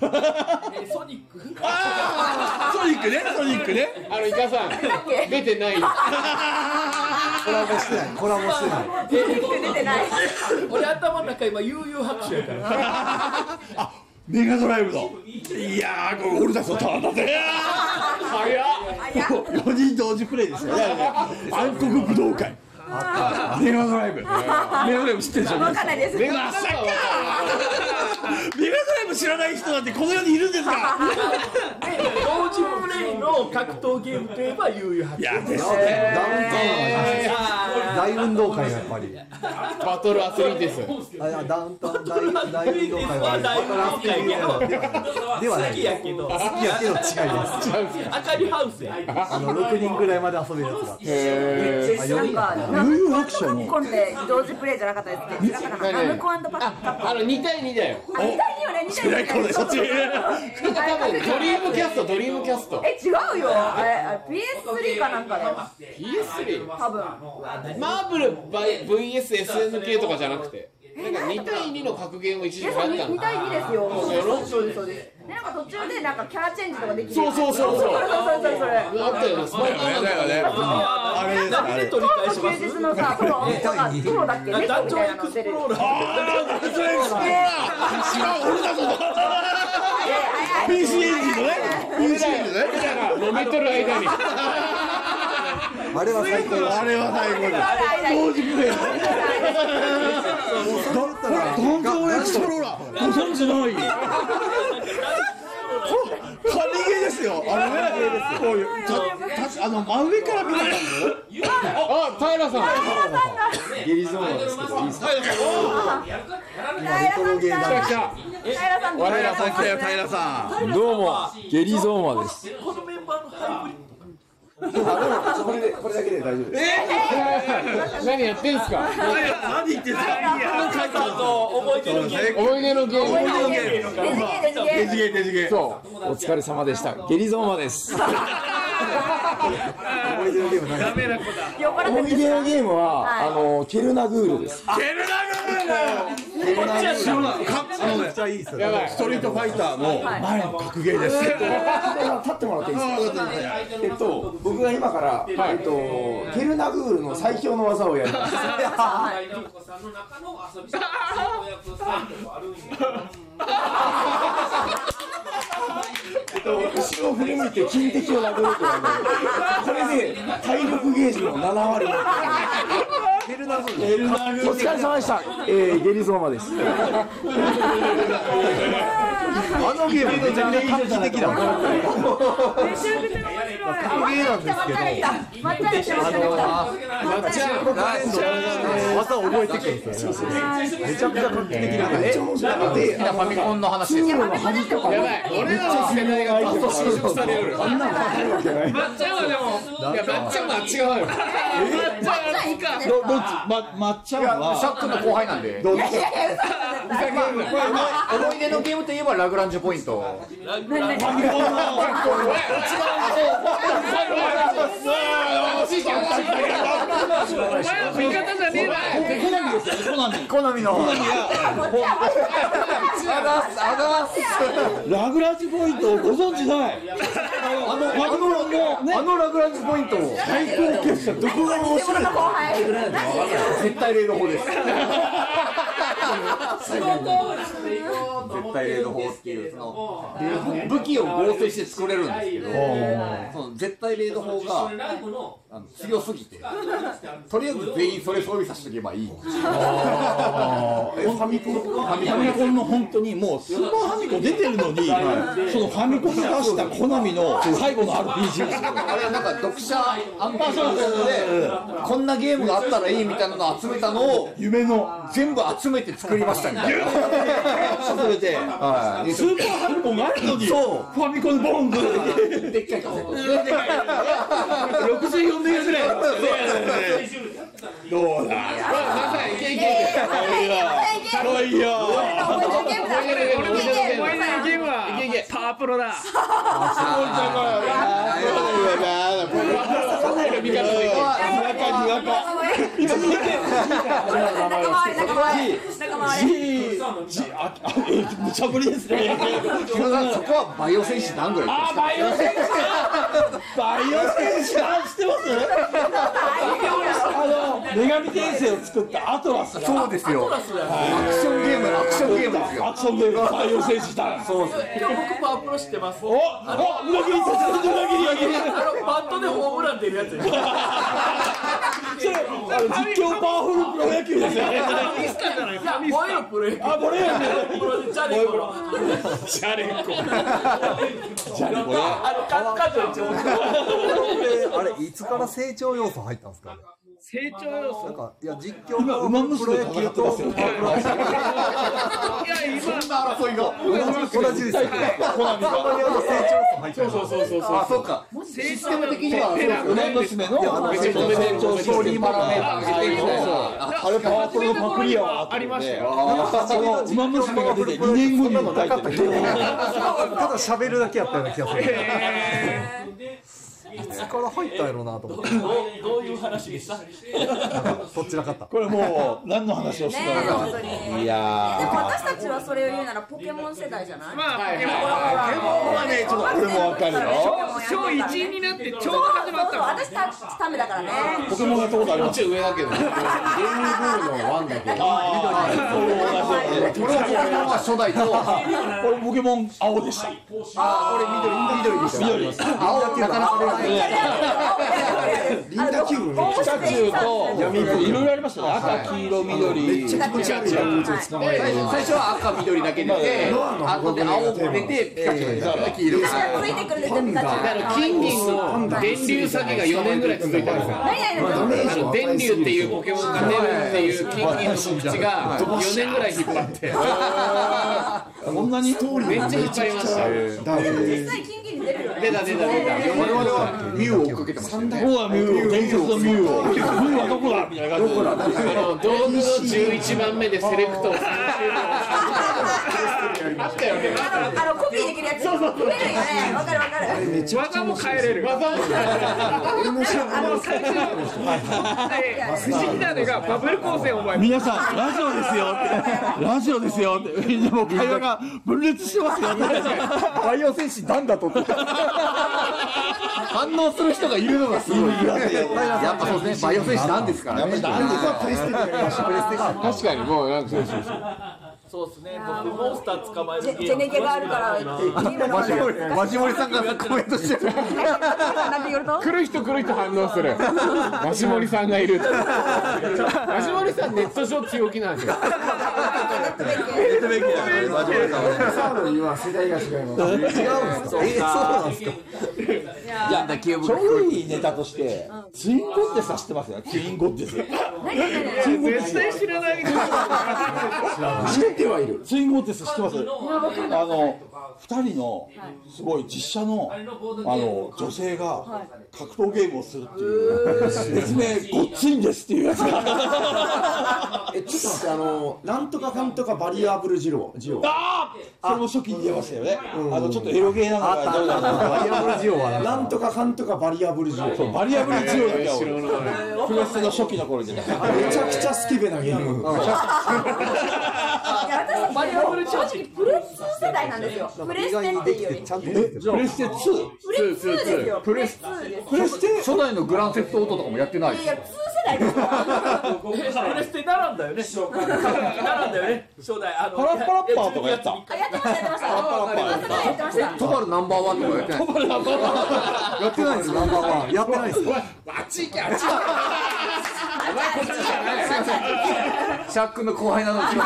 K: ー、えソニック
A: あーソニックねソニックね
D: あのイカさん出てない。
F: コラボしてないコラボしてない
B: 出てない
K: 俺頭の中今悠々拍手やから
A: あメガドライブのいやーこれ俺たちのターンだぜ
D: 早っ。
A: 4人同時プレイですよね暗黒武道会メガドライブメガドライブ知ってるでしょ
B: わかんないです
D: メガさん
A: メガドライブ知らない人なんてこの世にいるんですか
K: 同時プレイの格闘ゲームといえば悠々拍
A: いやです
F: ダウンタウンの話大運動会がやっぱり
D: バトルアスリートです。
F: あいやダウンタウン大
K: 手
F: 大運動会は
K: 大好きやけど
F: ではな
K: 好
F: い
K: きやけど
F: 好きやけど違いです
K: 明かりハウスや
F: あの6人ぐらいまで遊べるやつだ
B: なんかナムコとファミコンで同時プレイじゃなかったですね違ったかなナムコパッカ
D: あの2対2だよ。
B: あ似たいよね似たいよね
A: そっち
D: 多分ドリームキャスト、ドリームキャスト。
B: え違うよあれあれ PS3 かなんかだよ
D: PS3。
B: 多分
D: マーブル VSSNK とかじゃなくて。なんか2対2の格ゲーも一
B: い
D: 時
B: やそ
D: 流
B: う
D: 行
B: 2
D: ったんだ。
B: 対2ですよそうですそうですそうですでなんか途中でなんかキャーチェンジとかできる
D: そうそうそうそう
B: それそれそれそれ
D: あったよね、スマブラなんだよね。
A: あれですあ
K: 何で
A: れ
K: 取り返し
B: そ
K: ま
B: れ
K: す
B: 休日のさトロとかトロだっけね
K: 団
B: み
K: 長
B: たい
K: エ
B: な
K: ク
B: の
K: スプ
B: 出る
K: ローラー
A: あーそれエクスプローラー違う俺たちの
B: 早
A: PC
B: い
A: エンジンのね PC エンジンのね
D: 揉めとる間に。
F: あれは最高だ
A: あれは最後だ同時プレイだほらドンカンエクスプローラーご存知ない神ゲーですよあれねこういうたたあの真上から見た感
D: あ、平さん。
F: ゲリゾーンですけどいいですか
B: 平さん来た
D: じゃ
B: 平さん
A: じ平さん来たよ平さん
N: どうもゲリゾーマです
K: このメンバーのハイブリッ
F: これで、これだけで大丈夫です。
D: 何やってんすか
A: 何言ってんすかいや
K: カさんと思い出のゲーム
D: 思い出のゲーム
B: デジゲーデジゲー
A: デジゲーデジゲー
D: そうお疲れ様でしたゲリゾーマです
E: 思い出のゲームない
K: ダメな子だ
B: 酔っ払って
D: 思
B: るん
D: い
B: です
D: 出
B: か
D: のゲームは、あのケルナグールです
A: ケルナグールだよ知らないかあのね
E: ちゃいいっすよね
D: やばい
A: ストリートファイターの前の格ゲーです
F: 立ってもらっていいですか。えっと、僕が今から、えっと、ケルナグールの最強の技をやります。 えっと、後ろを振り向いて金敵を殴るっていうので、これで体力ゲージの7割。
A: ケルナグー
D: お疲れ様でした、えー、ゲリゾーマです
E: あのゲームめちゃめちゃ画期的だもん
B: めちゃくちゃ面白い
E: 格ゲーなんですけど
B: まったりしてましたね
E: 技覚えてくるんですよねめちゃくちゃ画期的なめっちゃ面白い
F: で、ファミコンの話です。
D: やばい俺らの世代がパッと侵食されるあんなまっちゃんはでもいやまっちゃんは違うよ
A: ルどどっちままっちゃんは
F: シャックの後輩なんで。
A: どっち
F: 思い出のゲームといえばラグランジュポイント。
E: 好みの
A: ラグラジポイントをご存知ないあのマグロのね
F: あのラグランジュポイントも
A: 最高傑作どこが面白いの
F: 絶対例の方です。絶対例の方っていうその武器を合成して作れるんですけど、その絶対例の方があの強すぎて、とりあえず全員それ装備させておけばいい。
A: ファミコンファミコンの本当にもうスーパーファミコン出てるのに、そのファミコンが出したコナミの最後の RPG
F: あれはなんか読者アンパーションみたいなので、こんなゲームがあったらいいみたいなのを集めたのを
A: 夢の
F: 全部集めて作りましたみたいな。
A: それで
F: はい。
A: スーパーファミコンがあるのに
F: そう
A: ファミコンボンブ
F: でっかいカセット
A: 64年ぐらいどうだ来いよ
K: パワープロだ
A: 無茶ぶりですね
F: 木村さん、そこはバイオ戦士何ぐらいですか
A: バイオ戦士あ知ってますあの女神転生を作ったアトラスが
F: そうですよ。アクションゲームのアクションゲームです
A: ア
F: よ。
A: クションゲームバイオ戦士だそう
K: 今日僕パワープロ知ってます
A: おお裏切りさせて裏切り裏切り
K: あのバットでホームラン出るやつでしょ
A: それあの実況パワフルプロ野球ですよね
K: いや燃えろプロ野球
A: あこれやね
K: プロでチャレンコの
O: シャレンコ
K: あのカッカジョ
E: あれいつから成長要素入ったんですかね
K: 成長要素
E: なんかいや実況とプロ野球と
K: いや今
F: そんな争いが。
E: 同じですよねたまにあの成長素入ってる
F: あ、そうか。システム的には、そうですね。
A: 娘の成長ストーリーパラメーター上げていきたいあれパワプロのパクリやわありましたそのウマ娘が出て2年後にも書いてる
E: ただ喋るだけやったような気がする。いつから入ったんやろうなと思って。
K: どういう話でした
E: どっちらかった。
A: これもう何の話をしてたのか
B: いやでも私たちはそれを言うならポケモン世代じゃない
K: まあポケモン
A: はねちょっと俺もわかるよ
B: 小
K: 今日一員になってちょうど
B: そう
K: 始ま
B: そ
K: っ
B: うそう
K: た
B: 私たちためだからね
A: ポケモンやったことあります
D: 上だけどね
F: ゲームブールのワンだけ。これはこれは初代と、
A: これポケモン青でした
F: あ、俺緑、緑でした。
A: 緑
F: 青、なかなか出ない。
E: リンダキューブめっちゃ
B: 中と
A: いろいろありましたね赤黄色緑
F: 最初は赤、緑だけ出て、後で青も出て、ピカチュウが出て、黄色が出て。
B: ついてくるで全部ガチャ
D: 金銀の電流詐欺が4年ぐらい続いたんですよ
B: 何々
D: あの電流っていうポケモンが出るっていう金銀の告知が4年ぐらい引っ張って
A: こんなに
D: めっちゃ引っ張りました
B: でも実際金銀に出るよ
A: 出た出た出た。
C: 我々はミュウを追っかけてましたよね。
A: うわ、ミュウ、伝説のミュウを。ミュウはどこだみたいな感じで。
D: 道具の11番目でセレクトを
C: あったよね。
B: あのあのコピーできるやつ決めるよねわかるわかる
D: 技も変えれる不思議なのがバブル構成お前
A: 皆さん、ラジオですよって。ラジオですよって。でも会話が分裂してますよって。
F: バイオ戦士なんだとって
C: 反応する人がいるのがすごい。やっぱそうですね。バイオ選手なんですからね。確かにもうなんかそうそうそう。
K: そうですね。僕モンスター捕まえ
B: ジ
K: る
B: ェジェネケがあるから今の
C: マジモリマジモリさんがコメントしてる。
B: なんて言うと
D: 来る人来る人反応するマシモリさんがいるマシモリさんネット上強気なんですよ
C: サウロには世代が違います。
F: え、そうなんですか
C: いやだキューブ
A: ちょうどいいネタとして、ツインゴッテさしてますよ。ツインゴッテス。
D: 絶対知らな
C: 知
D: い
C: ってはいる。
A: ツインゴッテス知ってますあの、二人の、すごい実写の、あの、女性が格闘ゲームをするっていう、ですね、ごっついんですっていうやつが。
E: えちょっと待ってあのなんとかかんとかバリアーブルジロージオ
A: それも初期に出ましたよね。あの、ちょっとエロゲーなのがどうだろう
F: バリアブルジオはな
E: なんとかかんとかバリアーブルジロー
A: バリアブル強いんだよ、俺。プレステの初期の頃にね。
E: めちゃくちゃ好きべなゲーム
B: いや私たちバリアブル正直プレス世代なんですよプレステっていうより
F: ちゃんと出てる
A: プレステ 2?
B: プレス2ですよプレス2です
A: プレステ
C: 初代のグランセフトオートとかもやってない。
B: いや2世代ですよ
K: プレステ並んだよね。並んだよね。初代あの
A: パラッパラッパーとかやった。
B: あやってましたやってましたあすごいやってました
C: トバルナンバーワンとかやってない。トバルナンバーワン。やってないです。ナンバーワン。
F: やってないですか
D: あっち行けあっち行
C: すいません。シャックの後輩なのに。
B: 後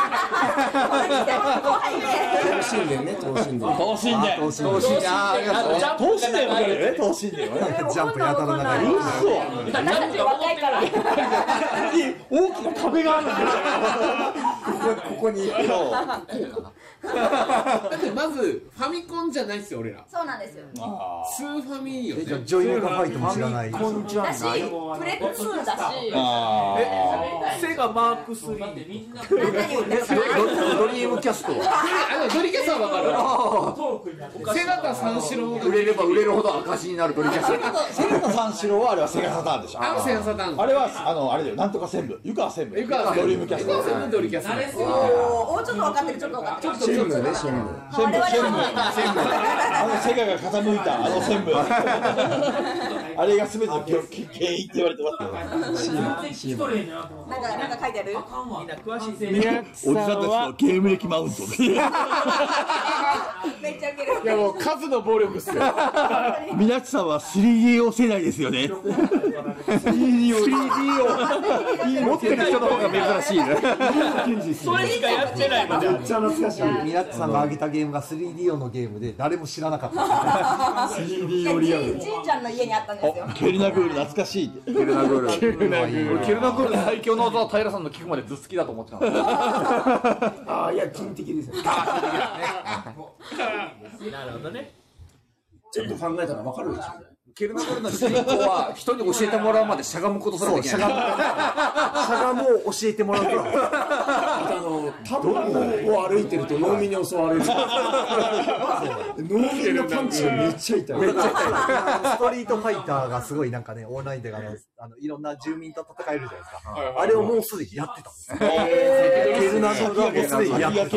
B: 輩で
E: 楽しんでね楽しんで
A: 等身で。等身
C: 楽しいな。ありがとう。
A: でよね、等身でよね。
F: ジャンプやたら長い
A: 嘘
B: 私たち若いから
A: 大きな壁があるんだよ。
F: ここに
D: だってまずファミコンじゃないですよ俺ら
B: そうなんですよ
D: スーファミよね
F: じゃあジョイモカファイトも知らない
B: だしプレ2だし
K: セガマーク3で
C: ドリームキャストは
D: あのドリキャスはわかるセガタ三四郎
C: 売れれば売れるほど赤字になるドリキャスト。
A: セガの三四郎はあれはセガサターンでしょ。
D: あのセガサターン
A: あれは、あの、あれだよ、なんとか専務、湯川専務、
D: 湯川
A: ド
D: 専務
A: リームキャスト。
D: そのドリキャスだ
B: おおちょっと分かってるちょっと分かってる
E: チームねチーム
B: 我々は
A: あの世界が傾いた、あの専務。あれが全ての原因って言われてますよ。
B: なんかなんか書いてある
A: おじさんたちのゲーム歴マウント
B: めっちゃウケる
D: いやもう数の暴力っす よ
A: みなちさんは 3DO 世代ですよね。
F: 3D を持ってる人の方が珍しいね
K: それしかやってないのじゃ
E: めっちゃ懐かしい
F: ミラッチさんが挙げたゲームが 3D のゲームで誰も知らなかった
B: いやじいじいちゃんの家にあったんですよ
A: ケルナグール懐かしい。
C: ケルナグール。ケルナグール。ケルナグール最強の技は平さんの聞くまでずっ好きだと思ってたんですよ。
E: ああいや金的ですよ
K: ん。なるほどね。
E: ちょっと考えたらわかるでしょ
C: ケルナグールの主人公は人に教えてもらうまでしゃがむことすらできない。
F: しゃがもう教えてもらうから
E: あとあの田んぼを歩いてると農民に襲われる農民のパンチがめっちゃ痛い
F: ストリートファイターがすごいなんかねオンラインであのあのいろんな住民と戦えるじゃないですかあれをもうすでにやってたんですよケルナグがもうすでにやってた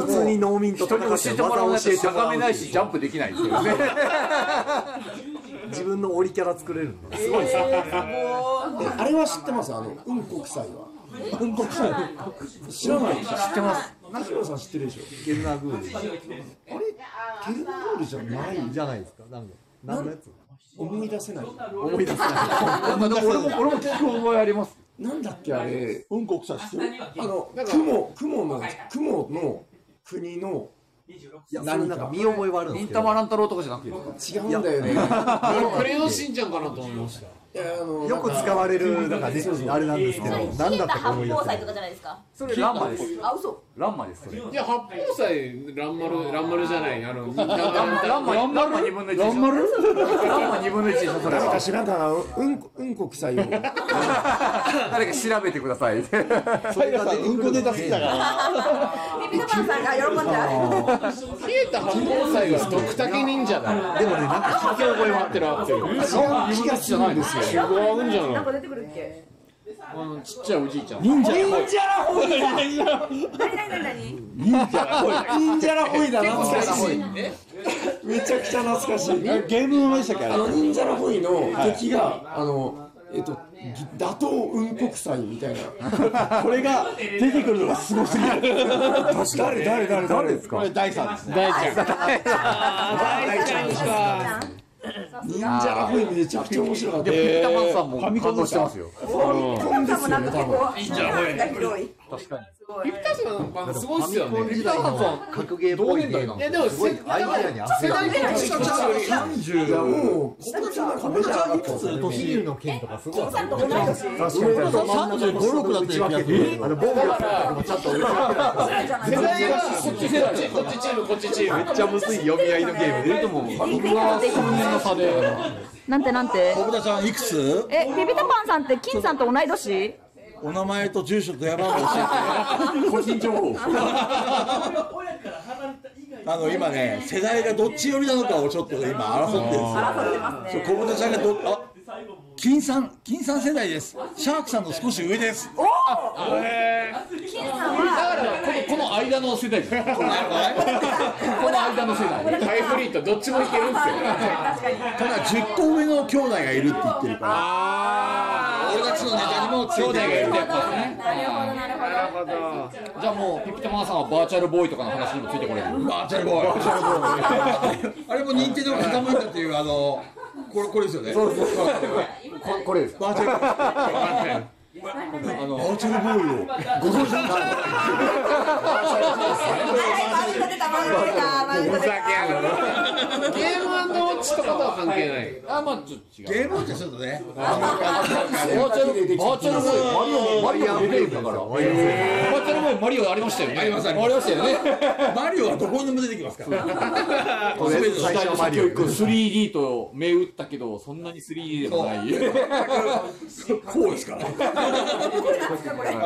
F: 普通に農民と
C: 人に教え
F: 戦って
C: てもらうまでしゃがめないし、ジ
F: 技を教えてもらうっていう
C: ャンプできないんですよね。
F: 自分のオリキャラ作れるんですごい
E: あれは知ってますあのうんこ臭いはうんこ臭い知らない知ってます中村さん知ってるでしょ
F: ケルナグール
E: ケルナゴールじゃない
F: じゃないですかなんか何のやつ
E: 思い出せない
F: 思い出せない
C: 俺も、俺も聞く覚えあります。
E: なんだっけあれ
A: うんこくさしてる。
E: あの雲雲の雲の国の
F: いや、それなんか見覚えはあるんで
C: イ
F: す
C: ン
F: け
C: タ
F: ど。
C: マランタロウとかじゃなくていいですか
E: 違うんだよね
D: クレヨンしんちゃんかなと思いました
F: よく使われるなんかねあれなんですけど何だったか思い出せない
G: とかじゃないですか。
N: それランマです
G: あ、嘘。
N: ランマですそれ
E: いや、八宝菜、らんまる、らんまるじゃない、あの、ラン
N: ランマランマ2分の1でしょランマ2分の1でしょそれは
P: 私なんかうんうんこ臭 いよ
N: 誰か調べてください
F: それがねうんこネタ好きだから
B: ピピタパンさんが喜んだ。
E: 冷えた八宝菜はドクタケ忍者だよ。
F: でもねなんか
E: 聞き覚えはあってる合ってる。
F: そんな気がするんですよ
E: 違うんじゃ
B: な
E: なんい
B: か出てくるっけ。
E: あの、ちっちゃいおじいちゃん。
J: 忍者っぽい
B: なになになになに。
J: 忍者っぽい忍者らほいだな懐かしいめちゃくちゃ懐かしいゲームの名前でしたっけあ
P: あ
J: れ
P: の忍者のホイの敵があのえっと打倒うんこ臭いみたいな
J: これが出てくるのがすごすぎる誰誰誰誰ですかこれ第3ですね
E: 大ちゃん。
B: 大ちゃんか。
P: 忍者のホイめちゃくちゃ面白かった
N: ピッタパンさんも感動してますよ
B: 今さんもなんか結構。いいじゃん。範囲が広い。
N: 確かに
B: すごい。
E: 確かに、すごいっすよね。
N: ピッタパンさん格ゲーっぽいゲーム
E: いや、でも、せ
N: アイデアに汗が
P: もうこんなじゃなかった
F: ヒルの剣とかすごい
B: さんと同い年。
F: 35、6だったような気がするあのボンガ
B: ぐらいじゃないですか。
E: 代がこっち、こっち、こっちチーム、こっちチーム。
N: めっちゃむずい読み合いのゲームででも
E: 僕は数年の差で。
G: なんてなんて。
A: 小田さんいくつ
G: え、ビビタパンさんって金さんと同い年？
A: お名前と住所と山を教えて個人情 報あの今ね世代がどっち寄りなのかをちょっと今争ってるんですよ
B: 争ってます
A: そう
B: ね。
A: 小本ちゃんがどあ金さん金さん世代ですシャークさんの少し上ですお
B: 金さんは。
E: この間の世代。この間の世代。ハイブリッド、どっちもいけるんですよ。
B: 確かに。
A: ただ10個上の兄弟がいるって言ってるから俺たちのネタにも
E: 兄
A: 強い
E: 弟がいるってやっぱね。
B: なるほどなるほど。
E: じゃあもう、ピピタマンさんはバーチャルボーイとかの話にもついてこれる。
A: バーチャルボーイあれも認定でも傾いたっていうあのこれこれですよねそうそうそう
N: ここれです
A: バーチャルボーイ
N: あの
A: バーチャルボーイをご存知なんですか
B: はい、マウント出た、マウント出た、マウント出た。
E: ゲーム落ちとかとは関係ない。あ、まあ、ちょっと違う。
A: ゲームオンってちょっとね
E: バーチャル、バーチャルボーイ、マリオ、マリオ出てるんだから。バーチャルボーイ、マリオありましたよね。
A: ありますあ
E: あ
A: りま
E: り
A: す
E: ましたよね。
A: マリオはどこにも出てきますから
N: とりあえず
E: 最
N: 最初
E: 初
N: の
E: の
N: マリ
E: 教
N: オ
E: 育 3D と銘打ったけどそんなに 3D でもない
A: こうですからあ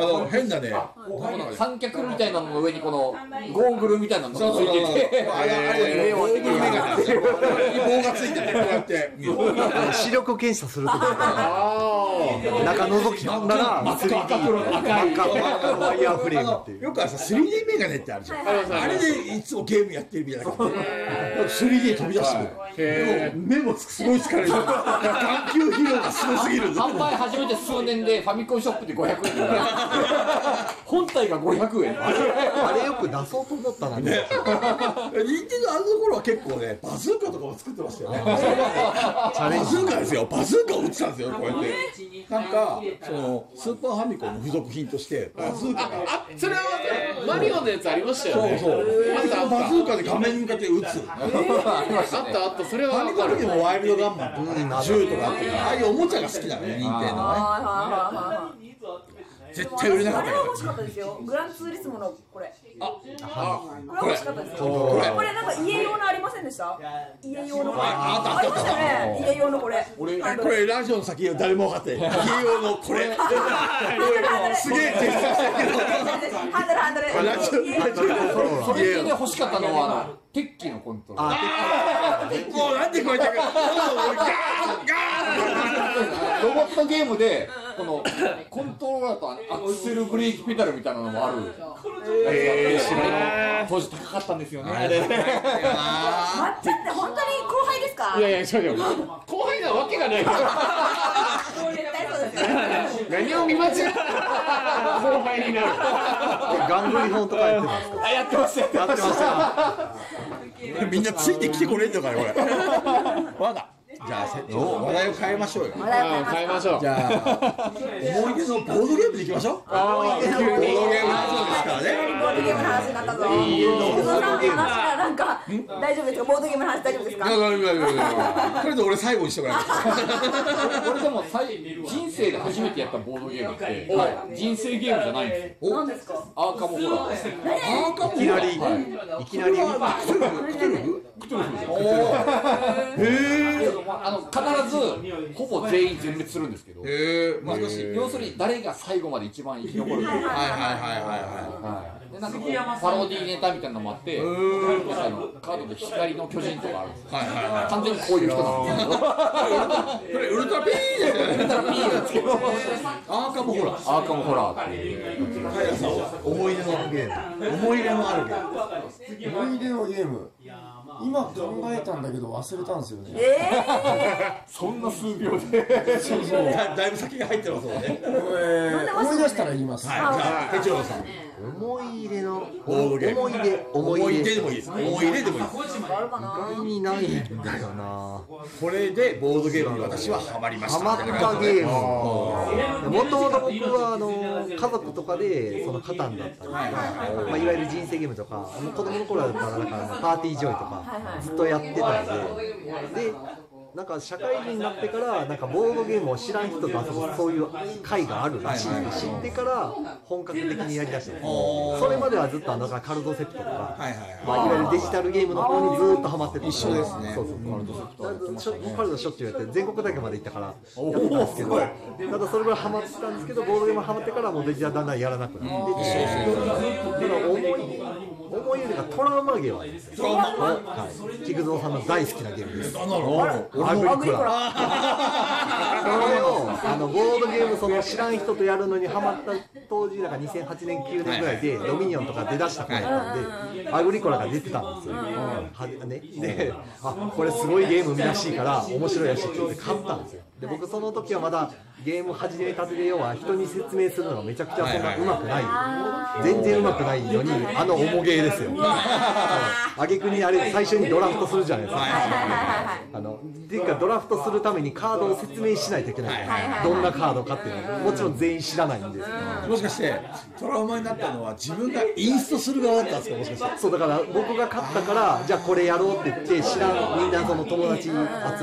A: の変なね
E: 三脚みたいなのの上にこのゴーグルみたいなのがついてて
A: あれあれ棒に目がついて棒がついててこうやって見る
F: 視力検査するときとか中覗き込んだら 3D
E: 赤黒の赤い
F: 赤ワイヤーフレームっていう
A: よくあれさ 3D メガネってあるじゃんあれでいつもゲームやってるみたいな感じで 3D 飛び出してくるでも目もつくすごい疲れる眼球疲労がすごすぎる
E: 販売始めて数年でファミコンショップで500円だ本体が500円
F: あれよく出そうと思ったのに
A: 任天堂あの頃は結構ねバズーカとかも作ってましたよねバズーカですよバズーカを打ってたんですよこうやってなんかそのスーパーファミコンの付属品としてバズーカがあっ
E: それはマリオのやつありましたよ
A: そう
E: ね
A: そう
E: あったあった
A: バズーカで画面に向かって打 つフ
E: あったあったそれは
A: ァミ
E: 分
A: コ
E: か
A: ンの
E: る
A: 時もワイルドガンマンとかね銃とかあってああいうおもちゃが好きなのね任天堂ね絶対売れなか
B: あ
A: っ
B: れ
A: た
B: は
A: か
B: 欲しかったですよ。グランツーリスモのこれ。これは欲しかったですよ。
A: らこれ
B: これなんか家用のありませんでした？家用のこれ。
A: ああ
B: あ
A: った
B: り
A: あ
B: ま
A: っ
B: した
A: た
B: よね。家用のこれ。俺
A: あこれラジオの先誰も分か ってない企業のこれすげえ手伝
B: ハンドルハンドル。
A: ラジオラジオのこれ
E: それ系で欲しかったのはあの鉄器のコントローラー
A: もうなんでこうやってガーン
E: ロボットゲームでこのコントローラーとアクセルブレーキペダルみたいなのもあるえー、当時高かったんですよねあれ
B: 抹茶って本当に後輩ですか？
E: いやいや、そうよ。後輩なわけがないから。
B: 絶対そうですよ。
E: 何を見間違えた後輩になる。
F: ガングリ本とかやってますか
E: あ、やってます。やって
F: やってました
A: みんなついてきてこれんのかねこれ。わだ。じゃあせお話題を変えましょうよ
B: 話題を変え
D: う
B: ま
D: ん変えましょう
A: じゃあ思い出のボードゲームでいきましょう
D: あ
A: ボ
D: ー
A: ードゲームですから
B: すいきな
A: ね
B: りボードゲームの話になったぞ。その話がなんか大丈夫ですか？ボードゲームの話大丈夫ですか？
A: とりあえず俺最後にしてもらいます
E: 俺でも最人生で初めてやったボードゲームって 人生ゲームじゃないんですよ
B: 何ですか？
E: アーカムホラー
A: いきなりいきなり
E: けどまああの必ずほぼ全員全滅するんですけど
A: えー、難しい
E: 要するに誰が最後まで一番生き残るか
A: はいはいはいはいはい
E: でなんかこうパロディネタみたいなのもあってなんかあのカードで光の巨人とかあるんですよ
A: はいはいはい
E: 完全にこういう人なんですよ
A: これウルトラピーですよねアーカムホラー
E: アーカムホラーっていう
A: 思い出のゲーム思い入れのあるゲーム
P: 思い出のゲーム今考えたんだけど忘れたんですよね
B: ええ
E: そんな数秒で
A: だだいぶ先が入ってますもんね
P: えー思い出したら言います、
A: はい、じゃあ、哲郎さん。
F: 思い入れの
A: ボードゲーム
F: 思い出思
A: 思い出
F: い出
A: でもいいです。思い出でもいいです。
B: ー、あるかな。
F: 意味ないんだよな
A: これでボードゲームに私はハマりました。
F: ハマったゲームもともと僕はあの家族とかでそのカタンだったりとか、まあ、いわゆる人生ゲームとかもう子供の頃だったらなんかあのパーティージョイとかずっとやってたんででなんか社会人になってからなんかボードゲームを知らん人と遊ぶそういう会があるらしいって知ってから本格的にやりだしたんです
A: おー
F: それまではずっとあのカルドセプトとか
A: はいはいはい。
F: まあ、いわゆるデジタルゲームの方にずーっとハマってた一緒
A: ですね
F: そうそうカルドソフトカルドしょっちゅうやって全国大会まで行ったからやってたんですけどただそれぐらいハマってたんですけどボードゲームハマってからもうデジタルだんだんやらなくなって一緒にだから思い思いよりがトラウマゲームなんですよ
A: トラウマ
F: はい菊蔵さんの大好きなゲームです
A: あ、なるほど。
F: アグリクラこれをあのボードゲームその知らん人とやるのにハマった当時だから2008年9年ぐらいでドミニオンとか出だした頃なんでアグリコラが出てたんですよ、はね、であこれすごいゲーム見らしいから面白いらしいって言って買ったんですよで僕その時はまだゲーム始めたてで要は人に説明するのがめちゃくちゃそんなうまくない全然うまくないのにあの重ゲーですよあげくにあれ最初にドラフトするじゃないですか、あのていうかドラフトするためにカードを説明しないといけないじゃないですかどんなカードかっていうのはもちろん全員知らないんですけ
A: もしかして、トラウマになったのは自分がインストする側だったんですか、もしかして。
F: どそうだから僕が勝ったからじゃあこれやろうって言って知らんみんなその友達集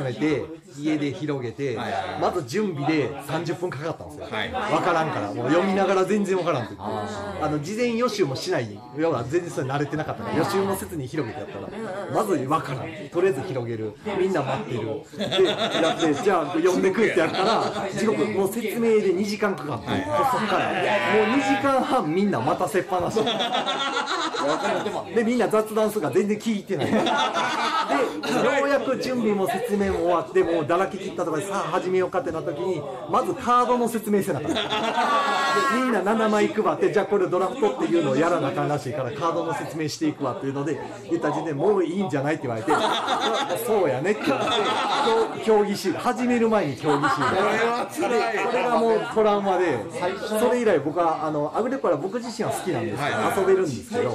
F: めて家で広げてまず準備で30分かかったんですよ、
A: はい
F: 分からんからもう読みながら全然分からんって言ってあの事前予習もしない要は全然それ慣れてなかったから予習もせずに広げてやったらまず分からんとりあえず広げるみんな待ってるでやってじゃあ呼んでくれってやったら地獄もう説明で2時間かかって、そっからもう2時間半みんな待たせっぱなしでみんな雑談するから全然聞いて ないでようやく準備も説明も終わってもうだらけ切ったとかでさあ始めようかってなった時にまずカードの説明せな かったでみんな7枚配ってじゃあこれドラフトっていうのをやらなあかんらしいからカードの説明していくわっていうので言った時点でもういいんじゃないって言わ れてそうやねって言って競競技集始める前に競技集
A: これは辛い。
F: それがもうトラウマで、それ以来僕はあのアグレコラ僕自身は好きなんですけど、遊べるんですけど、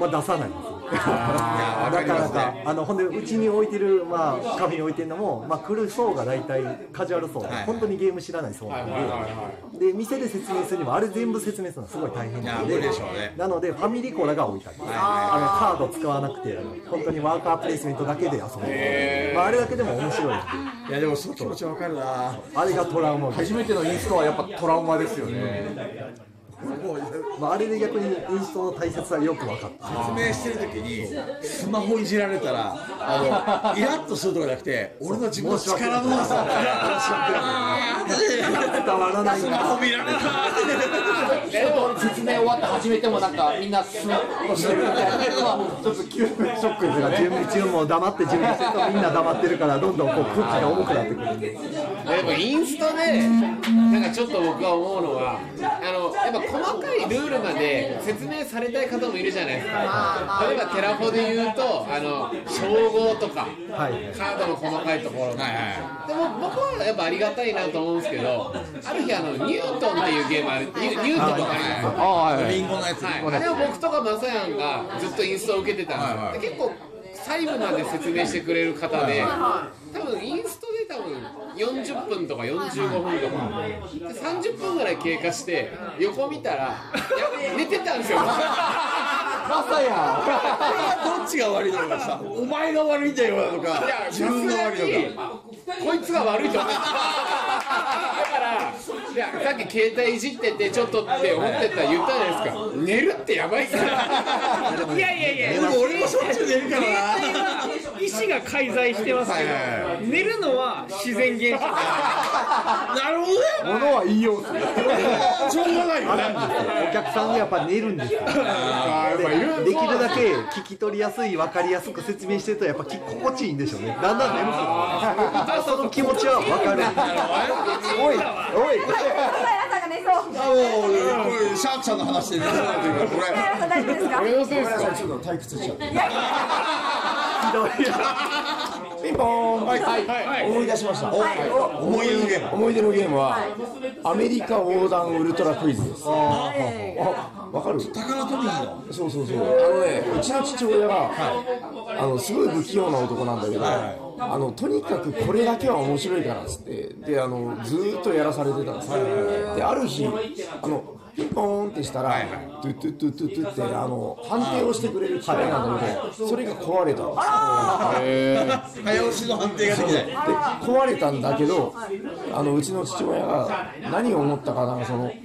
F: まあ、出さないんですよ。
A: あー
F: なかなか、あのほんでうちに置いてる、まあ、紙に置いてるのも、まあ、来る層が大体カジュアル層で、
A: はい
F: 本当にゲーム知らない層なんで、で店で説明するにもあれ全部説明するのはすごい大変なの
A: いや
F: で、
A: 無理でしょうね
F: なのでファミリーコラが置いてあります。あのカード使わなくて、本当にワーカープレイスメントだけで遊べる。まあ、あれだけでも面白い。
A: いや、でもその気持ちわかるな。
F: あれがトラウマです。
E: 初めてのインストはやっぱトラウマですよね
F: まあ、あれで逆にインストの大切さがよく分かった。
A: 説明してる時にスマホいじられたらあのイラッとするとかじゃなくて俺の自分の力のなさ
F: 伝わらない
A: スマホ見られた
E: でも説明終わって初めてもなんかみんなスマホしてるみたいなのはちょっと急にショックですよね
F: 準備中も黙って準備してるとみんな黙ってるからどんどんこう空気が重くなってくるんで
D: でもインスタでなんかちょっと僕は思うのはあのやっぱ細かいルールまで説明されたい方もいるじゃないですか例えばテラフォで言うとあの称号とか
F: はい
D: カードの細かいところとかでも僕はやっぱありがたいなと思うんですけどある日あのニュートンっていうゲームあるニュニュートンとかあります
A: リンゴのやつリンゴの
D: はい、でも僕とかまさやんがずっとインストを受けてたんですよ、
A: はいはい
D: で結構細部まで説明してくれる方で、多分インストで多分40分とか45分とか、で30分ぐらい経過して、横見たら、いや寝てたんですよ。
C: 朝や
A: これはどっちが悪いのかさ、お前が悪いんだよなの
D: い
A: か、
D: や
A: 自分が悪いのか。
D: こいつが悪いと思ってただからいやさっき携帯いじっててちょっとって思ってた言ったじゃないですか寝るってやばいっすね
K: いやいやい
A: で
K: や
A: も俺もしょっちゅう寝るからな。
K: 意思が介在してますけど寝るのは自然現象
A: なるほどね。
C: 物は言いようっすね
A: しょうがないよね。
Q: お客さんにやっぱ寝るんですよでできるだけ聞き取りやすい分かりやすく説明してるとやっぱき心地いいんでしょうねだんだん眠くなるその気持ちは分かるおいおい
B: 平さんが寝そう
A: あもう俺これシャークさんの話で寝てないというかこれ。
B: 平さん大丈夫ですか
D: 俺のせいですか
F: ちょっと退屈しちゃって
C: ピンポーン
F: 思い出しました
B: はいお
A: 思い出のゲーム。
F: 思い出のゲームはアメリカ横断ウルトラクイズですあわかる
A: 宝取りの。
F: そうそうそうあのねうちの父親が、あのすごい不器用な男なんだけど、あのとにかくこれだけは面白いからっつってであのずーっとやらされてたんですよである日あのピンポーンってしたら、トゥトゥトゥトゥトゥってあの判定をしてくれる機械なんだけどそれが壊れたんですよ
A: 早押しの判定ができない。
F: で壊れたんだけどあのうちの父親が何を思ったかなその、え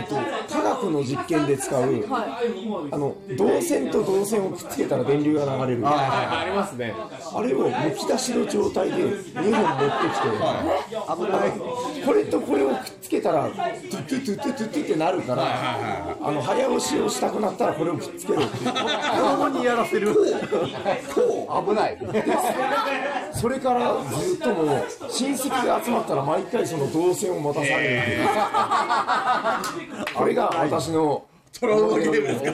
F: っと、科学の実験で使うあの導線と導線をくっつけたら電流が流れるあ
D: ありますね
F: れをむき出しの状態で2本持ってきてあのこれとこれをくっつけたらトゥトゥトゥトゥトゥトゥってなるからあの早押しをしたくなったらこれをくっつけるっていう
Q: 子供にやらせる
C: 危ない
F: それからずっともう親戚で集まったら毎回その動線を持たされる、あれが私の
A: トラウマゲームですか。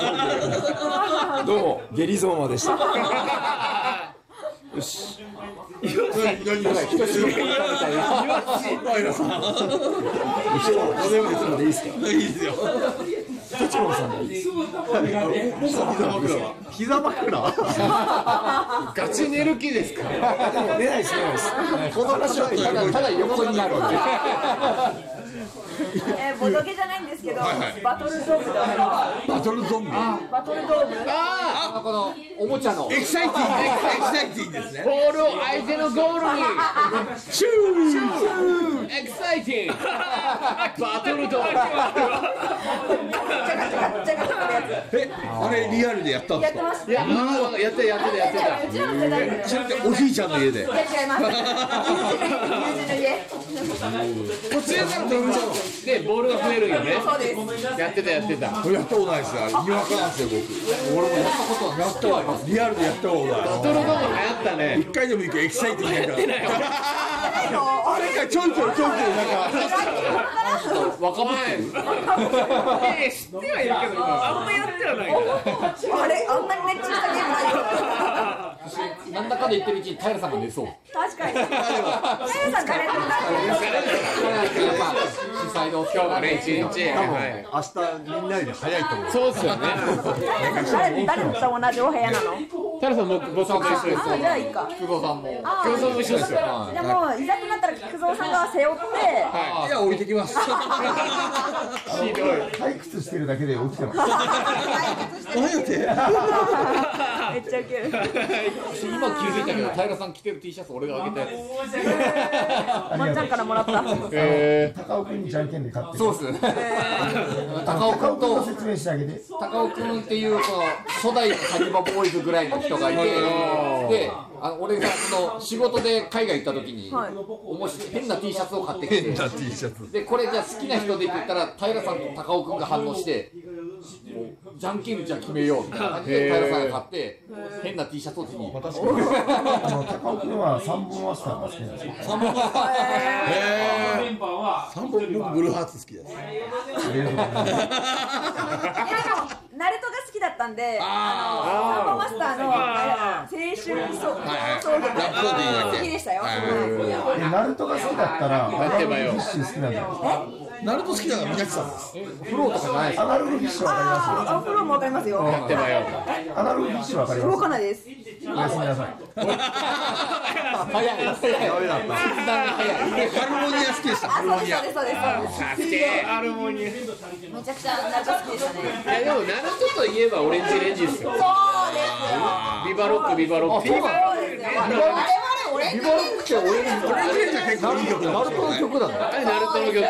F: どうもゲリゾーマでした
A: 何ですか。皆さ
F: 人みたいな
A: ん。
F: でいいですか
A: いいですよ。
F: テチロンさんでいいです
Q: 膝枕
D: ガチ寝る気ですか
F: か出ないです出ないです
C: この話はただただ横になる
B: えーボドゲじゃないんですけど
A: はい
B: バトルドームとか
A: バトルゾンビ。
B: バトルドーム
C: あこのおもちゃの
A: エキサイティング、エキサイティングですね。
D: ボールを相手のゴールにシューエキサイティングバトルド
B: ガチャガチャガチャガチャってや
A: え、あれリアルでやったん
B: つ
A: で
B: や
A: す
B: って
A: か。
B: ます
D: いややってたやってたやってた
B: うちらの世代ですよ
A: それっておじいちゃんの家で。
B: いや違います。友人の家。
D: 途中から飛ぶじゃんでボールが増えるんよね
B: そうです。
D: やってたやってた
A: やったことないですよ。あれにわかなんですよ僕。俺もやったことやったわ。リアルでやったことない。
D: バトルドーム流行ったね
A: 一回でもいいけどエキサイティングやから。あれかちょいちょいちょいちょいなんか。
D: 若林
K: え知ってはいるけどあんまやってはないから
B: あれあんなに熱中したゲームないよ。
C: なんだかんだ言ってるうちに平さんが寝そう
B: 確かに。さやさん誰となってる。
C: やっぱ主催の今日
D: あ
C: が
D: れ
C: ね
D: 一日はい
Q: 明日みんなより早いと思う
D: そうですよね
B: さやさん誰誰と同じお部屋なの？
D: タラさん僕僕さんと一緒です
B: あじゃあいいか。
C: 久保さんも
B: あ
D: 僕さんも一緒です
B: じ
D: よ
B: ゃあもういざとなったら菊蔵さんが背負って。
A: いや置いてきます。
F: 退屈してるだけで起きてます
A: 何やって。
B: めっちゃウケる。
C: 今気づいたけど平さん着てる T シャツ俺があげたやつ
B: まっちゃんからもらった。
F: 高尾君にじゃんけんで勝って
C: そうっすね高尾君と
F: 説明してあげて
C: 高尾君っていうこの初代のサニバボーイズぐらいの人がいてであの俺がその仕事で海外行った時に、
B: はい
C: 面白い変な T シャツを買ってきて変な T シャツでこれじゃあ好きな人でって言ったら平さんと高尾君が反応してもうじゃんけんじゃ決めようみたいな感じで平さんが買って変な T シャツを手に入れた
F: 高尾君は三本マスターが好きなんですよ
A: 三本僕ブルーハーツ好きです。
B: えでもナルトが好きだったんで、あのサンボマスターのあれ青春そうそう
A: ラプソディだっけ
B: 好きでしたよ。
F: えナルトが好きだったらアナ
D: てばよ
F: ログフィッシュ好きなんじゃないですか
A: ナルト好きなのは宮地さんです。
F: アナログフィッシュわかります
B: あーお風呂もわかりますよ。
D: 手前よ
F: アナログフィッシュわかります
B: 動かないです。
F: おやすみなさい
K: あ
D: 早い早いダメだった決断が早い
A: ハルモニア好きでした。
B: あ、
A: ハル
B: そ
A: モ
B: うで
A: ニア
B: す、そう。です、そうです。
K: アルモニア
B: めちゃくちゃ夏好きでしたね。
C: いやでもナルトといえばオレンジレンジですよ
B: そうですよ。
C: ビバロックビバロック
B: そうですよ。我々オレンジ
D: ビバロックって俺に
A: オレンジレンジは結構いい曲なん
D: ナ
A: ですよね。
C: あ
D: ルトの曲だね
C: れナルトの曲で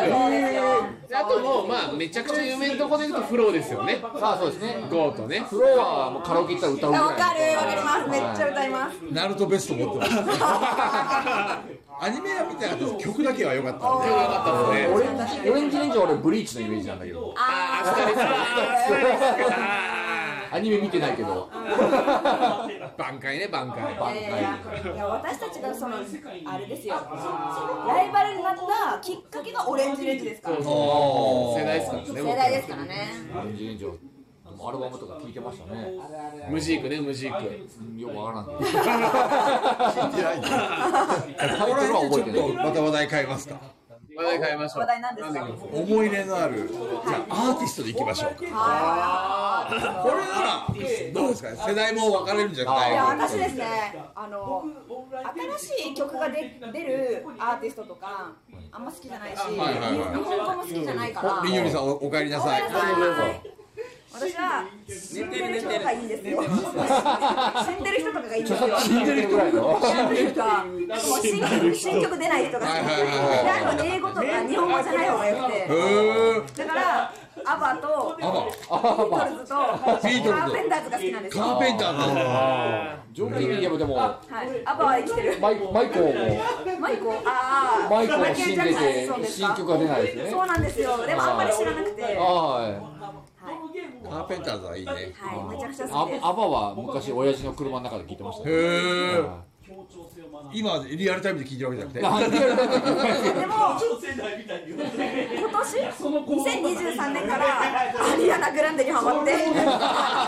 C: あともうまあめちゃくちゃ有名なとこで言うとフローですよね
D: さあそうですね
C: ゴーとね
D: フロアはもうカラオケ行ったら歌うぐらい
B: わかる、わかります。めっちゃ歌います。
A: ナルトベスト持ってます。アニメは見てなかったです曲だけは良かったんで。
C: よかったですね
D: オレンジオレンジレンジは俺ブリーチのイメージなんだけど
B: あ
C: あ疲れた
D: アニメ見てないけど
C: 挽回ね挽回
B: いやいやいや私たちがそのあれですよライバルになったきっかけがオレンジレンジですから
C: 世代です からね
B: 世代ですからね
D: オレンジレンジはでもアルバムとか聴いてましたね
C: 僕ムジークねムジーク
D: うんよくわからんけど
A: ここら辺でちょっとまた話題変えますか。
C: 話題変えましょう
B: 話題なんですか
A: 思い入れのある、じゃあアーティストでいきましょうか。
B: は
A: これなら、どうですかね。世代も分かれるんじゃない
B: いいや
A: かな
B: 私ですねあの新しい曲が出出るアーティストとかあんま好きじゃないし日
A: いはいはい
B: 本語も好きじゃないから
A: おりんゆりさん、おお帰りなさい。
B: 私は死んでる人とかいいんですよ。死んでる人とかがいいんですよ。
D: 死んでるぐらいの
B: 死んでる人はもう新新曲出ない人が好き
A: はいはいはいはい
B: であと英語とか日本語じゃない方がよくて
A: へー。
B: だからアバとビ
A: アバ。
B: ートルズとカ
A: ビートルズ
B: ーペンターズが好きなんです
A: カー
B: よ
A: ペンターズだ。
D: ジョン・ウィリアムでも
B: はい、アバは生きてる
D: マイマイコーも
B: マイコああ
D: マイコー死んで
B: ないそう
D: て
B: です
D: 新
B: か
D: 曲が出ないですね
B: そうなんですよでもあんまり知らなくてはい
D: は
A: カーペンターズはいいね。
B: はいめちゃくちゃ
D: い
B: 好きです
D: アアバは昔親父の車の中で聴いてました
A: へ
D: ね
A: ー。今、リアルタイムで聞いてるわけじゃなくて。
D: あリアルな
B: でも今年2023年からアリアナ・グランデにハマって「来とるわ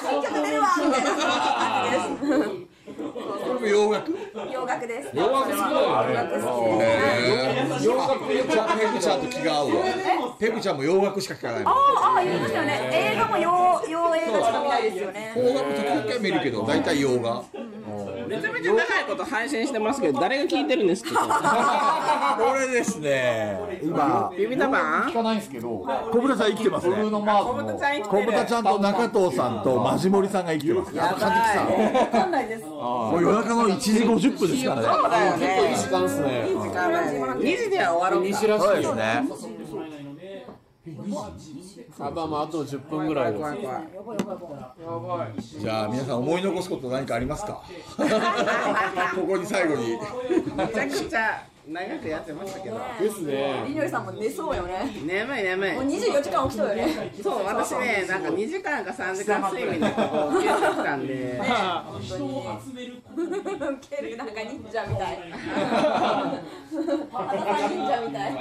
B: 新曲出るわ」みたいな感じ
A: これも洋楽
B: です洋楽です洋楽好き洋楽好きです
A: へー。洋楽ペグちゃん、ペグちゃんと気が合うわ。ペグちゃんも洋楽しか聞かないもん。
B: ああ言いましたよね映画も洋洋映画しか見ないですよね
A: 邦画も時々見るけど、大体洋画。
C: めちゃめちゃ長いこと配信してますけど誰が聞いてるんですか
A: これですね。
F: 今、
C: ビビタバン
D: 聞かないんですけど
A: 小村さん生きてます
D: ブルー
A: ね。
D: ノ・マーズの
A: 小村ちゃんと中藤さんとマジモリさんが生きてます。あと神木さん。
B: わかんないです
A: もう夜中の1時50分ですからね。
D: いい時間ですね
C: 2時では終わろう
D: 西らしいよ
A: ね。
D: あまあまああと10分ぐらいです
A: じゃあ皆さん思い残すこと何かあります かここに最後に。
C: めちゃくちゃ長くやってましたけど
D: ですね
B: りのりさんも寝そうよね
C: 眠い眠い
B: もう24時間起きそうよね
C: そう私ねなんか2時間か3時間睡眠でこう休憩した んで
B: 受けるなんか忍者みたい。あたさん忍者み たい。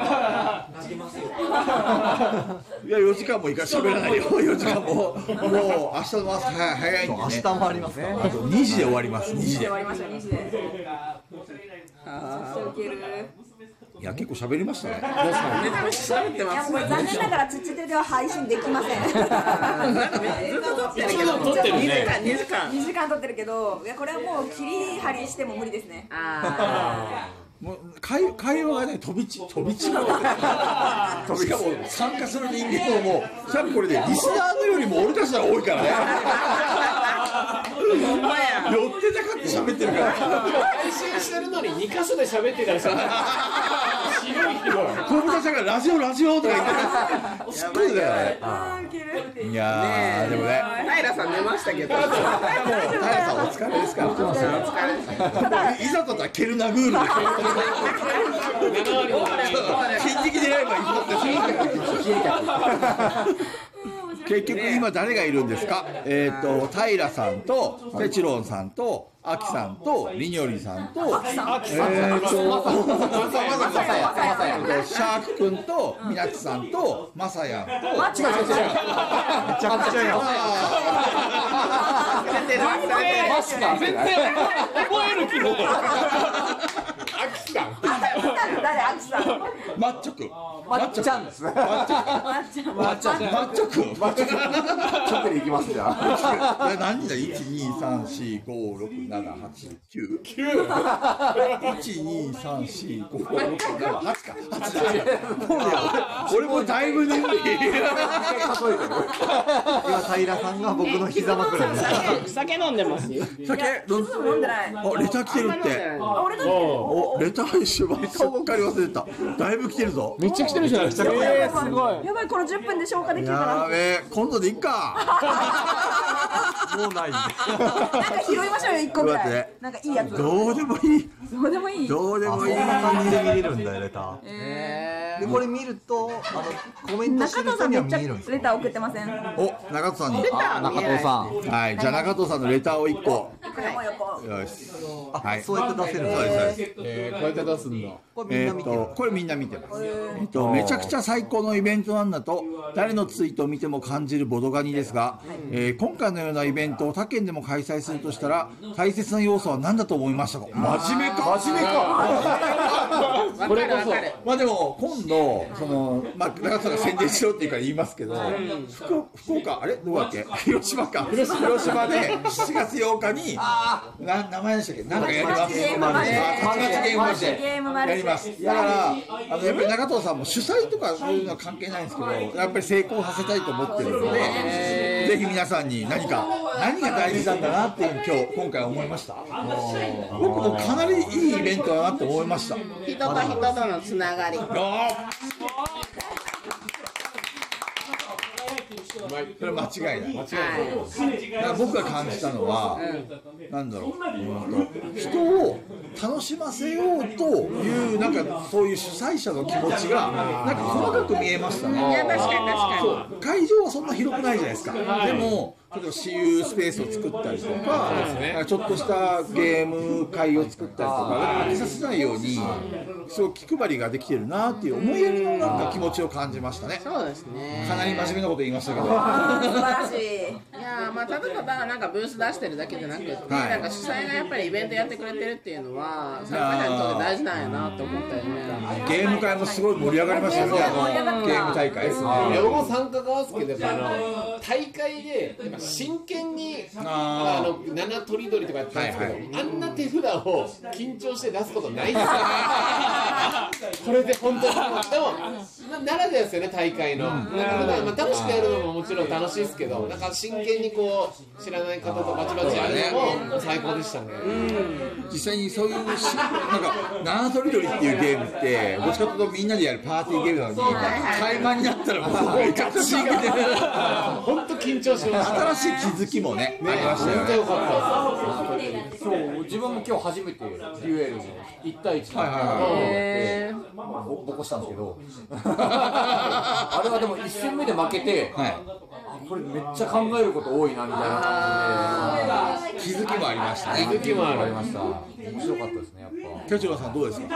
A: いや4時間もいかしゃべらないよ。4時間ももう明日の朝早い早いんでね。明日もあり ますね。あと2時で終わります。2時で
B: 終。わりました二時で。受ける。
A: いや結構喋りましたね。
C: めちゃめちゃ喋って
B: い
C: ま
B: や
C: す
B: もう残念ながらちちてでは配信できません。
C: 2時間2時間
B: 二時間撮ってるけど、いやこれはもう切り張りしても無理ですね。
C: あ
A: もう会会話がね飛びち飛び散る。しかも参加する人間ももう多分これねリスナーのよりも俺たちが多いからね。
C: ーほんまや
A: 寄ってたかって喋ってるから。
K: 配信してるのに2箇所で喋ってたらさ広い広い
A: 小村さんがラジオラジオとか言ってすっごいだよ
B: あー受ける。
A: ね。いやーでもね。
C: 平さん寝ましたけど
A: もう平さんお疲れですから。いざとたらケルナグールで。筋肉でやればいいぞって。 結局今誰がいるんですか。えっ、と平さんとテチロンさんとアキさんとリニョリさんとえっ、と
D: まさやまさや
A: シャーク君とミナキさんとマサヤンと。
B: マジ
D: 違う違う違う
F: めちゃくちゃや。
D: マスカー
K: 全然覚える気も
B: あきさん誰あきさん。
A: マッチョくん
E: まっちゃんですね。
A: マッチョくんマッチョくんマッチョくん
E: 直でいきますじゃあ。
A: え何だ1 2 3 4 5 6 7 8 9 1 2 3 4 5 6 7 8か8もうね俺俺もだいぶ眠い
F: 今平さんが僕の膝枕です
C: 酒 酒飲んでますよ
A: 酒飲んで
B: 飲んでない。
A: あレター来てるって
B: あ、俺だって。
A: おレター一緒毎回おかり忘れてただいぶ来てるぞ
P: めっちゃ来てるじゃないですか。
B: やばいやばい、この10分で消化できるか
A: やーべえ今度でいっか
F: もうない
B: な。
F: んで
B: なんか拾いましょうよ、1個ぐ
A: 待
B: ら
A: っ
B: い
A: て。
B: なんかいいやつ。ど
A: どうでもいいう
B: でもいい。
A: どうで
F: こ
A: も
F: ん
A: いい
F: な感じで見れるんだよレター
B: え
F: でこれ見るとあのコメントして
B: 中
F: る
B: 藤
F: 人
B: さん
F: に
B: め
F: は
B: っ
F: 見
B: ちゃ
F: えるんです
B: レター送ってません。こ
A: お中藤さんに
E: 中藤さん。
A: はいじゃあ中藤さんのレターを1個
B: れもよこう。
A: よしはい
F: そうやって出せるん
A: そうですそう
F: だ
A: です
E: えー、こうやって出すんだ。
F: これみん
A: えー、
F: な見てる
A: とこれみんな見てます、えー、とめちゃくちゃ最高のイベントなんだと誰のツイートを見ても感じるボドガニですが、えー今回のようなイベントを他県でも開催するとしたら大切な要素は何だと思いましたか真面目か真面目か
C: わかるわかる
A: まあでも今度そのまあ中田さんが宣伝しろっていうから言いますけど、福福岡あれどこだっけ広島か広島で7月8日にな名前でしたっけなんかやります
B: ゲームマルシェ
A: マルシェゲームマルシェ
B: ゲームマル
A: や
B: シ
A: り
B: ェ
A: ますだからあのやっぱり中藤さんも主催とかそういうのは関係ないんですけどやっぱり成功させたいと思ってるのでぜひ皆さんに何か何が大事なんだなっていうのを今日今回思いました僕もかなりいいイベントだなと思いました
C: 人と人とのつながり
A: あーそれは間違いない間違いないだから僕が感じたのは、なんだろう、うんと人を楽しませようというなんかそういう主催者の気持ちがなんか細かく見えましたね
C: いや確かに確かに
A: 会場はそんな広くないじゃないですか、でも例えば私有スペースを作ったりとか,、ちょっとしたゲーム会を作ったりとか飽きさせないようにすごい気配りができてるなっていう思いやりのなんか気持ちを感じましたね
C: そうですね
A: かなり真面目なこと言いましたけど
B: あー素晴らしい。
C: いやーまあただただなんかブース出してるだけじゃなくて、なんか主催がやっぱりイベントやってくれてるっていうのは参加者にとって大事なんやなと思ったよね
A: ゲーム会もすごい盛り上がりましたよねあのゲーム大会
D: いや、俺も参加が合わすけど、やっぱあの、大会で、やっぱ真剣に、あの、七とりどりとかやってたんですけど、
A: はい
D: あんな手札を緊張して出すことな いですよ。これで本当にもう、でも、ならではですよね、大会の。だから、まあ、楽しくやるのももちろん楽しいですけど、なんか真剣にこう、知らない方とバチバチやるのも最高でしたね。
A: 実際にそういうしなんか七とりどりっていうゲームってどっちかというとみんなでやるパーティーゲームなのに会話になったらもうめちゃくちゃ真剣で
D: 本当緊張しました。
A: 新しい気づきもねありましたよ
D: 本当
A: ね
D: 良かったです。
E: そう、自分も今日初めてデュエルに1対1
A: はいはいはい
E: でボボコしたんですけど、 あれはでも1戦目で負けて、
A: は
E: あこれめっちゃ考えること多いなみたいな感
A: い気づきもありましたね
E: じで、気づきもありました。面白かったですね、やっぱ。
A: 巨次郎さんどうですか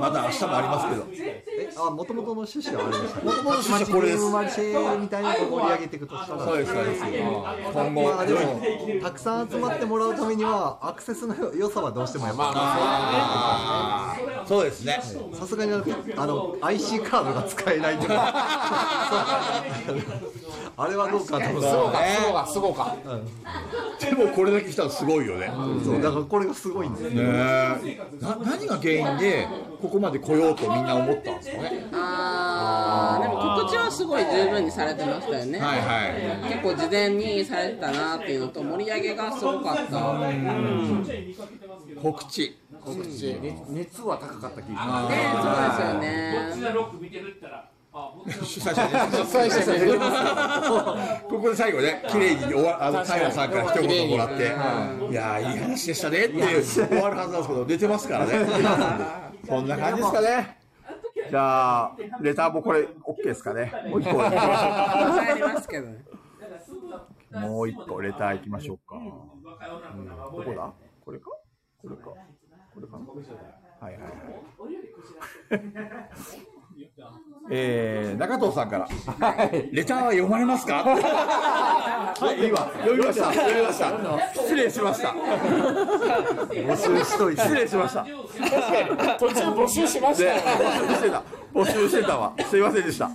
A: まだ明日もありますけど
F: えあ元々の趣旨がありましたもと
A: 々の趣旨はこれです
F: マシェみたいなのを盛り上げていくとしたら
A: そうですそうです今後
F: まあでもたくさん集まってもらうためにはアクセスの良さはどうしてもやっぱ
A: あーそうですね
F: さすがにあの IC カードが使えないとか あれはどうかと思って
A: そうね
E: あ、すごか。
A: でもこれだけ来たらすごいよね
F: そうだからこれがすごいんですよ
A: ねえな何が原因でここまで来ようとみんな思ったんですかね
C: あーでも告知はすごい十分にされてましたよね、
A: はいはい
C: 結構事前にされてたなっていうのと盛り上げがすごかったね
A: 告知
E: 告知熱熱は高かった気
C: そ
E: が
C: う
E: し
C: ですよね
A: 主催者ねここで最後ね綺麗に終わあの平さんから一言もらっていやーいい話でしたねっていう終わるはずなんですけど出てますからねこんな感じですかねじゃあレターもこれ OK ですか ねもう一個行きましょうか
C: 帰りますけどね
A: もう一個レター行きましょうか。どこだこれかこれかこれかなはいはいはい。 えー、中藤さんから、レターは読まれますか はい、今、読みました、読みました、失礼しま した、
F: 募集しといて。
A: 失礼しました、
D: 途中募集しましたよ
A: 募集してた、募集してたわ、すいませんでした、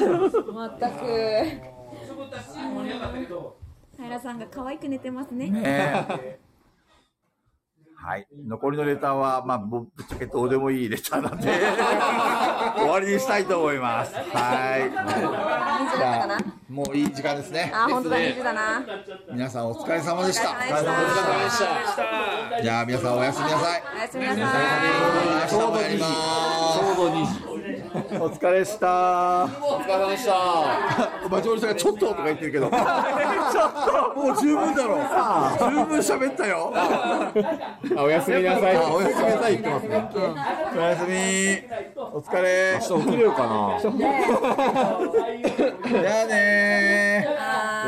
G: 全く。平さんが可愛く寝てますね。
A: ねえはい、残りのレターは、まあ、ぶぶっちゃけどうでもいいレター なんで、終わりにしたいと思います。はい。じゃあ、もういい時間ですね。
B: あ、本当だ、虹だな。
A: 皆さんお疲れ様でし
B: お
A: た。
B: 疲れ様でした。
A: じゃあ、皆さんおやすみなさい。
B: おやすみなさい。
A: 明日もやります。
J: お疲れした
D: お疲れ様でした
A: バチボリさんがちょっととか言ってるけど、 ちょっともう十分だろう。十分喋ったよ。
D: あおやすみなさい
A: おやすみなさい言ってますね。おやすみ。お疲れ。明日起きれるか な。じゃあね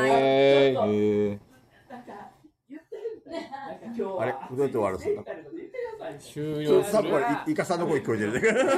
D: えー
A: ー。あれ、どうやって終わるんですか。
D: 終
A: ちょ
D: 了
A: っと多分これイイカさんの声聞こえてるね。